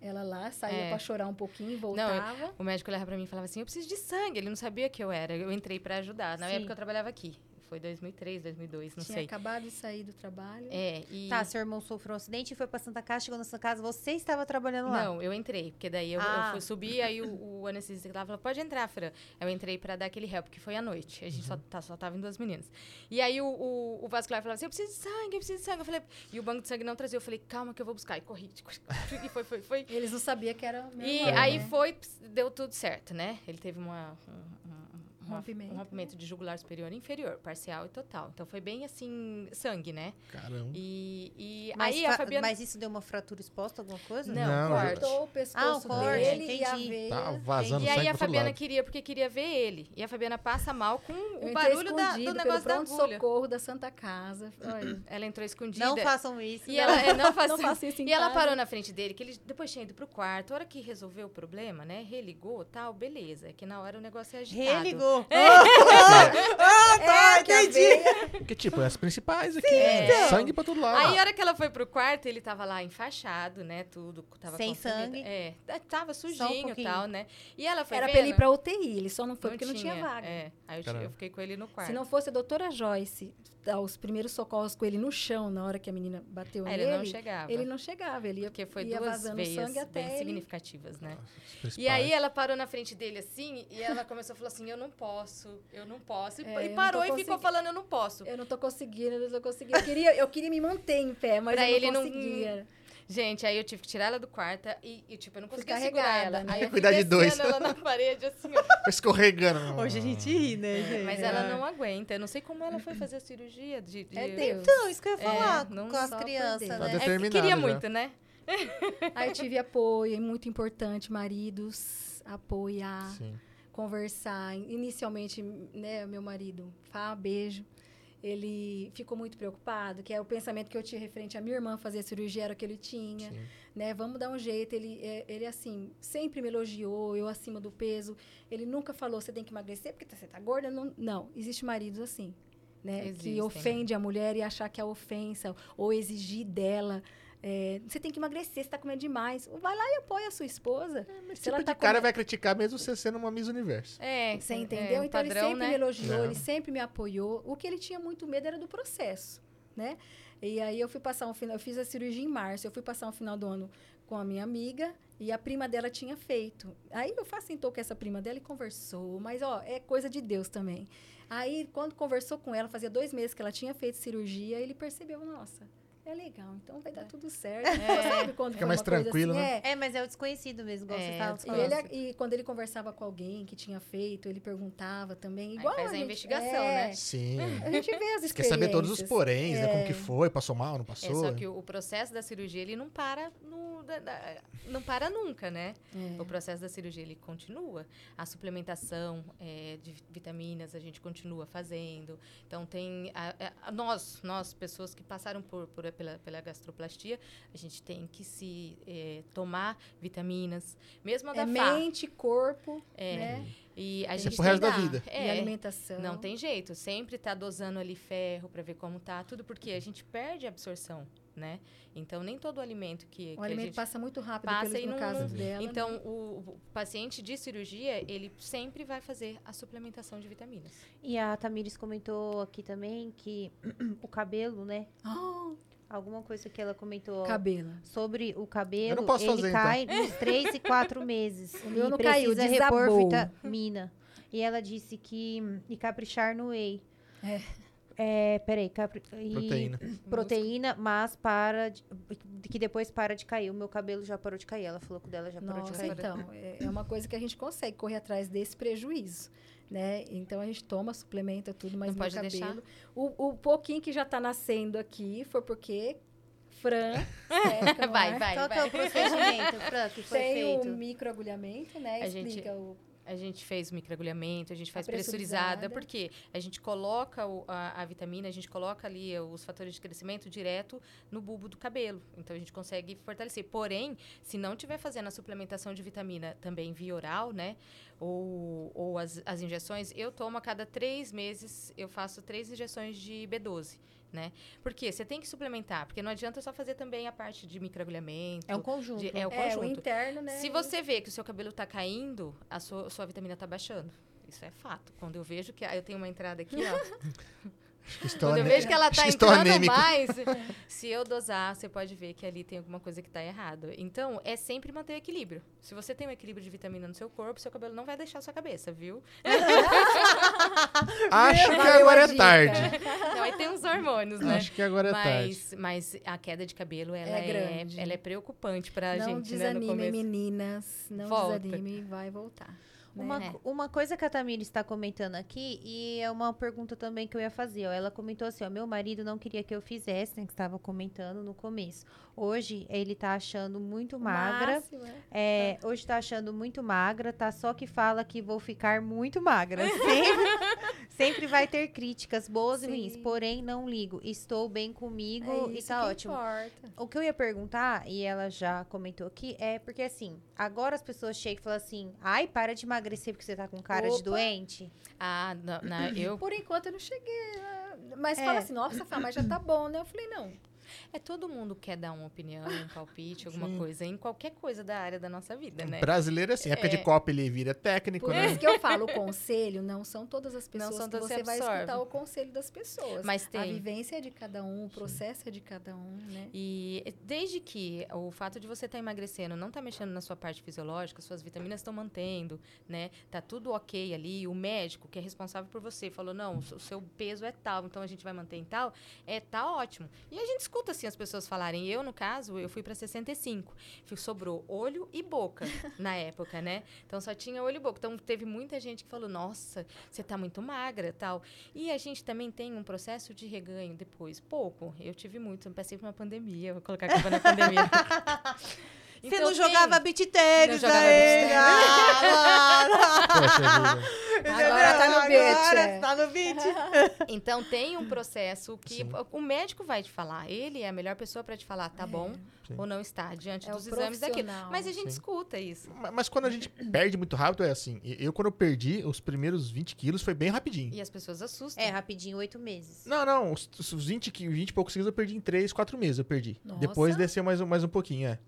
Speaker 1: Ela lá saía
Speaker 4: É.
Speaker 1: pra chorar um pouquinho, voltava.
Speaker 4: O médico olhava pra mim e falava assim, eu preciso de sangue. Ele não sabia que eu era. Eu entrei pra ajudar. Na
Speaker 2: Sim.
Speaker 4: época eu trabalhava aqui. Foi 2003, 2002, não
Speaker 1: Tinha
Speaker 4: sei.
Speaker 1: acabado de sair do trabalho.
Speaker 4: É, e...
Speaker 2: não... Tá, seu irmão sofreu um acidente e foi pra Santa Casa, chegou na sua casa, você estava trabalhando lá.
Speaker 4: Não, eu entrei, porque daí eu, eu
Speaker 2: Ah.
Speaker 4: fui subir, aí o, o anestesista que tava falou, pode entrar, Fran. Eu entrei pra dar aquele help, que foi à noite. A gente só, tá, só tava em duas meninas. E aí o, o, o vascular falava assim, eu preciso de sangue, eu preciso de sangue. Eu falei, e o banco de sangue não trazia. Eu falei, calma que eu vou buscar. E corri. tipo, E foi, foi, foi.
Speaker 1: Eles não sabiam que era meu
Speaker 4: E
Speaker 1: irmão,
Speaker 4: aí
Speaker 1: né?
Speaker 4: foi, ps- deu tudo certo, né? Ele teve uma, um- um, uma-
Speaker 1: Rompimento,
Speaker 4: um rompimento de jugular superior e inferior, parcial e total. Então foi bem assim, sangue, né?
Speaker 3: Caramba.
Speaker 4: E, e
Speaker 2: Mas,
Speaker 4: aí a
Speaker 2: fa-
Speaker 4: Fabiana.
Speaker 2: mas isso deu uma fratura exposta, alguma coisa?
Speaker 4: Não,
Speaker 3: Não,
Speaker 4: corte.
Speaker 1: cortou o
Speaker 2: Ah, o
Speaker 1: pescoço
Speaker 2: corte,
Speaker 1: dele e a
Speaker 2: entendi.
Speaker 1: veia.
Speaker 3: Tá vazando
Speaker 4: E aí
Speaker 3: sangue
Speaker 4: a
Speaker 3: pra todo
Speaker 4: Fabiana
Speaker 3: lado.
Speaker 4: queria porque queria ver ele. E a Fabiana passa mal com
Speaker 1: Eu
Speaker 4: o
Speaker 1: entrei
Speaker 4: barulho da- do
Speaker 1: escondido
Speaker 4: negócio da
Speaker 1: pelo
Speaker 4: agulha.
Speaker 1: socorro da Santa Casa. Olha,
Speaker 4: Ela entrou escondida.
Speaker 2: Não façam isso.
Speaker 4: e ela é, não faz-
Speaker 1: não faço isso em
Speaker 4: E ela
Speaker 1: casa.
Speaker 4: parou na frente dele, que ele depois tinha ido pro quarto. A hora que resolveu o problema, né? Religou, tal, beleza. É que na hora o negócio é agitado.
Speaker 2: Religou. Entendeu? ah, tá,
Speaker 1: É, que a
Speaker 2: entendi.
Speaker 1: veia-
Speaker 3: Porque, tipo, é as principais aqui. né?
Speaker 4: então.
Speaker 3: Sangue pra todo lado.
Speaker 4: Aí, a hora que ela foi pro quarto, ele tava lá enfaixado, né? Tudo. Tava
Speaker 2: Sem
Speaker 4: consumido.
Speaker 2: sangue?
Speaker 4: É. tá- Tava sujinho e
Speaker 2: pouquinho.
Speaker 4: tal, né? E ela foi.
Speaker 1: um Era
Speaker 4: vendo,
Speaker 1: pra ele ir pra UTI, ele só não foi porque não tinha vaga.
Speaker 4: É. Aí eu, ti-
Speaker 3: Caramba.
Speaker 4: eu fiquei com ele no quarto.
Speaker 1: Se não fosse a doutora Joyce dar os primeiros socorros com ele no chão na hora que a menina bateu
Speaker 4: Aí
Speaker 1: nele,
Speaker 4: É, ele não chegava.
Speaker 1: ele não chegava, ele ia,
Speaker 4: Porque foi
Speaker 1: ia
Speaker 4: duas
Speaker 1: vazando
Speaker 4: veias
Speaker 1: sangue até
Speaker 4: bem
Speaker 1: ele...
Speaker 4: significativas, né?
Speaker 3: As principais.
Speaker 4: E aí ela parou na frente dele assim, e ela começou a falar assim: eu não posso, eu não posso. E,
Speaker 1: É,
Speaker 4: pa- e
Speaker 1: eu não tô
Speaker 4: parou e ficou
Speaker 1: conseguindo.
Speaker 4: falando: eu não posso.
Speaker 1: Eu não tô conseguindo, eu não tô conseguindo. Eu queria, eu queria me manter em pé, mas
Speaker 4: Pra
Speaker 1: eu não
Speaker 4: ele não-
Speaker 1: conseguia.
Speaker 4: Gente, aí eu tive que tirar ela do quarto e, e, tipo, eu não
Speaker 1: Fui
Speaker 4: conseguia segurar
Speaker 1: carregada,
Speaker 4: ela.
Speaker 1: né?
Speaker 4: Aí eu fui
Speaker 3: Cuidar de dois.
Speaker 4: descendo ela na parede, assim, ó.
Speaker 3: Escorregando.
Speaker 2: Hoje a gente ri, né, gente?
Speaker 4: Mas ela não aguenta. Eu não sei como ela foi fazer a cirurgia de. de...
Speaker 1: É Deus.
Speaker 2: Então, isso que eu ia
Speaker 4: É,
Speaker 2: falar
Speaker 4: não
Speaker 2: com as
Speaker 1: só por
Speaker 2: crianças,
Speaker 1: Deus.
Speaker 3: Tá
Speaker 2: né?
Speaker 4: É que
Speaker 3: Determinada
Speaker 4: queria
Speaker 3: já.
Speaker 4: muito, né?
Speaker 1: Aí eu tive apoio, é muito importante, maridos, apoiar,
Speaker 3: Sim.
Speaker 1: conversar. Inicialmente, né, meu marido, Fá, beijo. Ele ficou muito preocupado, que é o pensamento que eu tinha referente à minha irmã fazer a cirurgia, era o que ele tinha.
Speaker 3: sim.
Speaker 1: né? Vamos dar um jeito. Ele, é, ele assim, sempre me elogiou, eu acima do peso. Ele nunca falou, você tem que emagrecer porque tá- você tá gorda. Não, não. existe maridos assim, né?
Speaker 4: Existem.
Speaker 1: Que ofende a mulher e achar que é ofensa ou exigir dela. é, você tem que emagrecer, você tá comendo demais. Vai lá e apoia a sua esposa.
Speaker 3: Mas
Speaker 1: Se
Speaker 3: tipo
Speaker 1: ela tá
Speaker 3: de cara
Speaker 1: comendo-
Speaker 3: vai criticar mesmo você sendo uma Miss Universo.
Speaker 4: É.
Speaker 1: Você
Speaker 4: é,
Speaker 1: entendeu?
Speaker 4: um
Speaker 1: então ele
Speaker 4: padrão,
Speaker 1: sempre
Speaker 4: né?
Speaker 1: me elogiou,
Speaker 3: Não.
Speaker 1: ele sempre me apoiou. O que ele tinha muito medo era do processo, né? E aí eu fui passar um final, eu fiz a cirurgia em março, eu fui passar um final do ano com a minha amiga e a prima dela tinha feito. Aí eu facentou com essa prima dela e conversou, mas ó, é coisa de Deus também. Aí quando conversou com ela, fazia dois meses que ela tinha feito cirurgia, ele percebeu, nossa, é legal, então vai dar tudo certo.
Speaker 4: É.
Speaker 1: Sabe quando
Speaker 3: Fica
Speaker 1: foi
Speaker 3: mais
Speaker 1: uma coisa
Speaker 3: tranquilo,
Speaker 1: assim,
Speaker 3: né?
Speaker 1: é,
Speaker 2: É, mas é o desconhecido mesmo, igual
Speaker 4: É,
Speaker 2: você tava
Speaker 4: e
Speaker 1: e,
Speaker 2: falando.
Speaker 1: ele,
Speaker 4: Nossa.
Speaker 1: e quando ele conversava com alguém que tinha feito, ele perguntava também.
Speaker 4: Aí
Speaker 1: Igual
Speaker 4: faz a
Speaker 1: gente-
Speaker 4: investigação,
Speaker 1: é,
Speaker 4: né?
Speaker 3: Sim.
Speaker 1: A gente vê as experiências.
Speaker 3: Quer saber todos os poréns, né? Como que foi, passou mal, não
Speaker 4: É,
Speaker 3: passou.
Speaker 4: só que o o processo da cirurgia, ele não para, no, da- da- não para nunca, né?
Speaker 1: É.
Speaker 4: O processo da cirurgia, ele continua. A suplementação é, de vi- vitaminas, a gente continua fazendo. Então, tem... a- a- a- nós, nós, pessoas que passaram por, por- pela, pela gastroplastia, a gente tem que se é, tomar vitaminas. Mesmo a
Speaker 1: É
Speaker 4: da FA.
Speaker 1: mente, corpo
Speaker 4: É.
Speaker 1: né?
Speaker 4: E a
Speaker 1: Tem
Speaker 4: gente
Speaker 1: que
Speaker 3: pro resto da
Speaker 4: tem-
Speaker 3: vida.
Speaker 4: É,
Speaker 1: e alimentação.
Speaker 4: Não tem jeito, sempre tá dosando ali ferro pra ver como tá, tudo porque a gente perde a absorção, né? Então nem todo alimento que, que
Speaker 1: O
Speaker 4: a
Speaker 1: alimento
Speaker 4: gente
Speaker 1: passa muito rápido,
Speaker 4: passa
Speaker 1: pelo
Speaker 4: e
Speaker 1: no
Speaker 4: não-
Speaker 1: caso
Speaker 4: não-
Speaker 1: dela.
Speaker 4: Então o, o paciente de cirurgia, ele sempre vai fazer a suplementação de vitaminas.
Speaker 5: E a Tamires comentou aqui também que o cabelo, né?
Speaker 1: Ah,
Speaker 5: Alguma coisa que ela comentou
Speaker 1: cabelo.
Speaker 5: sobre o cabelo.
Speaker 3: Eu não posso
Speaker 5: ele
Speaker 3: fazer, então.
Speaker 5: cai nos 3 e 4 meses.
Speaker 1: O meu
Speaker 5: e
Speaker 1: não caiu,
Speaker 5: precisa repor
Speaker 1: desabou.
Speaker 5: vitamina. E ela disse que. hum, E caprichar no whey. É. peraí, capri... e
Speaker 3: Proteína.
Speaker 5: proteína, mas para de- que depois para de cair. O meu cabelo já parou de cair. Ela falou que o dela já parou de
Speaker 1: Nossa,
Speaker 5: cair.
Speaker 1: então, é é uma coisa que a gente consegue correr atrás desse prejuízo, né? Então a gente toma, suplementa tudo, mas
Speaker 4: Não
Speaker 1: meu
Speaker 4: pode
Speaker 1: cabelo.
Speaker 4: deixar.
Speaker 1: O, o pouquinho que já tá nascendo aqui foi porque Fran. certo, não
Speaker 4: vai,
Speaker 1: é?
Speaker 4: vai,
Speaker 5: Qual que é
Speaker 4: vai.
Speaker 5: o procedimento, Fran, que foi
Speaker 1: Tem um-
Speaker 5: feito?
Speaker 1: o microagulhamento, né?
Speaker 4: A gente-
Speaker 1: Explica o.
Speaker 4: A gente fez microagulhamento, a gente faz
Speaker 1: A
Speaker 4: É
Speaker 1: pressurizada.
Speaker 4: pressurizada, porque a gente coloca o- a, a vitamina, a gente coloca ali os fatores de crescimento direto no bulbo do cabelo. Então a gente consegue fortalecer. Porém, se não tiver fazendo a suplementação de vitamina também via oral, né? Ou, ou as, as injeções, eu tomo a cada três meses, eu faço três injeções de B12. Né? Porque você tem que suplementar, porque não adianta só fazer também a parte de microagulhamento.
Speaker 5: É um conjunto.
Speaker 4: de- é o
Speaker 1: É, o
Speaker 4: conjunto.
Speaker 1: interno, né?
Speaker 4: Se você vê que o seu cabelo tá caindo, a sua, sua vitamina tá baixando. Isso é fato. Quando eu vejo que. ah, Eu tenho uma entrada aqui, ó.
Speaker 3: Acho que estou
Speaker 4: Quando eu
Speaker 3: ane-
Speaker 4: vejo que ela
Speaker 3: acho
Speaker 4: tá
Speaker 3: que estou
Speaker 4: entrando
Speaker 3: anêmico.
Speaker 4: mais, se eu dosar, você pode ver que ali tem alguma coisa que tá errado. Então, é sempre manter o equilíbrio. Se você tem um equilíbrio de vitamina no seu corpo, seu cabelo não vai deixar a sua cabeça, viu?
Speaker 3: Acho que
Speaker 1: Valeu
Speaker 3: agora
Speaker 1: a
Speaker 3: é
Speaker 1: dica.
Speaker 3: tarde.
Speaker 4: Não, Então, aí tem os hormônios, né?
Speaker 3: Acho que agora é tarde.
Speaker 4: Mas, mas a queda de cabelo, ela
Speaker 1: É
Speaker 4: é,
Speaker 1: grande.
Speaker 4: ela é preocupante pra
Speaker 1: não
Speaker 4: gente, né? No
Speaker 1: desanime,
Speaker 4: começo.
Speaker 1: meninas. Não
Speaker 4: Volta.
Speaker 1: desanime, vai voltar. né?
Speaker 5: Uma,
Speaker 4: É.
Speaker 5: co- uma coisa que a Tamires está comentando aqui, e é uma pergunta também que eu ia fazer. ó. Ela comentou assim: ó, meu marido não queria que eu fizesse, né? Que estava comentando no começo. Hoje ele tá achando muito magra.
Speaker 1: Máximo, é.
Speaker 5: é, Hoje tá achando muito magra, tá? Só que fala que vou ficar muito magra. Sempre, Sempre vai ter críticas, boas e
Speaker 1: Sim.
Speaker 5: ruins, porém não ligo. Estou bem comigo
Speaker 1: É
Speaker 5: e
Speaker 1: isso
Speaker 5: tá
Speaker 1: que
Speaker 5: ótimo.
Speaker 1: Importa.
Speaker 5: O que eu ia perguntar, e ela já comentou aqui, é porque assim, agora as pessoas chegam e falam assim: ai, para de emagrecer porque você tá com cara de
Speaker 1: Opa.
Speaker 5: doente.
Speaker 4: Ah, na, na- eu.
Speaker 1: Por enquanto eu não cheguei. a- Mas
Speaker 5: É.
Speaker 1: fala assim, nossa, Fá, mas já tá bom, né? Eu falei, não.
Speaker 4: É todo mundo quer dar uma opinião, um palpite, alguma
Speaker 3: Sim.
Speaker 4: coisa, em qualquer coisa da área da nossa vida, né?
Speaker 3: Brasileiro é assim, época de
Speaker 4: É.
Speaker 3: Copa ele vira técnico,
Speaker 1: Por
Speaker 3: né?
Speaker 1: isso que eu falo, o conselho não são todas as
Speaker 4: Não
Speaker 1: pessoas
Speaker 4: são
Speaker 1: que
Speaker 4: todas que
Speaker 1: você vai
Speaker 4: absorvem.
Speaker 1: escutar o conselho das pessoas.
Speaker 4: Mas
Speaker 1: a
Speaker 4: tem.
Speaker 1: vivência é de cada um, o processo é de cada um, né?
Speaker 4: E desde que o fato de você estar emagrecendo não tá mexendo na sua parte fisiológica, suas vitaminas estão mantendo, né? Tá tudo ok ali. O médico que é responsável por você falou: não, o seu- o seu peso é tal, então a gente vai manter em tal. É, tá ótimo. E a gente escuta assim as pessoas falarem. Eu, no caso, eu fui para 65. Fui- Sobrou olho e boca na época, né? Então só tinha olho e boca. Então teve muita gente que falou: nossa, você tá muito magra tal. E a gente também tem um processo de reganho depois. Pouco. Eu tive muito. Eu passei por uma pandemia. Vou colocar a culpa na pandemia.
Speaker 5: Então,
Speaker 4: Então,
Speaker 2: Você não
Speaker 4: tem-
Speaker 2: jogava beat tênis,
Speaker 4: Não jogava
Speaker 2: aí,
Speaker 4: beach
Speaker 2: ah, Lara.
Speaker 3: Poxa vida.
Speaker 1: Agora tá no beat,
Speaker 2: Agora
Speaker 1: é.
Speaker 2: tá no beat.
Speaker 4: Então tem um processo que
Speaker 3: Sim.
Speaker 4: o médico vai te falar. Ele é a melhor pessoa para te falar, tá bom
Speaker 3: Sim.
Speaker 4: ou não está, diante
Speaker 1: É
Speaker 4: dos
Speaker 1: o
Speaker 4: exames daquilo.
Speaker 1: profissional.
Speaker 4: Mas a gente
Speaker 3: Sim.
Speaker 4: escuta isso.
Speaker 3: Ma- Mas quando a gente perde muito rápido, é assim. E- Eu, quando eu perdi os primeiros 20 quilos, foi bem rapidinho.
Speaker 4: E as pessoas assustam.
Speaker 5: É, rapidinho, oito meses.
Speaker 3: Não, não, os, os 20, qui- 20 e poucos quilos eu perdi em 3, 4 meses, eu perdi.
Speaker 1: Nossa.
Speaker 3: Depois desceu mais, um- mais um pouquinho, é.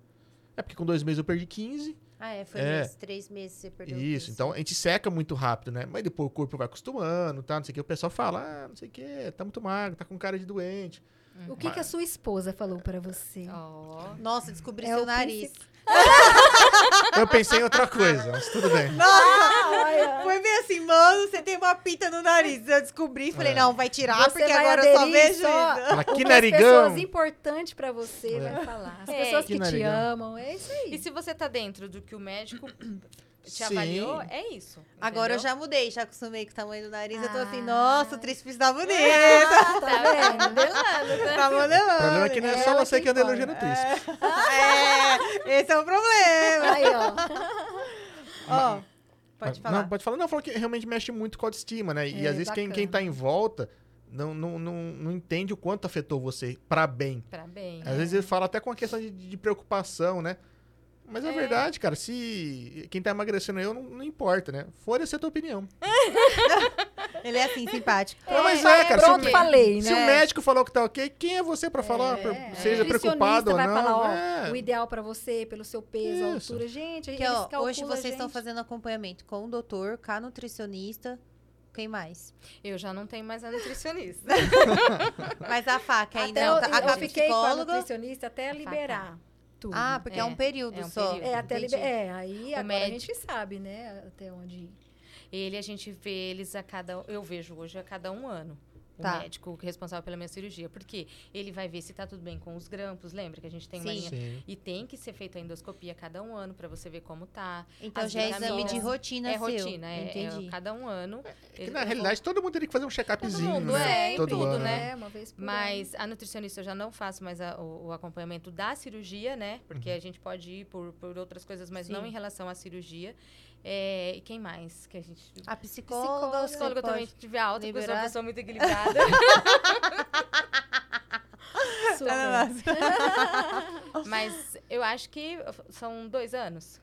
Speaker 3: É porque com dois meses eu perdi 15.
Speaker 5: Ah, é, foi
Speaker 3: É.
Speaker 5: meses, três meses você perdeu. o
Speaker 3: isso,
Speaker 5: peso.
Speaker 3: então a gente seca muito rápido, né? Mas depois o corpo vai acostumando, tá? Não sei o que. O pessoal fala, ah, não sei o que, tá muito magro, tá com cara de doente.
Speaker 1: O que, que a sua esposa falou pra você?
Speaker 4: Ó.
Speaker 2: Nossa, descobri
Speaker 1: É
Speaker 2: seu
Speaker 1: o
Speaker 2: nariz.
Speaker 3: Então Eu pensei em outra coisa, mas tudo bem.
Speaker 2: Nossa!
Speaker 1: Ah, Olha,
Speaker 2: Foi bem assim, mano, você tem uma pinta no nariz. Eu descobri e falei,
Speaker 3: É.
Speaker 2: não, vai tirar,
Speaker 1: Você
Speaker 2: Ah, porque
Speaker 1: vai
Speaker 2: agora eu só
Speaker 1: aderir
Speaker 2: vejo
Speaker 1: só-
Speaker 2: isso.
Speaker 3: Fala,
Speaker 1: o
Speaker 3: que
Speaker 1: que as pessoas
Speaker 3: narigão!
Speaker 1: importantes pra você vai falar. As
Speaker 4: É.
Speaker 1: pessoas
Speaker 3: Que
Speaker 1: que, te
Speaker 3: narigão.
Speaker 1: amam, é isso aí.
Speaker 4: E se você tá dentro do que o médico te
Speaker 3: Sim.
Speaker 4: avaliou, é isso.
Speaker 2: Agora eu
Speaker 4: entendeu?
Speaker 2: já mudei, já acostumei com o tamanho do nariz. Eu tô assim,
Speaker 1: Ah.
Speaker 2: nossa, o tríceps tá bonito.
Speaker 1: tá vendo?
Speaker 4: Modelando, né?
Speaker 2: tá
Speaker 3: O problema é
Speaker 2: modelando.
Speaker 3: que não é
Speaker 1: É
Speaker 3: só
Speaker 1: ela
Speaker 3: você
Speaker 1: que
Speaker 3: que anda
Speaker 1: informa.
Speaker 3: elogiando o tríceps.
Speaker 2: É, esse é o problema.
Speaker 1: Aí, ó.
Speaker 2: Ó,
Speaker 3: Mas-
Speaker 2: pode falar.
Speaker 3: Não, pode falar. Não, falou que realmente mexe muito com a autoestima, né? E
Speaker 1: É,
Speaker 3: às vezes quem, quem
Speaker 1: bacana.
Speaker 3: tá em volta não, não, não, não entende o quanto afetou você pra bem.
Speaker 4: Parabéns.
Speaker 3: Às
Speaker 1: É.
Speaker 3: vezes ele fala até com a questão de, de preocupação, né? Mas é,
Speaker 4: É.
Speaker 3: verdade, cara. Se quem tá emagrecendo eu, não, não importa, né? Foda-se a tua opinião.
Speaker 2: Ele é assim, simpático.
Speaker 3: Ah, mas
Speaker 4: é,
Speaker 3: é, cara. Se, o
Speaker 1: Pronto,
Speaker 3: mé-
Speaker 1: falei, né?
Speaker 3: se o médico falou que tá ok, quem é você pra falar? pra-
Speaker 1: É,
Speaker 3: seja
Speaker 1: o
Speaker 3: preocupado ou
Speaker 1: nutricionista
Speaker 3: não.
Speaker 1: vai falar, ó,
Speaker 3: é.
Speaker 1: o ideal pra você, pelo seu peso, a
Speaker 3: Isso.
Speaker 1: altura. Gente,
Speaker 5: Porque,
Speaker 1: eles
Speaker 5: ó,
Speaker 1: calculam
Speaker 5: hoje vocês
Speaker 1: a
Speaker 5: estão
Speaker 1: gente.
Speaker 5: fazendo acompanhamento com o doutor, com a nutricionista. Quem mais?
Speaker 4: Eu já não tenho mais a nutricionista.
Speaker 5: Mas a faca ainda
Speaker 1: Até
Speaker 5: não
Speaker 1: eu,
Speaker 5: tá.
Speaker 1: eu
Speaker 5: A
Speaker 1: fiquei com a
Speaker 5: psicóloga.
Speaker 1: nutricionista até liberar tudo.
Speaker 5: Ah, porque é,
Speaker 4: É,
Speaker 5: um período
Speaker 4: é um
Speaker 5: só.
Speaker 4: período.
Speaker 1: é, até
Speaker 5: Entendi.
Speaker 1: liber... é, aí
Speaker 4: O
Speaker 1: agora a
Speaker 4: médico-
Speaker 1: gente sabe, né? Até onde ir.
Speaker 4: Ele, a gente vê eles a cada... Eu vejo hoje a cada um ano. O
Speaker 5: Tá.
Speaker 4: médico responsável pela minha cirurgia. Porque ele vai ver se tá tudo bem com os grampos. Lembra que a gente tem uma
Speaker 5: Sim.
Speaker 4: linha...
Speaker 3: Sim.
Speaker 4: E tem que ser feita a endoscopia a cada um ano pra você ver como tá.
Speaker 5: Então
Speaker 4: As
Speaker 5: já é exame
Speaker 4: vitaminas.
Speaker 5: de rotina
Speaker 4: é
Speaker 5: seu.
Speaker 4: rotina, é, é
Speaker 5: Entendi.
Speaker 4: cada um ano.
Speaker 3: É, Que
Speaker 4: Ele-
Speaker 3: na realidade todo mundo teria que fazer um check-upzinho,
Speaker 4: mundo,
Speaker 3: né?
Speaker 4: é, em
Speaker 3: Todo
Speaker 4: tudo,
Speaker 3: ano,
Speaker 4: né?
Speaker 1: É, uma vez por
Speaker 4: Mas a nutricionista eu já não faço mais a- o, o acompanhamento da cirurgia, né? Porque
Speaker 1: Uhum.
Speaker 4: a gente pode ir por, por outras coisas, mas não
Speaker 5: Sim.
Speaker 4: em relação à cirurgia. É, e quem mais que a gente...
Speaker 1: Ah,
Speaker 5: A psicóloga,
Speaker 1: Psicóloga,
Speaker 5: você
Speaker 4: O psicólogo também
Speaker 5: pode-
Speaker 4: tive alta, porque eu sou uma
Speaker 5: liberar.
Speaker 4: pessoa muito equilibrada.
Speaker 1: ano. Super.
Speaker 4: mas eu acho que são dois anos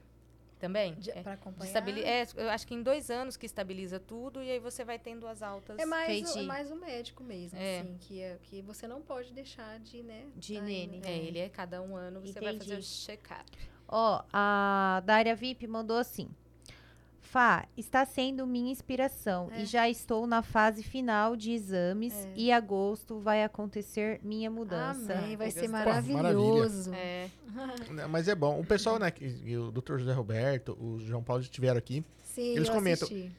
Speaker 4: também.
Speaker 1: De-
Speaker 4: É,
Speaker 1: pra
Speaker 4: de
Speaker 1: acompanhar.
Speaker 4: estabili- é, eu acho que em dois anos que estabiliza tudo e aí você vai tendo as altas.
Speaker 1: É mais, o,
Speaker 5: Entendi.
Speaker 1: mais um médico mesmo,
Speaker 4: É.
Speaker 1: assim, que, é, que você não pode deixar de, né?
Speaker 5: De
Speaker 1: tá indo,
Speaker 5: nene.
Speaker 1: né?
Speaker 4: É, ele é cada um ano, você vai fazer o
Speaker 5: Entendi.
Speaker 4: check-up.
Speaker 5: Ó, a Daria VIP mandou assim. Fá, está sendo minha inspiração
Speaker 1: É.
Speaker 5: e já estou na fase final de exames
Speaker 1: É.
Speaker 5: e agosto vai acontecer minha mudança.
Speaker 1: Amém,
Speaker 3: É
Speaker 1: vai
Speaker 4: Ai,
Speaker 1: ser
Speaker 4: gostoso.
Speaker 1: maravilhoso.
Speaker 4: É,
Speaker 3: Não, Mas é bom. O pessoal, né? que- E o Dr. José Roberto, o João Paulo estiveram aqui.
Speaker 1: Sim,
Speaker 3: Eles
Speaker 1: eu
Speaker 3: comentam,
Speaker 1: assisti.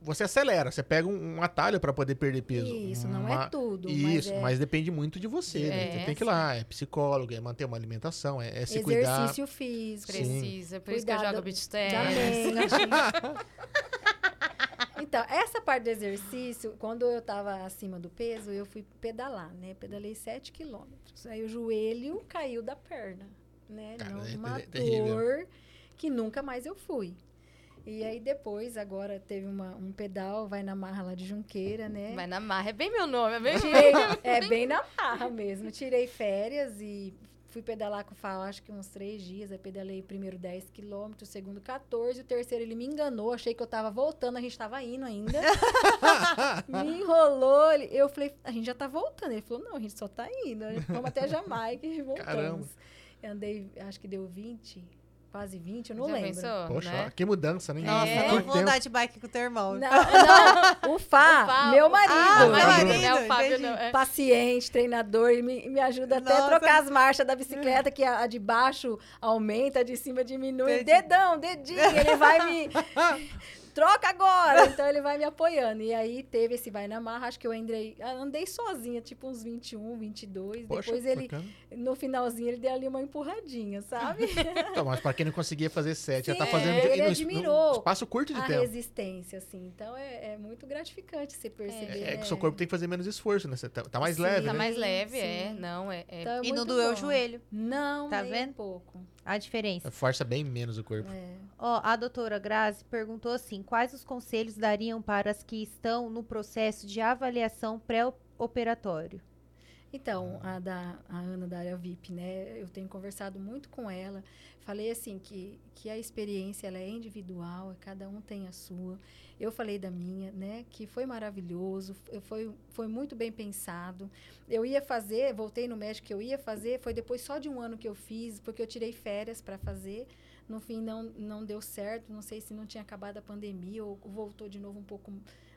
Speaker 3: Você acelera, você pega um, um atalho pra poder perder peso.
Speaker 1: Isso, não
Speaker 3: Ma-
Speaker 1: é tudo.
Speaker 3: Isso,
Speaker 1: mas é
Speaker 3: mas, depende muito de você, né? Você
Speaker 4: É,
Speaker 3: tem que ir lá, é psicólogo, é manter uma alimentação, é, é se cuidar.
Speaker 1: exercício físico.
Speaker 4: precisa. Por isso que eu
Speaker 1: Cuidado
Speaker 4: jogo beach
Speaker 1: da
Speaker 4: tennis.
Speaker 1: mente. Então, essa parte do exercício, quando eu estava acima do peso, eu fui pedalar, né? Pedalei 7 quilômetros. Aí o joelho caiu da perna, né?
Speaker 3: Cara,
Speaker 1: Não,
Speaker 3: é
Speaker 1: uma
Speaker 3: ter- terrível.
Speaker 1: dor que nunca mais eu fui. E aí depois, agora teve uma, um pedal, vai na marra lá de Junqueira, né?
Speaker 4: Vai na marra. É bem meu nome, é bem
Speaker 1: Tirei- é bem na marra mesmo. Tirei férias e fui pedalar com o Fá, acho que uns três dias. Aí pedalei o primeiro 10 quilômetros, o segundo 14, o terceiro ele me enganou, achei que eu tava voltando, a gente tava indo ainda. me enrolou, ele- eu falei, a gente já tá voltando. Ele falou, não, a gente só tá indo, vamos até Jamaica e voltamos.
Speaker 3: Caramba.
Speaker 1: Eu andei, acho que deu 20, quase 20, eu não
Speaker 4: Já
Speaker 1: lembro.
Speaker 4: pensou,
Speaker 3: Poxa,
Speaker 4: né?
Speaker 3: que mudança, né?
Speaker 2: Nossa,
Speaker 3: Em
Speaker 2: não
Speaker 3: Quanto
Speaker 2: vou
Speaker 3: tempo?
Speaker 2: andar de bike com o teu irmão.
Speaker 1: Não, não, o Fá,
Speaker 4: O Fá,
Speaker 1: meu
Speaker 4: o Fá,
Speaker 1: marido.
Speaker 2: Ah,
Speaker 3: meu
Speaker 4: marido, né?
Speaker 2: marido,
Speaker 4: O Fábio
Speaker 2: entendi.
Speaker 4: não. é.
Speaker 1: paciente, treinador, e me, me ajuda até
Speaker 2: Nossa.
Speaker 1: a trocar as marchas da bicicleta, que a, a de baixo aumenta, a de cima diminui.
Speaker 2: Entendi.
Speaker 1: Dedão, dedinho, ele vai me. Troca agora! Então ele vai me apoiando. E aí teve esse vai na marra, acho que eu andei, andei sozinha, tipo uns 21, 22.
Speaker 3: Poxa,
Speaker 1: Depois ele,
Speaker 3: bacana.
Speaker 1: no finalzinho, ele deu ali uma empurradinha, sabe?
Speaker 3: Então, mas pra quem não conseguia fazer sete, já tá
Speaker 1: Sim,
Speaker 3: fazendo...
Speaker 1: ele
Speaker 3: num- num
Speaker 1: admirou
Speaker 3: espaço curto de
Speaker 1: a
Speaker 3: tempo.
Speaker 1: resistência, assim. Então é, é muito gratificante você perceber.
Speaker 3: É, é que
Speaker 1: né?
Speaker 3: o seu corpo tem que fazer menos esforço, né? Você tá, tá mais
Speaker 1: Sim,
Speaker 3: leve,
Speaker 4: Tá
Speaker 3: né?
Speaker 4: mais
Speaker 1: Sim,
Speaker 4: leve, é.
Speaker 1: sim.
Speaker 4: Não, é. é-
Speaker 1: Então, é
Speaker 2: E não
Speaker 1: muito
Speaker 2: doeu o
Speaker 1: bom.
Speaker 2: joelho.
Speaker 1: Não,
Speaker 5: Tá
Speaker 1: nem
Speaker 5: vendo?
Speaker 1: um pouco.
Speaker 5: A diferença.
Speaker 3: Força bem menos o corpo.
Speaker 1: É.
Speaker 5: Ó, a doutora Grazi perguntou assim: quais os conselhos dariam para as que estão no processo de avaliação pré-operatório?
Speaker 1: Então, a, da, a Ana da área VIP, né? Eu tenho conversado muito com ela. Falei assim que, que a experiência ela é individual, cada um tem a sua. Eu falei da minha, né? Que foi maravilhoso, f- foi, foi muito bem pensado. Eu ia fazer, voltei no médico que eu ia fazer, foi depois só de um ano que eu fiz, porque eu tirei férias para fazer. No fim não, não deu certo, não sei se não tinha acabado a pandemia ou voltou de novo um pouco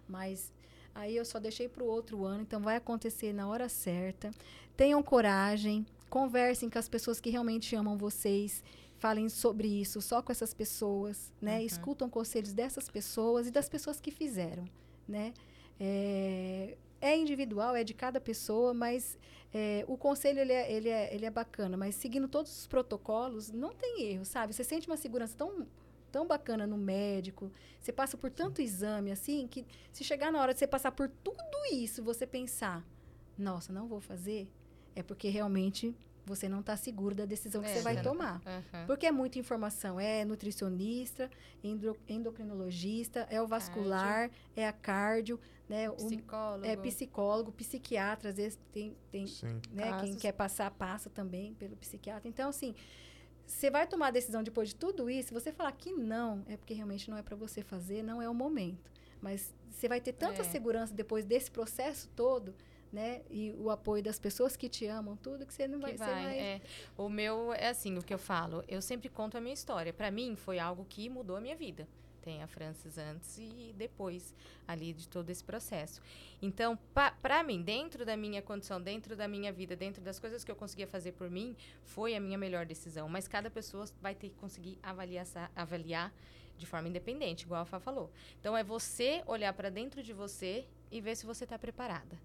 Speaker 1: mais Aí eu só deixei para o outro ano, então vai acontecer na hora certa. Tenham coragem, conversem com as pessoas que realmente amam vocês, falem sobre isso só com essas pessoas, né?
Speaker 4: Uhum.
Speaker 1: Escutam conselhos dessas pessoas e das pessoas que fizeram, né? É, é individual, é de cada pessoa, mas é, o conselho ele é, ele, é, ele é bacana, mas seguindo todos os protocolos, não tem erro, sabe? Você sente uma segurança tão, tão bacana no médico, você passa por tanto exame assim, que se chegar na hora de você passar por tudo isso, você pensar, nossa, não vou fazer, é porque realmente você não está seguro da decisão que
Speaker 4: É,
Speaker 1: você vai
Speaker 4: você não-
Speaker 1: tomar.
Speaker 4: Aham.
Speaker 1: Porque é muita informação. É nutricionista, endro- endocrinologista, é o vascular, é a cardio, né? O,
Speaker 4: Psicólogo.
Speaker 1: é psicólogo, psiquiatra, às vezes tem, tem
Speaker 3: Sim.
Speaker 1: né? Quem
Speaker 4: Casos.
Speaker 1: quer passar, passa também pelo psiquiatra. Então, assim, você vai tomar a decisão depois de tudo isso, se você falar que não, é porque realmente não é para você fazer, não é o momento. Mas você vai ter tanta
Speaker 4: É.
Speaker 1: segurança depois desse processo todo, né? E o apoio das pessoas que te amam, tudo, que você não vai...
Speaker 4: que
Speaker 1: você
Speaker 4: vai,
Speaker 1: vai-
Speaker 4: é. O meu é assim, o que eu falo, eu sempre conto a minha história. Pra mim foi algo que mudou a minha vida. Tem a Francis antes e depois ali de todo esse processo. Então, pa- pra mim, dentro da minha condição, dentro da minha vida, dentro das coisas que eu conseguia fazer por mim, foi a minha melhor decisão. Mas cada pessoa vai ter que conseguir avaliar, essa- avaliar de forma independente, igual a Fá falou. Então, é você olhar pra dentro de você e ver se você está preparada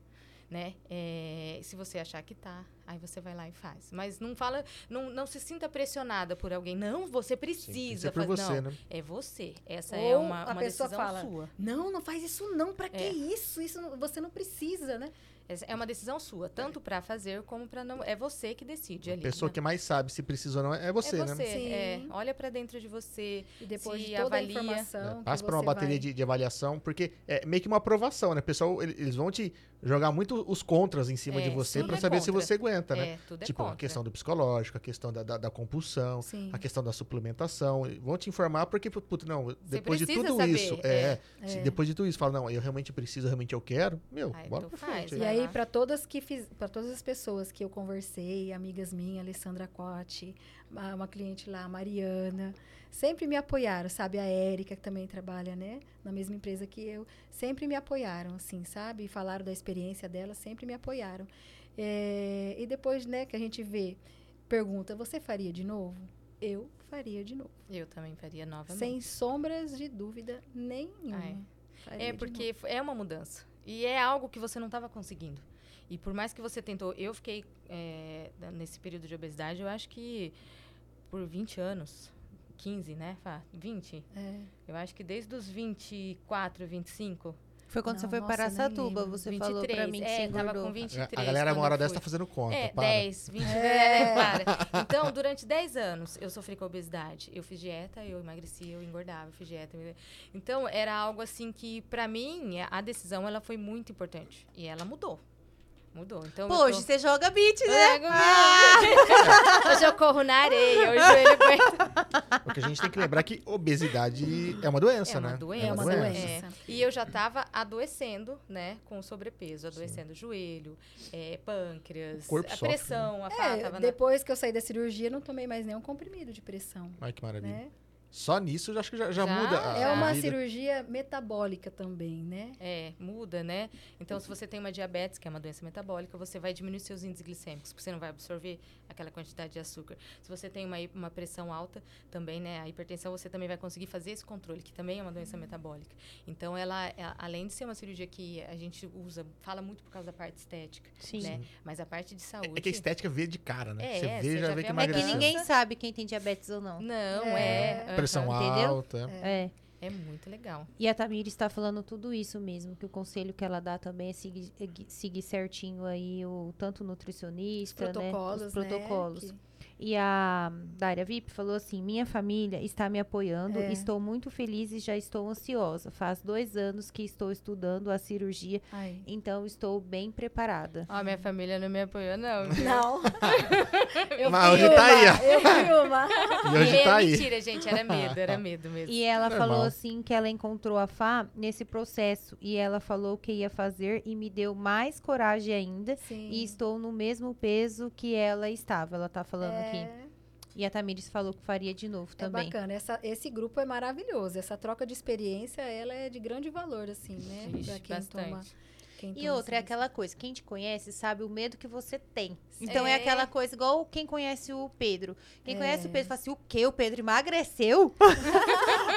Speaker 4: né? É, se você achar que tá, aí você vai lá e faz. Mas não fala, não, não se sinta pressionada por alguém. Não, você
Speaker 3: Sim, tem que
Speaker 4: precisa
Speaker 3: ser por
Speaker 4: fazer.
Speaker 3: você,
Speaker 4: não,
Speaker 3: né?
Speaker 4: é você. Essa
Speaker 1: Ou
Speaker 4: é uma,
Speaker 1: a
Speaker 4: uma
Speaker 1: pessoa
Speaker 4: decisão
Speaker 1: fala,
Speaker 4: sua.
Speaker 1: Não, não faz isso não, para que
Speaker 4: É.
Speaker 1: isso? Isso não- você não precisa, né?
Speaker 4: Essa é uma decisão sua, tanto pra fazer como pra não. É você que decide
Speaker 3: A
Speaker 4: ali.
Speaker 3: pessoa
Speaker 4: né?
Speaker 3: que mais sabe se precisa ou não é é você,
Speaker 4: é
Speaker 3: né?
Speaker 4: você. é.
Speaker 1: Sim.
Speaker 4: olha pra dentro de você.
Speaker 1: E depois
Speaker 4: Se
Speaker 1: de toda
Speaker 4: avalia,
Speaker 1: a informação
Speaker 3: É,
Speaker 1: que
Speaker 3: passa por uma
Speaker 1: você
Speaker 3: bateria
Speaker 1: vai-
Speaker 3: de, de avaliação, porque é meio que uma aprovação, né? O pessoal, ele- eles vão te jogar muito os contras em cima
Speaker 4: É,
Speaker 3: de você
Speaker 4: tudo
Speaker 3: pra
Speaker 4: é
Speaker 3: saber se
Speaker 4: contra.
Speaker 3: você aguenta, né?
Speaker 4: É, tudo é
Speaker 3: tipo, a
Speaker 4: contra.
Speaker 3: questão do psicológico, a questão da, da, da compulsão,
Speaker 1: Sim.
Speaker 3: a questão da suplementação. e Vão te informar porque, pu- puto, não, depois de
Speaker 4: precisa
Speaker 3: tudo
Speaker 4: saber,
Speaker 3: isso. É,
Speaker 4: é.
Speaker 3: se
Speaker 1: É.
Speaker 3: depois de tudo isso, fala, não, eu realmente preciso, realmente eu quero, meu,
Speaker 4: Aí
Speaker 3: bora
Speaker 4: tu
Speaker 3: pra
Speaker 4: faz,
Speaker 3: frente.
Speaker 4: né?
Speaker 1: E
Speaker 4: Vai
Speaker 1: aí,
Speaker 4: lá.
Speaker 1: para todas que fiz, para todas as pessoas que eu conversei, amigas minhas, Alessandra Cotti, a- uma cliente lá, a Mariana, sempre me apoiaram, sabe? A Érica, que também trabalha, né? Na mesma empresa que eu, sempre me apoiaram, assim, sabe? E Falaram da experiência dela, sempre me apoiaram. É, e depois, né, que a gente vê, pergunta, você faria de novo? Eu faria de novo.
Speaker 4: Eu também faria novamente.
Speaker 1: Sem sombras de dúvida nenhuma.
Speaker 4: Ah, é.
Speaker 1: Faria
Speaker 4: É
Speaker 1: de
Speaker 4: porque f- é uma mudança. E é algo que você não estava conseguindo. E por mais que você tentou, eu fiquei é, da- nesse período de obesidade, eu acho que por 20 anos, 15, né, Fá? 20?
Speaker 1: novo. É.
Speaker 4: Eu acho que desde os 24, 25,
Speaker 2: Foi quando
Speaker 6: Não,
Speaker 2: você foi
Speaker 6: nossa,
Speaker 2: para
Speaker 6: nem
Speaker 2: Satuba,
Speaker 6: lembro.
Speaker 2: você falou pra mim que você
Speaker 4: é, tava
Speaker 2: engordou.
Speaker 4: com
Speaker 3: A
Speaker 4: 23.
Speaker 3: galera,
Speaker 4: quando
Speaker 3: uma hora
Speaker 4: eu
Speaker 3: dessa,
Speaker 4: fui.
Speaker 3: tá fazendo conta.
Speaker 4: É,
Speaker 3: para.
Speaker 4: 10, 20,
Speaker 1: É.
Speaker 4: é. para. Então, durante 10 anos, eu sofri com a obesidade. Eu fiz dieta, eu emagreci, eu engordava, eu fiz dieta. eu- Então, era algo assim que, pra mim, a decisão ela foi muito importante. E ela mudou. Mudou. Então, eu
Speaker 6: Poxa,
Speaker 4: tô-
Speaker 6: você joga beat,
Speaker 4: eu
Speaker 6: né?
Speaker 4: nego- Hoje eu corro na areia, hoje eu aguento.
Speaker 3: Porque a gente tem que lembrar que obesidade é uma doença,
Speaker 4: É uma
Speaker 3: né?
Speaker 4: doença,
Speaker 1: É uma doença.
Speaker 4: É. E eu já estava adoecendo, né, com sobrepeso, adoecendo joelho, é, pâncreas,
Speaker 3: O corpo
Speaker 4: a
Speaker 3: sofre, né?
Speaker 4: pressão, a
Speaker 1: É,
Speaker 4: fala Ah, tava na
Speaker 1: depois que eu saí da cirurgia, eu não tomei mais nenhum comprimido de pressão.
Speaker 3: Ai, que maravilha.
Speaker 1: né?
Speaker 3: Só nisso, eu acho que já, já
Speaker 4: Já?
Speaker 3: muda. a-
Speaker 1: É
Speaker 3: a
Speaker 1: uma
Speaker 3: vida.
Speaker 1: cirurgia metabólica também, né?
Speaker 4: É, muda, né? Então, se você tem uma diabetes, que é uma doença metabólica, você vai diminuir seus índices glicêmicos, porque você não vai absorver aquela quantidade de açúcar. Se você tem uma, hi- uma pressão alta, também, né? A hipertensão, você também vai conseguir fazer esse controle, que também é uma doença metabólica. Então, ela, é- além de ser uma cirurgia que a gente usa, fela muito por causa da parte estética,
Speaker 2: Sim.
Speaker 4: né? Mas a parte de saúde.
Speaker 3: É que a estética vê de cara, né?
Speaker 4: É,
Speaker 3: você
Speaker 4: é,
Speaker 3: vê,
Speaker 4: você
Speaker 3: já
Speaker 4: já
Speaker 3: vê
Speaker 4: vê
Speaker 2: É
Speaker 3: que
Speaker 4: a
Speaker 2: que
Speaker 3: emagreceu.
Speaker 4: magreza.
Speaker 2: ninguém sabe quem tem diabetes ou não. né?
Speaker 4: Não,
Speaker 1: É.
Speaker 4: é.
Speaker 3: Pressão
Speaker 4: aham.
Speaker 2: Entendeu?
Speaker 3: alta. é.
Speaker 2: É.
Speaker 4: É muito legal.
Speaker 2: E a Tamir está falando tudo isso mesmo, que o conselho que ela dá também é seguir, é gui- seguir certinho aí o tanto o nutricionista, né? Os
Speaker 1: Protocolos, né?
Speaker 2: protocolos.
Speaker 1: Que-
Speaker 2: E a Daria VIP falou assim: minha família está me apoiando,
Speaker 1: É.
Speaker 2: estou muito feliz e já estou ansiosa. Faz dois anos que estou estudando a cirurgia,
Speaker 1: Ai.
Speaker 2: então estou bem preparada.
Speaker 4: Ó, minha família não me apoiou, não.
Speaker 1: Não. eu
Speaker 3: Mas
Speaker 1: fui
Speaker 3: hoje tá
Speaker 1: uma,
Speaker 3: aí, ó.
Speaker 1: Eu fui uma.
Speaker 3: E hoje
Speaker 4: é,
Speaker 3: tá aí.
Speaker 4: mentira, gente. Era medo, era medo mesmo.
Speaker 2: E ela
Speaker 3: Normal.
Speaker 2: falou assim que ela encontrou a Fá nesse processo e ela falou que ia fazer e me deu mais coragem ainda.
Speaker 1: Sim.
Speaker 2: E estou no mesmo peso que ela estava, ela tá falando aqui.
Speaker 1: É,
Speaker 2: E a Tamires falou que faria de novo
Speaker 1: é
Speaker 2: também.
Speaker 1: bacana. Essa, esse grupo é maravilhoso. Essa troca de experiência, ela é de grande valor, assim, né?
Speaker 4: Ixi,
Speaker 1: pra quem
Speaker 4: bastante.
Speaker 1: toma, quem
Speaker 2: E
Speaker 1: toma
Speaker 2: outra, é
Speaker 1: essa-
Speaker 2: aquela coisa, quem te conhece sabe o medo que você tem. Então é,
Speaker 4: É.
Speaker 2: aquela coisa, igual quem conhece o Pedro. Quem
Speaker 1: É.
Speaker 2: conhece o Pedro fala assim, o quê? O Pedro emagreceu?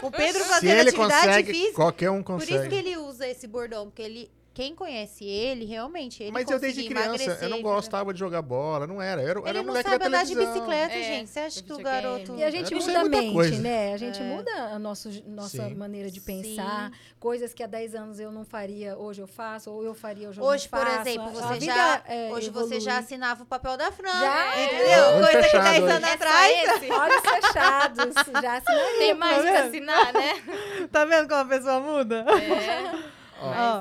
Speaker 2: o Pedro
Speaker 3: Se
Speaker 2: fazendo
Speaker 3: ele
Speaker 2: atividade
Speaker 3: consegue,
Speaker 2: física.
Speaker 3: qualquer um
Speaker 2: Por isso que
Speaker 3: consegue.
Speaker 2: ele usa esse bordão, porque ele... Quem conhece ele, realmente, ele
Speaker 3: Mas eu desde
Speaker 2: conseguia
Speaker 3: criança, eu não
Speaker 2: emagrecer, né?
Speaker 3: gostava de jogar bola, não era. Eu era, eu
Speaker 2: Ele
Speaker 3: era um
Speaker 2: não
Speaker 3: moleque
Speaker 2: sabe
Speaker 3: da
Speaker 2: andar de
Speaker 3: televisão.
Speaker 2: bicicleta,
Speaker 4: É,
Speaker 2: gente. Você acha que o
Speaker 4: videogame.
Speaker 2: garoto...
Speaker 1: E a gente
Speaker 3: Eu não sei
Speaker 1: muda a
Speaker 3: muita
Speaker 1: mente,
Speaker 3: coisa.
Speaker 1: né? A gente
Speaker 2: É.
Speaker 1: muda a nosso, nossa
Speaker 3: Sim.
Speaker 1: maneira de
Speaker 2: Sim.
Speaker 1: pensar. Coisas que há 10 anos eu não faria, hoje eu faço. Ou eu faria, hoje eu
Speaker 2: Hoje,
Speaker 1: não
Speaker 2: por
Speaker 1: faço.
Speaker 2: exemplo,
Speaker 1: A-
Speaker 2: você
Speaker 1: a vida,
Speaker 2: já-
Speaker 1: é,
Speaker 2: Hoje você
Speaker 1: evolui.
Speaker 2: já assinava o papel da Fran, né?
Speaker 1: Já?
Speaker 2: entendeu?
Speaker 3: Olho
Speaker 2: Coisa que
Speaker 3: fechado
Speaker 2: 10
Speaker 3: hoje.
Speaker 2: anos
Speaker 4: É só
Speaker 2: atrás...
Speaker 4: esse?
Speaker 1: Olhos fechados, já assinaria.
Speaker 4: Tem mais pra assinar, né?
Speaker 2: Tá vendo como a pessoa muda?
Speaker 4: É. Mas-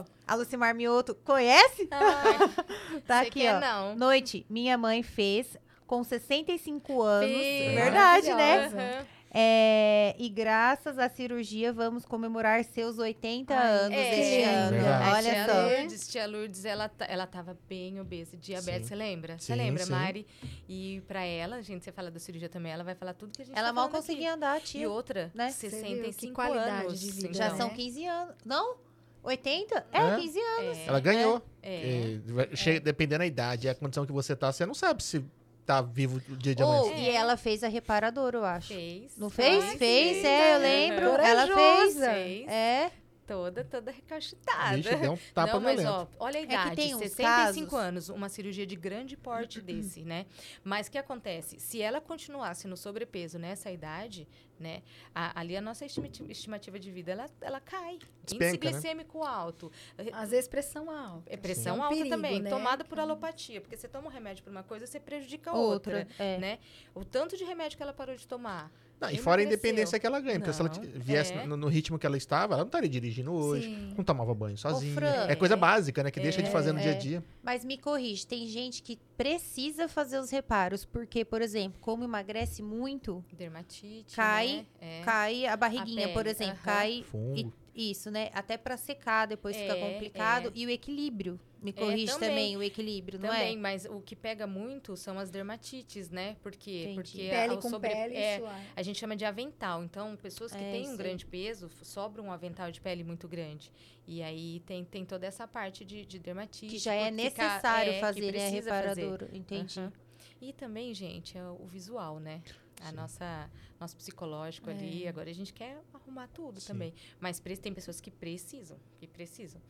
Speaker 2: Ó, a Lucimar Mioto, conhece?
Speaker 4: Ah,
Speaker 2: Tá
Speaker 4: você
Speaker 2: aqui,
Speaker 4: quer
Speaker 2: ó.
Speaker 4: Não.
Speaker 2: Noite, minha mãe fez com 65 anos.
Speaker 4: Fiz.
Speaker 2: Verdade, né?
Speaker 1: Maravilhosa.
Speaker 4: Aham.
Speaker 2: É, e graças à cirurgia, vamos comemorar seus 80
Speaker 1: Ai,
Speaker 2: anos
Speaker 1: É,
Speaker 2: este ano.
Speaker 3: Verdade.
Speaker 4: A
Speaker 2: Olha
Speaker 4: tia
Speaker 2: só.
Speaker 4: Lourdes, tia Lourdes, ela, ta- ela tava bem obesa, diabetes,
Speaker 3: Sim.
Speaker 4: você lembra? Você
Speaker 3: Sim,
Speaker 4: lembra,
Speaker 3: sim.
Speaker 4: Mari? E pra ela, gente, você fala da cirurgia também, ela vai falar tudo que a gente
Speaker 2: Ela
Speaker 4: tá
Speaker 2: mal
Speaker 4: falando aqui.
Speaker 2: conseguia andar,
Speaker 4: E
Speaker 2: tia.
Speaker 4: outra,
Speaker 2: Né?
Speaker 1: Você viu que
Speaker 4: 65
Speaker 1: qualidade
Speaker 4: anos. então.
Speaker 1: de vida,
Speaker 2: Já
Speaker 1: Não.
Speaker 2: são 15 anos. Não? 80? É,
Speaker 3: É.
Speaker 2: 15 anos.
Speaker 4: é,
Speaker 3: Ela ganhou.
Speaker 4: é.
Speaker 3: E vai- chega- Dependendo da idade, a condição que você tá, você não sabe se tá vivo o dia de
Speaker 2: Ou,
Speaker 3: amanhã.
Speaker 2: Oh, e ela fez a reparadora, eu acho.
Speaker 4: Fez.
Speaker 2: Não É. fez?
Speaker 4: Ai,
Speaker 2: fez,
Speaker 4: sim.
Speaker 2: é, eu
Speaker 4: Aham.
Speaker 2: lembro. Ela
Speaker 1: Corajosa.
Speaker 2: fez.
Speaker 4: Fez.
Speaker 2: É.
Speaker 4: Toda, toda recachetada.
Speaker 3: Vixe, deu um tapa
Speaker 4: não, mas
Speaker 3: violento.
Speaker 4: ó, olha a
Speaker 2: É que
Speaker 4: idade,
Speaker 2: tem uns
Speaker 4: 65
Speaker 2: casos-
Speaker 4: anos, uma cirurgia de grande porte desse, né? Mas o que acontece? Se ela continuasse no sobrepeso nessa idade, né? a- ali a nossa estimati- estimativa de vida, ela, ela cai.
Speaker 3: Despenca,
Speaker 4: Índice
Speaker 3: né?
Speaker 4: glicêmico alto.
Speaker 1: Às vezes pressão alta.
Speaker 4: É pressão
Speaker 1: Sim. É um
Speaker 4: alta
Speaker 1: perigo,
Speaker 4: também,
Speaker 1: né?
Speaker 4: tomada por alopatia. Porque você toma um remédio para uma coisa, você prejudica a outra.
Speaker 2: Outra. é.
Speaker 4: né? O tanto de remédio que ela parou de tomar.
Speaker 3: Não, e
Speaker 4: Emagreceu.
Speaker 3: fora a independência que ela ganha. Porque se ela
Speaker 4: Não,
Speaker 3: t- viesse
Speaker 4: é.
Speaker 3: no, no ritmo que ela estava, ela não estaria dirigindo hoje.
Speaker 1: Sim.
Speaker 3: Não tomava banho sozinha.
Speaker 2: Fran,
Speaker 3: é coisa
Speaker 4: é.
Speaker 3: básica, né? Que deixa de fazer no
Speaker 2: É.
Speaker 3: dia a dia.
Speaker 2: Mas me corrige, tem gente que precisa fazer os reparos, porque, por exemplo, como emagrece muito,
Speaker 4: Dermatite.
Speaker 2: Cai,
Speaker 4: né? É.
Speaker 2: cai a barriguinha,
Speaker 4: A
Speaker 2: por
Speaker 4: pele,
Speaker 2: exemplo,
Speaker 4: aham.
Speaker 2: cai
Speaker 3: Fungo.
Speaker 2: isso, né? Até pra secar depois fica
Speaker 4: É,
Speaker 2: complicado
Speaker 4: é.
Speaker 2: e o equilíbrio. Me corrige também.
Speaker 4: também.
Speaker 2: o equilíbrio, não
Speaker 4: Também,
Speaker 2: é?
Speaker 4: mas o que pega muito são as dermatites, né? Por quê?
Speaker 2: Entendi.
Speaker 4: Porque a-
Speaker 1: Pele
Speaker 4: o
Speaker 1: com
Speaker 4: sobre-
Speaker 1: pele,
Speaker 4: é,
Speaker 1: isso é.
Speaker 4: a gente chama de avental. Então, pessoas que
Speaker 2: É,
Speaker 4: têm
Speaker 2: isso
Speaker 4: um
Speaker 2: aí.
Speaker 4: grande peso, f- sobra um avental de pele muito grande. E aí tem, tem toda essa parte de, de dermatite.
Speaker 2: Que já é
Speaker 4: por ficar-
Speaker 2: necessário
Speaker 4: é, que
Speaker 2: fazer, né?
Speaker 4: precisa fazer.
Speaker 2: Reparador, entendi.
Speaker 4: Aham. E também, gente, é o visual, né? A
Speaker 3: Sim.
Speaker 4: nossa, nosso psicológico ali.
Speaker 2: É.
Speaker 4: Agora a gente quer arrumar tudo
Speaker 3: Sim.
Speaker 4: também. Mas pre- tem pessoas que precisam, que precisam.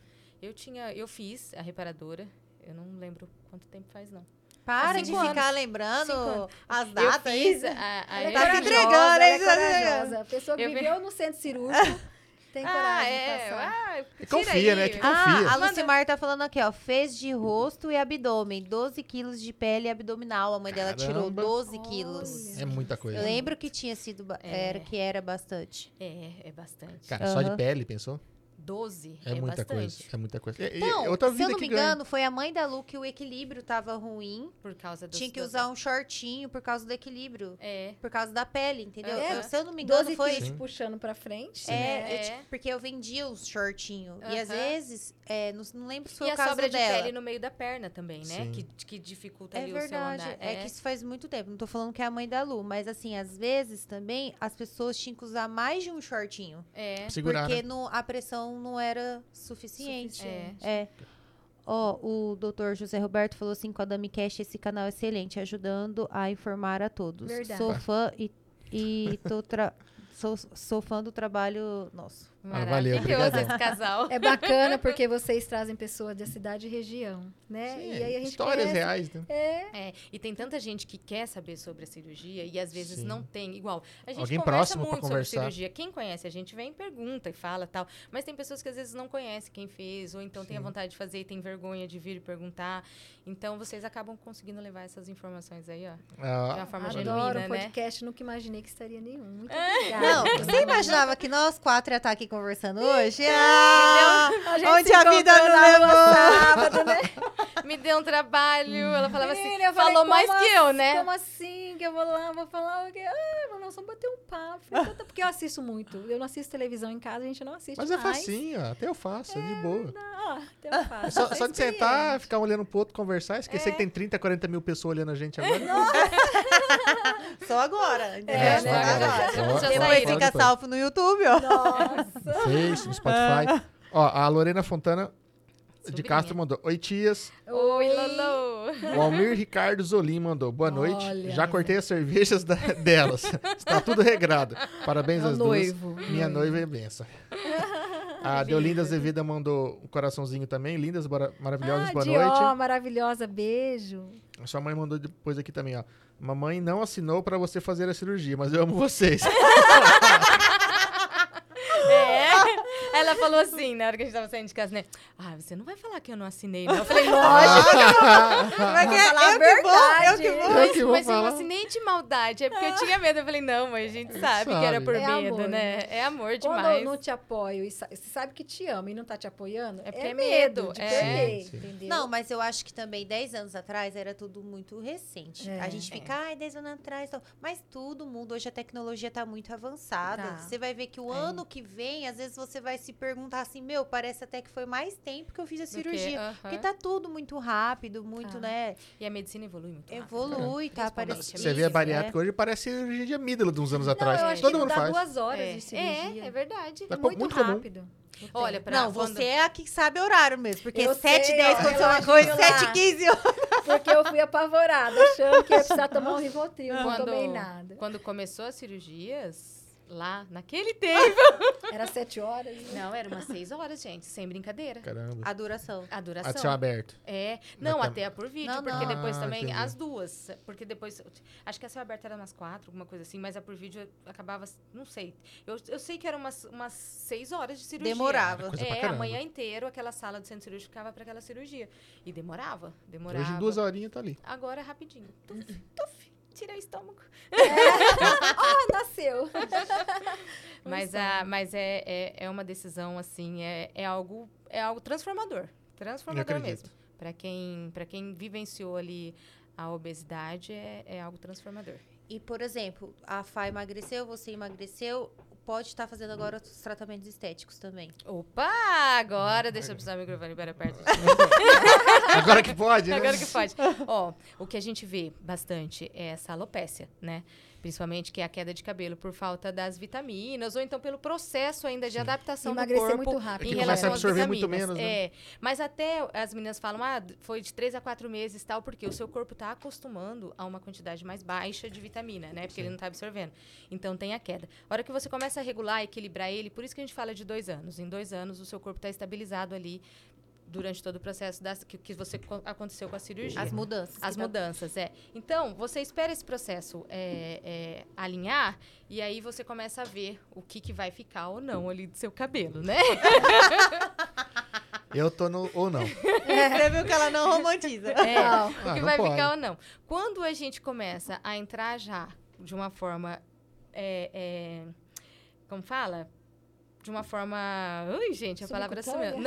Speaker 4: Eu tinha, eu fiz a reparadora. Eu não lembro quanto tempo faz, não.
Speaker 2: Para
Speaker 4: Há
Speaker 2: de
Speaker 4: cinco
Speaker 2: ficar
Speaker 4: anos.
Speaker 2: lembrando
Speaker 4: Cinco anos.
Speaker 2: as
Speaker 4: eu
Speaker 2: datas aí.
Speaker 4: fiz a, a
Speaker 1: Ela é
Speaker 2: Tá se
Speaker 1: corajosa,
Speaker 2: entregando, hein,
Speaker 1: ela
Speaker 2: tá
Speaker 1: é
Speaker 2: se entregando.
Speaker 1: corajosa. A pessoa que
Speaker 4: Eu vi-
Speaker 1: viveu no centro cirúrgico tem
Speaker 4: ah,
Speaker 1: coragem de
Speaker 4: é.
Speaker 1: passar.
Speaker 4: Ah,
Speaker 3: E
Speaker 4: tira
Speaker 3: confia,
Speaker 4: aí.
Speaker 3: né, que confia.
Speaker 2: Ah, a Lucimar tá falando aqui, ó. Fez de rosto e abdômen. 12 quilos de pele abdominal. A mãe dela tirou
Speaker 3: Caramba.
Speaker 2: 12
Speaker 1: Olha.
Speaker 2: quilos.
Speaker 3: É muita coisa.
Speaker 2: Eu lembro que tinha sido. ba-
Speaker 4: É.
Speaker 2: Era, que era bastante.
Speaker 4: É, é bastante.
Speaker 3: Cara, só de
Speaker 2: Aham.
Speaker 3: pele, pensou?
Speaker 4: 12 é,
Speaker 3: É, muita
Speaker 4: bastante.
Speaker 3: coisa. É muita coisa. E- e-
Speaker 2: Então,
Speaker 3: é outra
Speaker 2: se eu
Speaker 3: vida
Speaker 2: não
Speaker 3: que
Speaker 2: me
Speaker 3: ganha.
Speaker 2: engano, foi a mãe da Lu que o equilíbrio tava ruim.
Speaker 4: Por causa do
Speaker 2: Tinha que usar um shortinho por causa do equilíbrio.
Speaker 4: É.
Speaker 2: Por causa da pele, entendeu?
Speaker 4: Aham.
Speaker 2: Eu- se eu não me engano,
Speaker 1: 12
Speaker 2: foi.
Speaker 1: quilos
Speaker 3: Sim.
Speaker 1: puxando pra frente. né?
Speaker 2: É,
Speaker 4: É.
Speaker 2: eu ti- porque eu vendia os shortinhos. E às
Speaker 4: Aham.
Speaker 2: vezes, é, não, não lembro se foi
Speaker 4: e
Speaker 2: o
Speaker 4: a
Speaker 2: caso
Speaker 4: sobra
Speaker 2: dela.
Speaker 4: de pele no meio da perna também, né?
Speaker 3: Sim.
Speaker 4: Que, que dificulta
Speaker 2: É
Speaker 4: tá ali o
Speaker 2: verdade.
Speaker 4: seu andar.
Speaker 2: É que isso faz muito tempo. Não tô falando que é a mãe da Lu, mas assim, às vezes também as pessoas tinham que usar mais de um shortinho.
Speaker 4: É.
Speaker 3: Segurar,
Speaker 2: porque
Speaker 3: né?
Speaker 2: não- a pressão não era suficiente.
Speaker 1: Suficiente.
Speaker 2: É. Ó, o doutor José Roberto falou assim com a Dami Cash, esse canal é excelente, ajudando a informar a todos.
Speaker 1: Verdade.
Speaker 2: Sou fã e, e tô tra- sou, sou fã do trabalho nosso.
Speaker 3: Ah, valeu,
Speaker 4: Maravilhoso
Speaker 3: obrigado.
Speaker 4: esse casal.
Speaker 1: É bacana porque vocês trazem pessoas da cidade e região, né?
Speaker 3: Sim,
Speaker 1: e aí a gente
Speaker 3: histórias
Speaker 1: conhece-
Speaker 3: reais, né?
Speaker 4: É, e tem tanta gente que quer saber sobre a cirurgia e às vezes
Speaker 3: Sim.
Speaker 4: não tem. Igual, a gente
Speaker 3: Alguém
Speaker 4: conversa
Speaker 3: próximo pra
Speaker 4: muito sobre
Speaker 3: conversar.
Speaker 4: cirurgia. Quem conhece a gente vem e pergunta e fala tal. Mas tem pessoas que às vezes não conhecem quem fez, ou então tem a
Speaker 3: Sim.
Speaker 4: vontade de fazer e tem vergonha de vir e perguntar. Então vocês acabam conseguindo levar essas informações aí, ó. De
Speaker 3: Ah,
Speaker 4: É uma forma
Speaker 1: Adoro
Speaker 4: genuína,
Speaker 1: o
Speaker 4: né?
Speaker 1: podcast, nunca imaginei que estaria nenhum. Muito obrigada.
Speaker 2: É. Não, você imaginava que nós quatro ia estar aqui conversando hoje? Ah,
Speaker 1: a gente
Speaker 2: onde
Speaker 1: se
Speaker 2: a vida não
Speaker 1: encontrou na
Speaker 2: levou.
Speaker 1: rua sábado, né?
Speaker 4: Me deu um trabalho. Ela falava assim,
Speaker 1: Menina, eu falei,
Speaker 4: falou mais
Speaker 1: "Como
Speaker 4: que eu, né?
Speaker 1: Como assim? Que eu vou lá, vou falar o quê? Ah, vamos- nós vamos bater um papo. Falei, "Então tá", Porque eu assisto muito. Eu não assisto televisão em casa, a gente não assiste
Speaker 3: mas é
Speaker 1: mais.
Speaker 3: facinho, ó, até eu faço, é de boa.
Speaker 1: Ah, então eu faço.
Speaker 3: É só,
Speaker 1: Tá
Speaker 3: só de
Speaker 1: experiente.
Speaker 3: sentar, é ficar um olhando pro outro, conversar, esquecer
Speaker 2: É.
Speaker 3: que tem 30, 40 mil pessoas olhando a gente agora.
Speaker 2: Só agora. entendeu?
Speaker 1: É,
Speaker 2: Só
Speaker 1: né?
Speaker 2: agora.
Speaker 4: Só agora.
Speaker 2: Depois
Speaker 4: Só
Speaker 2: fica
Speaker 3: depois.
Speaker 2: salvo no YouTube, ó.
Speaker 1: Nossa.
Speaker 3: Fez, no Spotify.
Speaker 4: É.
Speaker 3: Ó, a Lorena Fontana de
Speaker 4: Sobrinha.
Speaker 3: Castro mandou. Oi, tias.
Speaker 4: Oi, Lolo.
Speaker 3: O Almir Ricardo Zolim mandou. Boa noite.
Speaker 1: Olha.
Speaker 3: Já cortei as cervejas da- delas. Está tudo regrado. Parabéns
Speaker 1: É o
Speaker 3: às
Speaker 1: noivo.
Speaker 3: duas. Minha noiva é benção. A Deolinda Zevida mandou um coraçãozinho também. Lindas, bora- maravilhosas,
Speaker 1: Ah,
Speaker 3: boa
Speaker 1: Dior,
Speaker 3: noite.
Speaker 1: maravilhosa, beijo.
Speaker 3: Sua mãe mandou depois aqui também, ó. Mamãe não assinou pra você fazer a cirurgia, mas eu amo vocês.
Speaker 4: É. Ela falou assim, na hora que a gente tava saindo de casa, né? Ah, você não vai falar que eu não assinei, né? Eu falei, lógico.
Speaker 3: Ah,
Speaker 2: Vai que é-
Speaker 1: falar a
Speaker 2: eu que vou, eu
Speaker 1: verdade.
Speaker 2: que vou.
Speaker 3: Eu
Speaker 4: Mas,
Speaker 3: que vou
Speaker 4: mas eu não
Speaker 3: falar.
Speaker 4: assinei de maldade. É porque eu tinha medo. Eu falei, não, mãe, a gente sabe, que era
Speaker 3: sabe.
Speaker 4: por
Speaker 1: É
Speaker 4: medo,
Speaker 1: amor,
Speaker 4: né? É amor
Speaker 1: Quando eu
Speaker 4: demais.
Speaker 1: não te apoio e sa- você sabe que te ama e não tá te apoiando,
Speaker 4: É porque é medo,
Speaker 1: de
Speaker 4: é.
Speaker 1: perder,
Speaker 3: Sim, sim.
Speaker 1: entendeu?
Speaker 2: Não, mas eu acho que também 10 anos atrás era tudo muito recente.
Speaker 1: É.
Speaker 2: a gente fica, ai, 10 anos atrás. tal. Mas todo mundo, hoje a tecnologia tá muito avançada.
Speaker 1: Tá.
Speaker 2: Você vai ver que o
Speaker 4: É.
Speaker 2: ano que vem, às vezes você vai se perguntar assim: meu, parece até que foi mais tempo que eu fiz a
Speaker 4: Do que-
Speaker 2: cirurgia.
Speaker 4: aham.
Speaker 2: Porque tá tudo muito rápido, muito,
Speaker 1: Tá.
Speaker 2: né?
Speaker 4: E a medicina evolui muito. rápido.
Speaker 2: Evolui, tá
Speaker 1: É,
Speaker 4: Principalmente
Speaker 2: aparecendo.
Speaker 3: Você vê a
Speaker 2: isso,
Speaker 3: bariátrica hoje, parece cirurgia de amígdala de uns anos atrás.
Speaker 1: eu acho
Speaker 3: Todo
Speaker 1: que
Speaker 3: mundo
Speaker 1: dá
Speaker 3: faz.
Speaker 1: duas horas
Speaker 4: É.
Speaker 1: de cirurgia.
Speaker 4: É, é verdade.
Speaker 3: Tá
Speaker 1: É
Speaker 3: co-
Speaker 1: muito,
Speaker 3: muito comum.
Speaker 1: rápido.
Speaker 4: Olha, pra
Speaker 2: Não,
Speaker 4: quando-
Speaker 2: você é a que sabe horário mesmo. Porque
Speaker 1: Eu
Speaker 2: 7
Speaker 1: sei,
Speaker 2: 10
Speaker 1: ó,
Speaker 2: aconteceu uma
Speaker 1: relógio
Speaker 2: coisa,
Speaker 1: lá.
Speaker 2: 7 15
Speaker 1: Porque eu fui apavorada, achando que ia precisar tomar um Rivotril, não
Speaker 4: Quando-
Speaker 1: tomei nada.
Speaker 4: Quando começou as cirurgias, lá naquele tempo.
Speaker 1: Era sete horas. né?
Speaker 4: Não, era umas seis horas, gente, sem brincadeira.
Speaker 3: Caramba.
Speaker 2: A duração.
Speaker 4: A duração.
Speaker 3: A de céu aberto.
Speaker 4: É,
Speaker 3: Na
Speaker 4: não,
Speaker 3: cama.
Speaker 4: até por vídeo,
Speaker 2: Não,
Speaker 4: porque
Speaker 2: não.
Speaker 4: depois
Speaker 3: Ah,
Speaker 4: também,
Speaker 3: entendi.
Speaker 4: as duas, porque depois, acho que a céu aberta era umas quatro, alguma coisa assim, mas a por vídeo acabava, não sei, eu, eu sei que eram umas, umas seis horas de cirurgia.
Speaker 2: Demorava.
Speaker 3: Era coisa pra
Speaker 4: É, a
Speaker 3: caramba.
Speaker 4: manhã inteira aquela sala do centro cirúrgico ficava para aquela cirurgia, e demorava, demorava.
Speaker 3: Hoje em duas horinhas tá ali.
Speaker 4: Agora é rapidinho, tuf, tuf, tira o estômago.
Speaker 1: É. Ah, nasceu.
Speaker 4: Mas, a, mas é, é, é uma decisão, assim, é, é, algo, é algo transformador. Transformador
Speaker 3: acredito.
Speaker 4: mesmo. Para quem, pra quem vivenciou ali a obesidade, é, é algo transformador.
Speaker 2: E, por exemplo, a Fá emagreceu, você emagreceu, pode estar fazendo agora os tratamentos estéticos também.
Speaker 4: Opa! Agora deixa eu precisar o microfone para perto.
Speaker 3: Agora que pode, né?
Speaker 4: Agora que pode. Ó, o que a gente vê bastante é essa alopécia, né? Principalmente que é a queda de cabelo por falta das vitaminas ou então pelo processo ainda de adaptação do
Speaker 1: Emagrecer
Speaker 4: corpo
Speaker 1: muito
Speaker 3: É
Speaker 1: rápido.
Speaker 3: que
Speaker 4: em
Speaker 3: começa
Speaker 4: relação
Speaker 3: a
Speaker 4: às
Speaker 3: absorver muito
Speaker 4: vitaminas.
Speaker 3: menos, né?
Speaker 4: É. Mas até as meninas falam, ah, d- foi de 3 a 4 meses tal, porque o seu corpo está acostumando a uma quantidade mais baixa de vitamina, né? Porque ele não está absorvendo. Então tem a queda. A hora que você começa a regular, equilibrar ele, por isso que a gente fala de dois anos. Em dois anos, o seu corpo está tá estabilizado ali. durante todo o processo das, que, que você co- aconteceu com a cirurgia.
Speaker 2: As mudanças.
Speaker 4: é. As
Speaker 2: que tá-
Speaker 4: mudanças, é. Então, você espera esse processo é, é, alinhar e aí você começa a ver o que, que vai ficar ou não ali do seu cabelo, né?
Speaker 3: Eu tô no. Ou não.
Speaker 7: Você viu que ela não romantiza.
Speaker 4: É,
Speaker 1: Não.
Speaker 4: o
Speaker 3: Ah,
Speaker 4: que
Speaker 3: não
Speaker 4: vai
Speaker 3: pode.
Speaker 4: ficar ou não. Quando a gente começa a entrar já de uma forma. é, é, como fala? De uma forma. Ui, gente, a palavra
Speaker 1: Subcutânea?
Speaker 4: sumiu.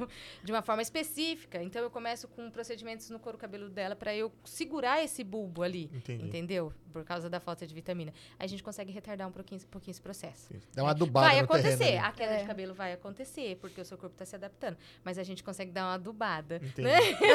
Speaker 4: Não! De uma forma específica. Então eu começo com procedimentos no couro cabeludo dela para eu segurar esse bulbo ali.
Speaker 3: Entendi.
Speaker 4: Entendeu? Por causa da falta de vitamina. Aí a gente consegue retardar um pouquinho, um pouquinho esse processo.
Speaker 3: Entendi. Dá uma adubada
Speaker 4: vai
Speaker 3: no
Speaker 4: acontecer.
Speaker 3: terreno. ali.
Speaker 4: A queda
Speaker 1: É.
Speaker 4: de cabelo vai acontecer, porque o seu corpo está se adaptando. Mas a gente consegue dar uma adubada. né?
Speaker 3: Entendi.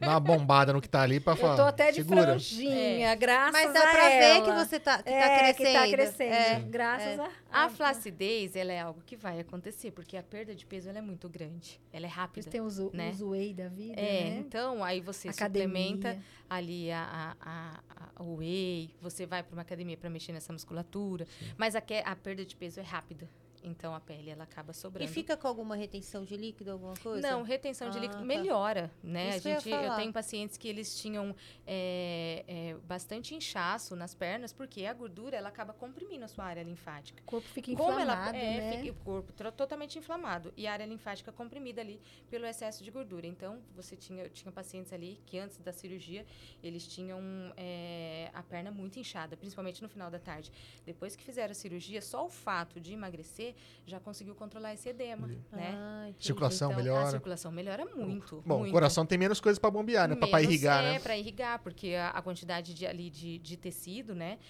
Speaker 3: Dá uma bombada no que tá ali pra falar.
Speaker 1: Eu tô até de
Speaker 3: Segura.
Speaker 1: franjinha,
Speaker 4: É.
Speaker 1: graças
Speaker 2: Mas dá
Speaker 1: a
Speaker 2: pra ver
Speaker 1: ela.
Speaker 2: que você tá, que tá
Speaker 1: é,
Speaker 2: crescendo.
Speaker 1: Que tá crescendo.
Speaker 2: É.
Speaker 1: Graças a...
Speaker 4: A flacidez, ela é algo que vai acontecer, porque a perda de peso ela é muito grande. Ela é
Speaker 1: Eles
Speaker 4: rápida.
Speaker 1: têm os,
Speaker 4: né?
Speaker 1: os whey da vida,
Speaker 4: É,
Speaker 1: né?
Speaker 4: então aí você suplementa
Speaker 1: Academia.
Speaker 4: ali a, a- a- a- o whey, você vai para uma academia para mexer nessa musculatura, mas a, que- a perda de peso é rápida. Então a pele ela acaba
Speaker 2: E
Speaker 4: sobrando.
Speaker 2: fica com alguma retenção de líquido, alguma coisa?
Speaker 4: Não, retenção de
Speaker 2: Ah,
Speaker 4: líquido
Speaker 2: tá.
Speaker 4: melhora, né?
Speaker 2: Isso que eu
Speaker 4: a
Speaker 2: ia
Speaker 4: gente, eu,
Speaker 2: falar.
Speaker 4: tenho pacientes que eles tinham é, é, bastante inchaço nas pernas, porque a gordura ela acaba comprimindo a sua área linfática.
Speaker 1: O corpo fica
Speaker 4: Como
Speaker 1: inflamado,
Speaker 4: ela é,
Speaker 1: né?
Speaker 4: fica- o corpo tro- totalmente inflamado e a área linfática é comprimida ali pelo excesso de gordura. Então, você tinha, eu tinha pacientes ali que antes da cirurgia eles tinham é, a perna muito inchada, principalmente no final da tarde. Depois que fizeram a cirurgia, só o fato de emagrecer já conseguiu controlar esse edema, né?
Speaker 2: Ah, entendi.
Speaker 3: Circulação
Speaker 4: então, A
Speaker 3: melhora.
Speaker 4: circulação melhora muito.
Speaker 3: Bom,
Speaker 4: muito.
Speaker 3: o coração tem menos coisas pra bombear, né? Pra, pra
Speaker 4: Menos
Speaker 3: irrigar,
Speaker 4: é,
Speaker 3: né?
Speaker 4: para irrigar, porque a, a quantidade de, ali de, de tecido, né,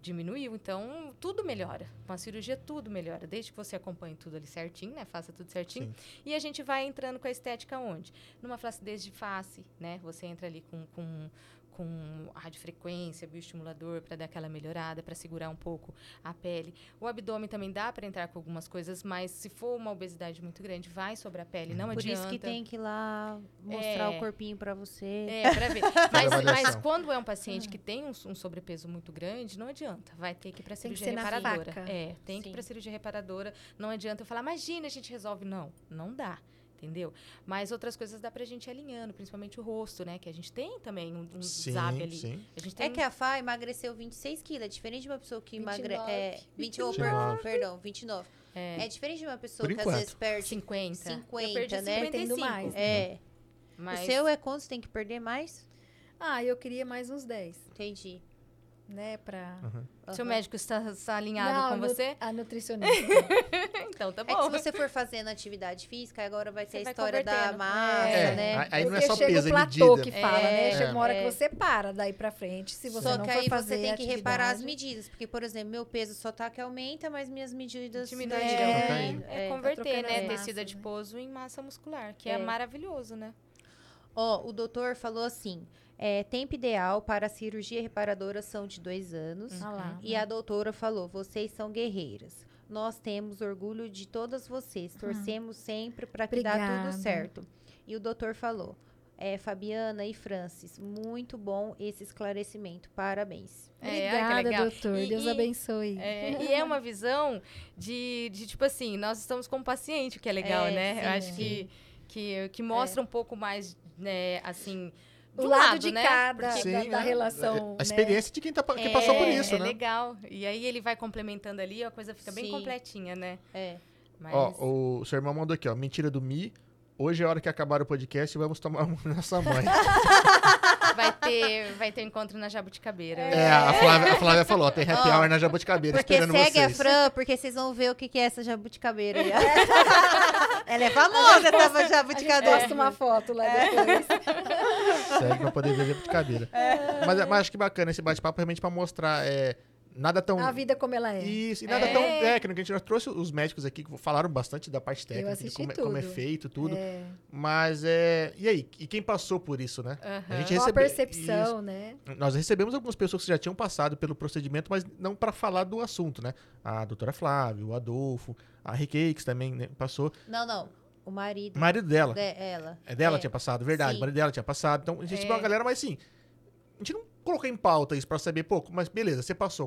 Speaker 4: diminuiu. Então, tudo melhora. Com a cirurgia, tudo melhora. Desde que você acompanhe tudo ali certinho, né, faça tudo certinho. E a gente vai entrando com a estética onde? Numa flacidez de face, né? Você entra ali com... com com radiofrequência, bioestimulador para dar aquela melhorada, para segurar um pouco a pele. O abdômen também dá para entrar com algumas coisas, mas se for uma obesidade muito grande, vai sobre a pele, não
Speaker 2: Uhum. Por
Speaker 4: adianta.
Speaker 2: isso que tem que ir lá mostrar
Speaker 4: É.
Speaker 2: o corpinho pra você.
Speaker 4: É, pra ver. Mas,
Speaker 3: avaliação.
Speaker 4: mas quando é um paciente
Speaker 2: Hum.
Speaker 4: que tem um, um sobrepeso muito grande, não adianta. Vai ter que ir pra
Speaker 1: Tem que
Speaker 4: cirurgia
Speaker 1: ser na
Speaker 4: reparadora.
Speaker 1: faca.
Speaker 4: É, tem que
Speaker 2: Sim.
Speaker 4: ir pra cirurgia reparadora. Não adianta eu falar, imagina, a gente resolve. Não, não dá. Entendeu? Mas outras coisas dá pra gente ir alinhando, principalmente o rosto, né? Que a gente tem também um, um
Speaker 3: Sim,
Speaker 4: zap ali.
Speaker 3: sim.
Speaker 4: A gente tem
Speaker 2: É que a Fá emagreceu 26 quilos. É diferente de uma pessoa que emagrece...
Speaker 1: 29.
Speaker 2: É, 20, oh,
Speaker 3: 29.
Speaker 2: per- perdão, 29. É. diferente de uma pessoa
Speaker 3: Por
Speaker 2: que às
Speaker 3: enquanto.
Speaker 2: vezes perde...
Speaker 4: 50.
Speaker 2: 50,
Speaker 4: eu perdi
Speaker 2: né?
Speaker 4: 55.
Speaker 1: Tendo mais.
Speaker 2: É.
Speaker 4: Mas
Speaker 2: O seu é quanto? Você tem que perder mais?
Speaker 1: Ah, eu queria mais uns 10,
Speaker 2: Entendi.
Speaker 1: né? Pra...
Speaker 3: Aham.
Speaker 4: seu
Speaker 2: Aham.
Speaker 4: médico está, está alinhado
Speaker 1: Não,
Speaker 4: com
Speaker 1: a nu-
Speaker 4: você?
Speaker 1: A nutricionista.
Speaker 4: Então tá
Speaker 2: É que se
Speaker 4: bom.
Speaker 2: você for fazendo atividade física, agora vai ter
Speaker 4: Você
Speaker 2: a
Speaker 4: vai
Speaker 2: história da
Speaker 4: convertendo.
Speaker 2: massa,
Speaker 3: É,
Speaker 2: né?
Speaker 3: a- aí não é
Speaker 1: Porque
Speaker 3: só
Speaker 1: chega
Speaker 3: peso,
Speaker 1: o
Speaker 3: é
Speaker 1: platô
Speaker 3: medida.
Speaker 1: que fala, né?
Speaker 2: É.
Speaker 1: Chega uma hora
Speaker 2: É.
Speaker 1: que você para daí pra frente, se você
Speaker 2: Só
Speaker 1: não
Speaker 2: que
Speaker 1: for
Speaker 2: aí
Speaker 1: fazer
Speaker 2: você tem que reparar as
Speaker 1: atividade.
Speaker 2: medidas. Porque, por exemplo, meu peso só tá que aumenta, mas minhas medidas
Speaker 4: Diminuiu.
Speaker 2: tá
Speaker 3: É,
Speaker 2: diminuindo.
Speaker 4: É,
Speaker 2: É.
Speaker 4: converter,
Speaker 1: trocando
Speaker 4: né?
Speaker 2: as
Speaker 4: Tecido
Speaker 1: massas,
Speaker 4: adiposo em massa muscular, que
Speaker 2: É.
Speaker 4: é maravilhoso, né?
Speaker 2: Ó, o doutor falou assim: é, tempo ideal para a cirurgia reparadora são de dois anos.
Speaker 1: Ah lá.
Speaker 2: E a doutora falou: vocês são guerreiras. Nós temos orgulho de todas vocês. Torcemos sempre para que dá
Speaker 1: Uhum. Obrigada.
Speaker 2: tudo certo. E o doutor falou: é, Fabiana e Francis, muito bom esse esclarecimento. Parabéns.
Speaker 4: É, olha que
Speaker 1: Obrigada,
Speaker 4: legal.
Speaker 1: doutor.
Speaker 4: E-
Speaker 1: Deus
Speaker 4: e-
Speaker 1: abençoe.
Speaker 4: É, e é uma visão de, de, tipo assim, nós estamos com o paciente, o que é legal,
Speaker 2: É,
Speaker 4: né?
Speaker 2: sim,
Speaker 4: Eu acho
Speaker 2: sim.
Speaker 4: que, que, que mostra um pouco mais, né, assim.
Speaker 1: É. o
Speaker 4: do
Speaker 1: lado, de
Speaker 4: né?
Speaker 1: cada
Speaker 4: Porque-
Speaker 3: Sim,
Speaker 1: da, da
Speaker 3: né?
Speaker 1: relação.
Speaker 3: A experiência de quem, tá, pa- quem passou por isso,
Speaker 4: é
Speaker 3: né?
Speaker 4: legal. E aí ele vai complementando ali, a coisa fica bem
Speaker 2: Sim.
Speaker 4: completinha, né?
Speaker 2: É.
Speaker 4: Mas
Speaker 3: Ó, o seu irmão mandou aqui, ó. Mentira do Mi. Hoje é a hora que acabar o podcast e vamos tomar uma na nossa mãe.
Speaker 4: vai ter vai ter encontro na Jabuticabeira.
Speaker 3: É, a Flávia, a Flávia falou, ó, tem happy
Speaker 2: Ó,
Speaker 3: hour na Jabuticabeira
Speaker 2: Porque
Speaker 3: esperando
Speaker 2: segue a
Speaker 3: vocês.
Speaker 2: Fran, porque vocês vão ver o que, que é essa jabuticabeira. aí. Ela é famosa, essa
Speaker 1: né?
Speaker 2: jabuticabeira.
Speaker 1: Posta uma foto lá
Speaker 4: É.
Speaker 1: depois.
Speaker 3: Segue pra poder ver a Jabuticabeira. Mas, mas acho que bacana esse bate-papo realmente pra mostrar, é, nada tão...
Speaker 1: A vida como ela é.
Speaker 3: Isso, e nada
Speaker 4: É.
Speaker 3: tão técnico. A gente já trouxe os médicos aqui que falaram bastante da parte técnica, de
Speaker 1: assisti
Speaker 3: como, é- como é
Speaker 1: tudo.
Speaker 3: feito, tudo.
Speaker 1: É.
Speaker 3: Mas é. E aí? E quem passou por isso, né?
Speaker 4: Aham.
Speaker 3: gente
Speaker 1: Qual a
Speaker 3: recebe-
Speaker 1: percepção, né?
Speaker 3: Isso. Nós recebemos algumas pessoas que já tinham passado pelo procedimento, mas não para falar do assunto, né? A doutora Flávia, o Adolfo, a Riqueix também né, passou.
Speaker 2: Não, não. O marido
Speaker 3: O marido dela.
Speaker 2: de- ela.
Speaker 3: É dela
Speaker 2: É.
Speaker 1: tipo,
Speaker 3: tinha passado, verdade.
Speaker 2: Sim.
Speaker 3: O marido dela tinha passado. Então, a gente
Speaker 4: É.
Speaker 3: recebeu uma galera, mas assim. A gente não colocou em pauta isso pra saber, pô, mas beleza, você passou.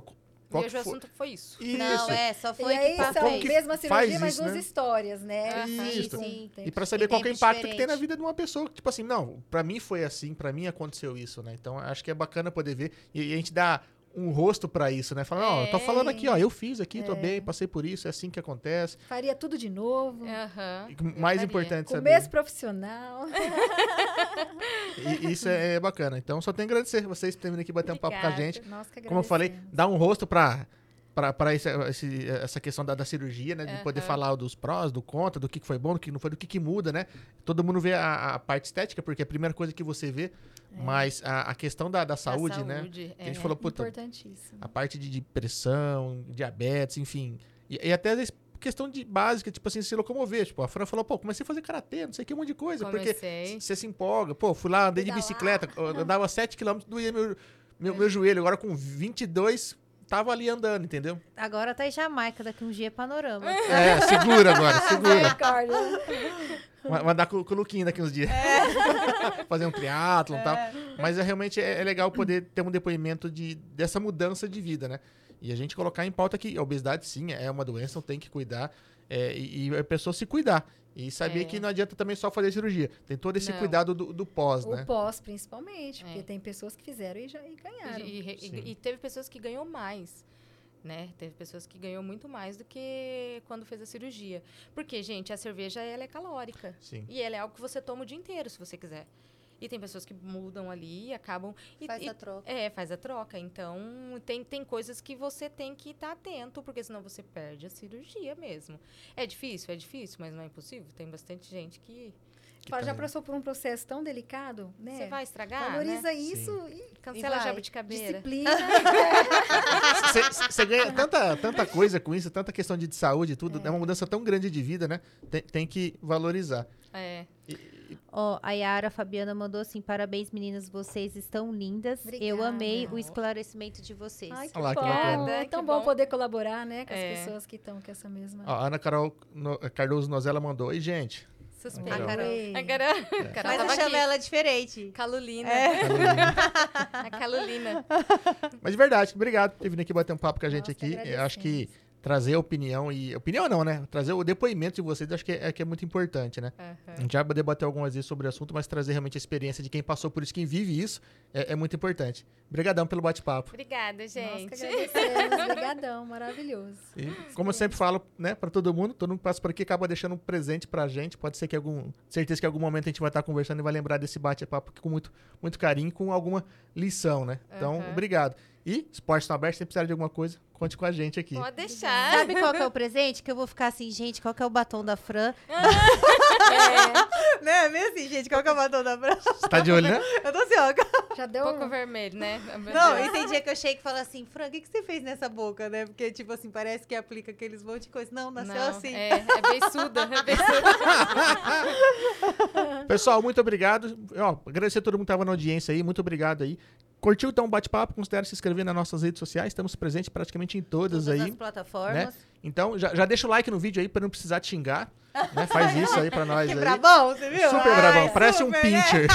Speaker 3: Qual
Speaker 4: Hoje
Speaker 3: que
Speaker 4: o
Speaker 3: foi?
Speaker 4: assunto foi isso.
Speaker 3: Isso.
Speaker 2: Não, é, só
Speaker 1: E
Speaker 2: foi
Speaker 1: aí
Speaker 2: que passou.
Speaker 1: são
Speaker 3: que
Speaker 1: mesma cirurgia,
Speaker 3: faz
Speaker 1: mas
Speaker 3: isso,
Speaker 1: duas
Speaker 3: né?
Speaker 1: histórias, né?
Speaker 4: é Aham.
Speaker 1: Sim,
Speaker 3: Isso.
Speaker 1: sim.
Speaker 3: E pra saber qual que é o
Speaker 2: tempos
Speaker 3: impacto que tem na
Speaker 2: diferentes.
Speaker 3: vida de uma pessoa, que, tipo assim, não, pra mim foi assim, pra mim aconteceu isso, né? Então acho que é bacana poder ver e, e a gente dá um rosto pra isso, né? Falar, ó, eu tô falando aqui, ó, eu fiz aqui, tô bem, passei por isso, é assim que acontece.
Speaker 1: Faria tudo de novo.
Speaker 4: Aham.
Speaker 3: E
Speaker 4: Ah, eu
Speaker 3: mais
Speaker 4: faria.
Speaker 3: importante
Speaker 1: Com o
Speaker 3: É, saber.
Speaker 1: mesmo profissional.
Speaker 3: E- e isso é bacana. Então só tenho a agradecer vocês por terem vindo aqui bater um papo com a
Speaker 4: Obrigada.
Speaker 3: gente.
Speaker 1: Nossa, que
Speaker 3: Como eu falei,
Speaker 1: agradecemos.
Speaker 3: dá um rosto pra pra- pra esse- esse- essa questão da, da cirurgia, né? De poder
Speaker 4: Aham.
Speaker 3: falar dos prós, do contra, do que que foi bom, do que não foi, do que que muda, né? Todo mundo vê a, a parte estética, porque é a primeira coisa que você vê, mas a, a questão da, da
Speaker 4: A
Speaker 3: saúde, né?
Speaker 4: É. saúde,
Speaker 3: Que
Speaker 4: É.
Speaker 3: a gente falou, puta,
Speaker 1: Importantíssimo.
Speaker 3: a parte de de pressão, diabetes, enfim. E, e até às vezes, questão de básica, tipo assim, se locomover. Tipo, a Fran falou, pô, comecei a fazer karatê, não sei o que, um monte de coisa.
Speaker 4: Comecei.
Speaker 3: Porque você se empolga. Pô, fui lá, É. andei de
Speaker 1: Pedalar.
Speaker 3: bicicleta, eu andava 7km, doía meu, meu, meu joelho. Agora com 22, tava ali andando, entendeu?
Speaker 5: Agora tá em Jamaica, daqui um dia é panorama.
Speaker 2: Ah,
Speaker 3: É, segura agora, segura.
Speaker 1: Misericórdia.
Speaker 3: Ma- Mandar com, com o Luquinho daqui uns dias. Fazer um triatlon e tal. Mas é, realmente é, é legal poder ter um depoimento de, dessa mudança de vida, né? E a gente colocar em pauta que a obesidade, sim, é uma doença, então tem que cuidar. é, e, e a pessoa se cuidar. E saber
Speaker 4: É.
Speaker 3: que não adianta também só fazer cirurgia. Tem todo esse
Speaker 4: Não.
Speaker 3: cuidado do, do pós, né?
Speaker 1: O pós, principalmente, porque
Speaker 4: É.
Speaker 1: tem pessoas que fizeram e, já, e ganharam.
Speaker 4: E, e-
Speaker 3: Sim.
Speaker 4: e teve pessoas que ganhou mais, né? Teve pessoas que ganhou muito mais do que quando fez a cirurgia. Porque, gente, a cerveja ela é calórica.
Speaker 3: Sim.
Speaker 4: E ela é algo que você toma o dia inteiro, se você quiser. E tem pessoas que mudam ali e acabam. E,
Speaker 2: Faz
Speaker 4: e-
Speaker 2: a troca.
Speaker 4: é, faz a troca. Então, tem, tem coisas que você tem que estar atento, porque senão você perde a cirurgia mesmo. É difícil, é difícil, mas não é impossível. Tem bastante gente que.
Speaker 1: Fala, já
Speaker 3: tá-
Speaker 1: passou por um processo tão delicado,
Speaker 2: É.
Speaker 1: né?
Speaker 4: Você vai estragar? né?
Speaker 1: Valoriza isso e
Speaker 4: Cancela
Speaker 2: E
Speaker 4: a
Speaker 2: vai.
Speaker 4: jabuticabeira.
Speaker 1: disciplina.
Speaker 3: Você ganha tanta, tanta coisa com isso, tanta questão de saúde e tudo. É. uma mudança tão grande de vida, né? Tem, tem que valorizar.
Speaker 4: É.
Speaker 5: Ó, a Yara Fabiana mandou assim: parabéns, meninas, vocês estão lindas. Eu
Speaker 1: Obrigada.
Speaker 5: amei o esclarecimento de vocês.
Speaker 1: Ai, que
Speaker 3: Olha lá, que
Speaker 1: bom.
Speaker 3: bacana.
Speaker 1: É
Speaker 4: Que
Speaker 1: tão bom
Speaker 4: bom.
Speaker 1: poder colaborar, né? Com
Speaker 4: É.
Speaker 1: as pessoas que estão com essa mesma...
Speaker 3: Ó, a Ana Carol No- Cardoso Nozella mandou. Oi, gente.
Speaker 4: Suspeita.
Speaker 3: Carol.
Speaker 1: Adorei.
Speaker 4: A Carol, a Carol
Speaker 2: É. Mas
Speaker 4: tava
Speaker 2: eu chamo
Speaker 4: aqui. É.
Speaker 2: ela diferente.
Speaker 4: Calulina. A Calulina.
Speaker 3: tá Mas de verdade, obrigado por ter vindo aqui bater um papo com a gente
Speaker 1: Nós que
Speaker 3: aqui. Eu acho que trazer a opinião e. Opinião não, né? Trazer o depoimento de vocês acho que é, é que é muito importante, né? A gente já debateu algumas vezes sobre o assunto, mas trazer realmente a experiência de quem passou por isso, quem vive isso, é, é muito importante. Obrigadão pelo bate-papo.
Speaker 4: Obrigada,
Speaker 1: Nós que
Speaker 4: gente.
Speaker 1: agradecemos. Obrigadão, maravilhoso.
Speaker 3: E, como eu sempre falo, né, pra todo mundo, todo mundo que passa por aqui acaba deixando um presente pra gente. Pode ser que algum. Certeza que em algum momento a gente vai estar conversando e vai lembrar desse bate-papo com muito, muito carinho, com alguma lição, né? Então,
Speaker 4: Aham.
Speaker 3: obrigado. E, esporte está aberto, se você precisar de alguma coisa, conte com a gente aqui.
Speaker 4: Pode deixar.
Speaker 5: Sabe qual que é o presente? Que eu vou ficar assim, gente, qual que é o batom da Fran?
Speaker 2: Né? Mesmo assim, gente, qual que é o batom da Fran?
Speaker 3: Você tá de olho, né?
Speaker 2: Eu tô assim, ó.
Speaker 1: Já deu
Speaker 4: Pouco
Speaker 1: um...
Speaker 4: vermelho, né?
Speaker 2: Não, é e tem dia que eu chego e falo assim, Fran, o que, que você fez nessa boca, né? Porque, tipo assim, parece que aplica aqueles monte de coisa. Não, nasceu
Speaker 4: Não,
Speaker 2: assim.
Speaker 4: É, é beiçuda, é beiçuda.
Speaker 3: Pessoal, muito obrigado. Ó, agradecer a todo mundo que estava na audiência aí. Muito obrigado aí. Curtiu então o bate-papo? Considere se inscrever nas nossas redes sociais. Estamos presentes praticamente em todas,
Speaker 5: Todas
Speaker 3: aí. né?
Speaker 5: as plataformas.
Speaker 3: Então, já, já deixa o like no vídeo aí para não precisar te xingar. né? Faz isso aí para nós
Speaker 2: Que
Speaker 3: aí.
Speaker 2: brabão, você viu?
Speaker 3: Super brabão, parece um
Speaker 2: super, né?
Speaker 3: pincher.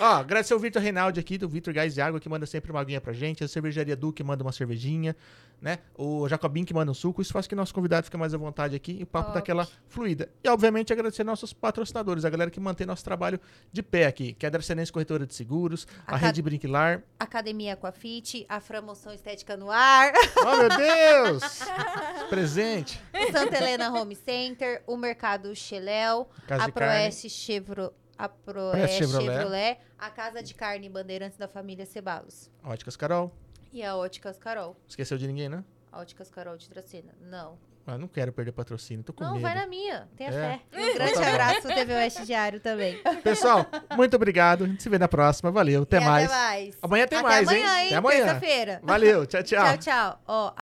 Speaker 3: Ó, agradecer o Vitor Reinaldi aqui, do Vitor Gás e Água, que manda sempre uma aguinha pra gente. A cervejaria Du, que manda uma cervejinha, né? O Jacobin, que manda um suco. Isso faz que nosso convidado fique mais à vontade aqui e o papo
Speaker 4: Top.
Speaker 3: daquela fluida. E, obviamente, agradecer nossos patrocinadores, a galera que mantém nosso trabalho de pé aqui, que é a Dracenense Corretora de Seguros, a,
Speaker 5: A Cad-
Speaker 3: Rede Brinquilar.
Speaker 5: Academia Aquafit, a Fran Moção Estética no Ar,
Speaker 2: Ar.
Speaker 3: Oh, meu Deus! Presente.
Speaker 5: o Santa Helena Home Center, o Mercado Xeléu,
Speaker 3: Casa
Speaker 5: a
Speaker 3: de carne.
Speaker 5: Proeste Chevro, a Proeste
Speaker 3: Chevrolet.
Speaker 5: Chevrolet. a Casa de Carne Bandeirantes da família Cebalos
Speaker 3: Óticas Carol.
Speaker 5: e a Óticas Carol.
Speaker 3: Esqueceu de ninguém, né?
Speaker 5: A Óticas Carol de Dracena. Não.
Speaker 3: Ah, não quero perder patrocínio, tô com
Speaker 5: Não,
Speaker 3: medo.
Speaker 5: vai na minha. Tenha
Speaker 3: É.
Speaker 5: fé. Um grande
Speaker 3: Então tá bom.
Speaker 5: abraço, TV Oeste Diário também.
Speaker 3: Pessoal, muito obrigado. A gente se vê na próxima. Valeu, até
Speaker 2: E
Speaker 3: mais.
Speaker 2: Até mais.
Speaker 3: Amanhã tem
Speaker 5: Até
Speaker 3: mais,
Speaker 5: amanhã,
Speaker 3: hein?
Speaker 5: hein?
Speaker 3: Até amanhã.
Speaker 5: Terça-feira.
Speaker 3: Valeu, tchau, tchau.
Speaker 5: Tchau, tchau. Ó,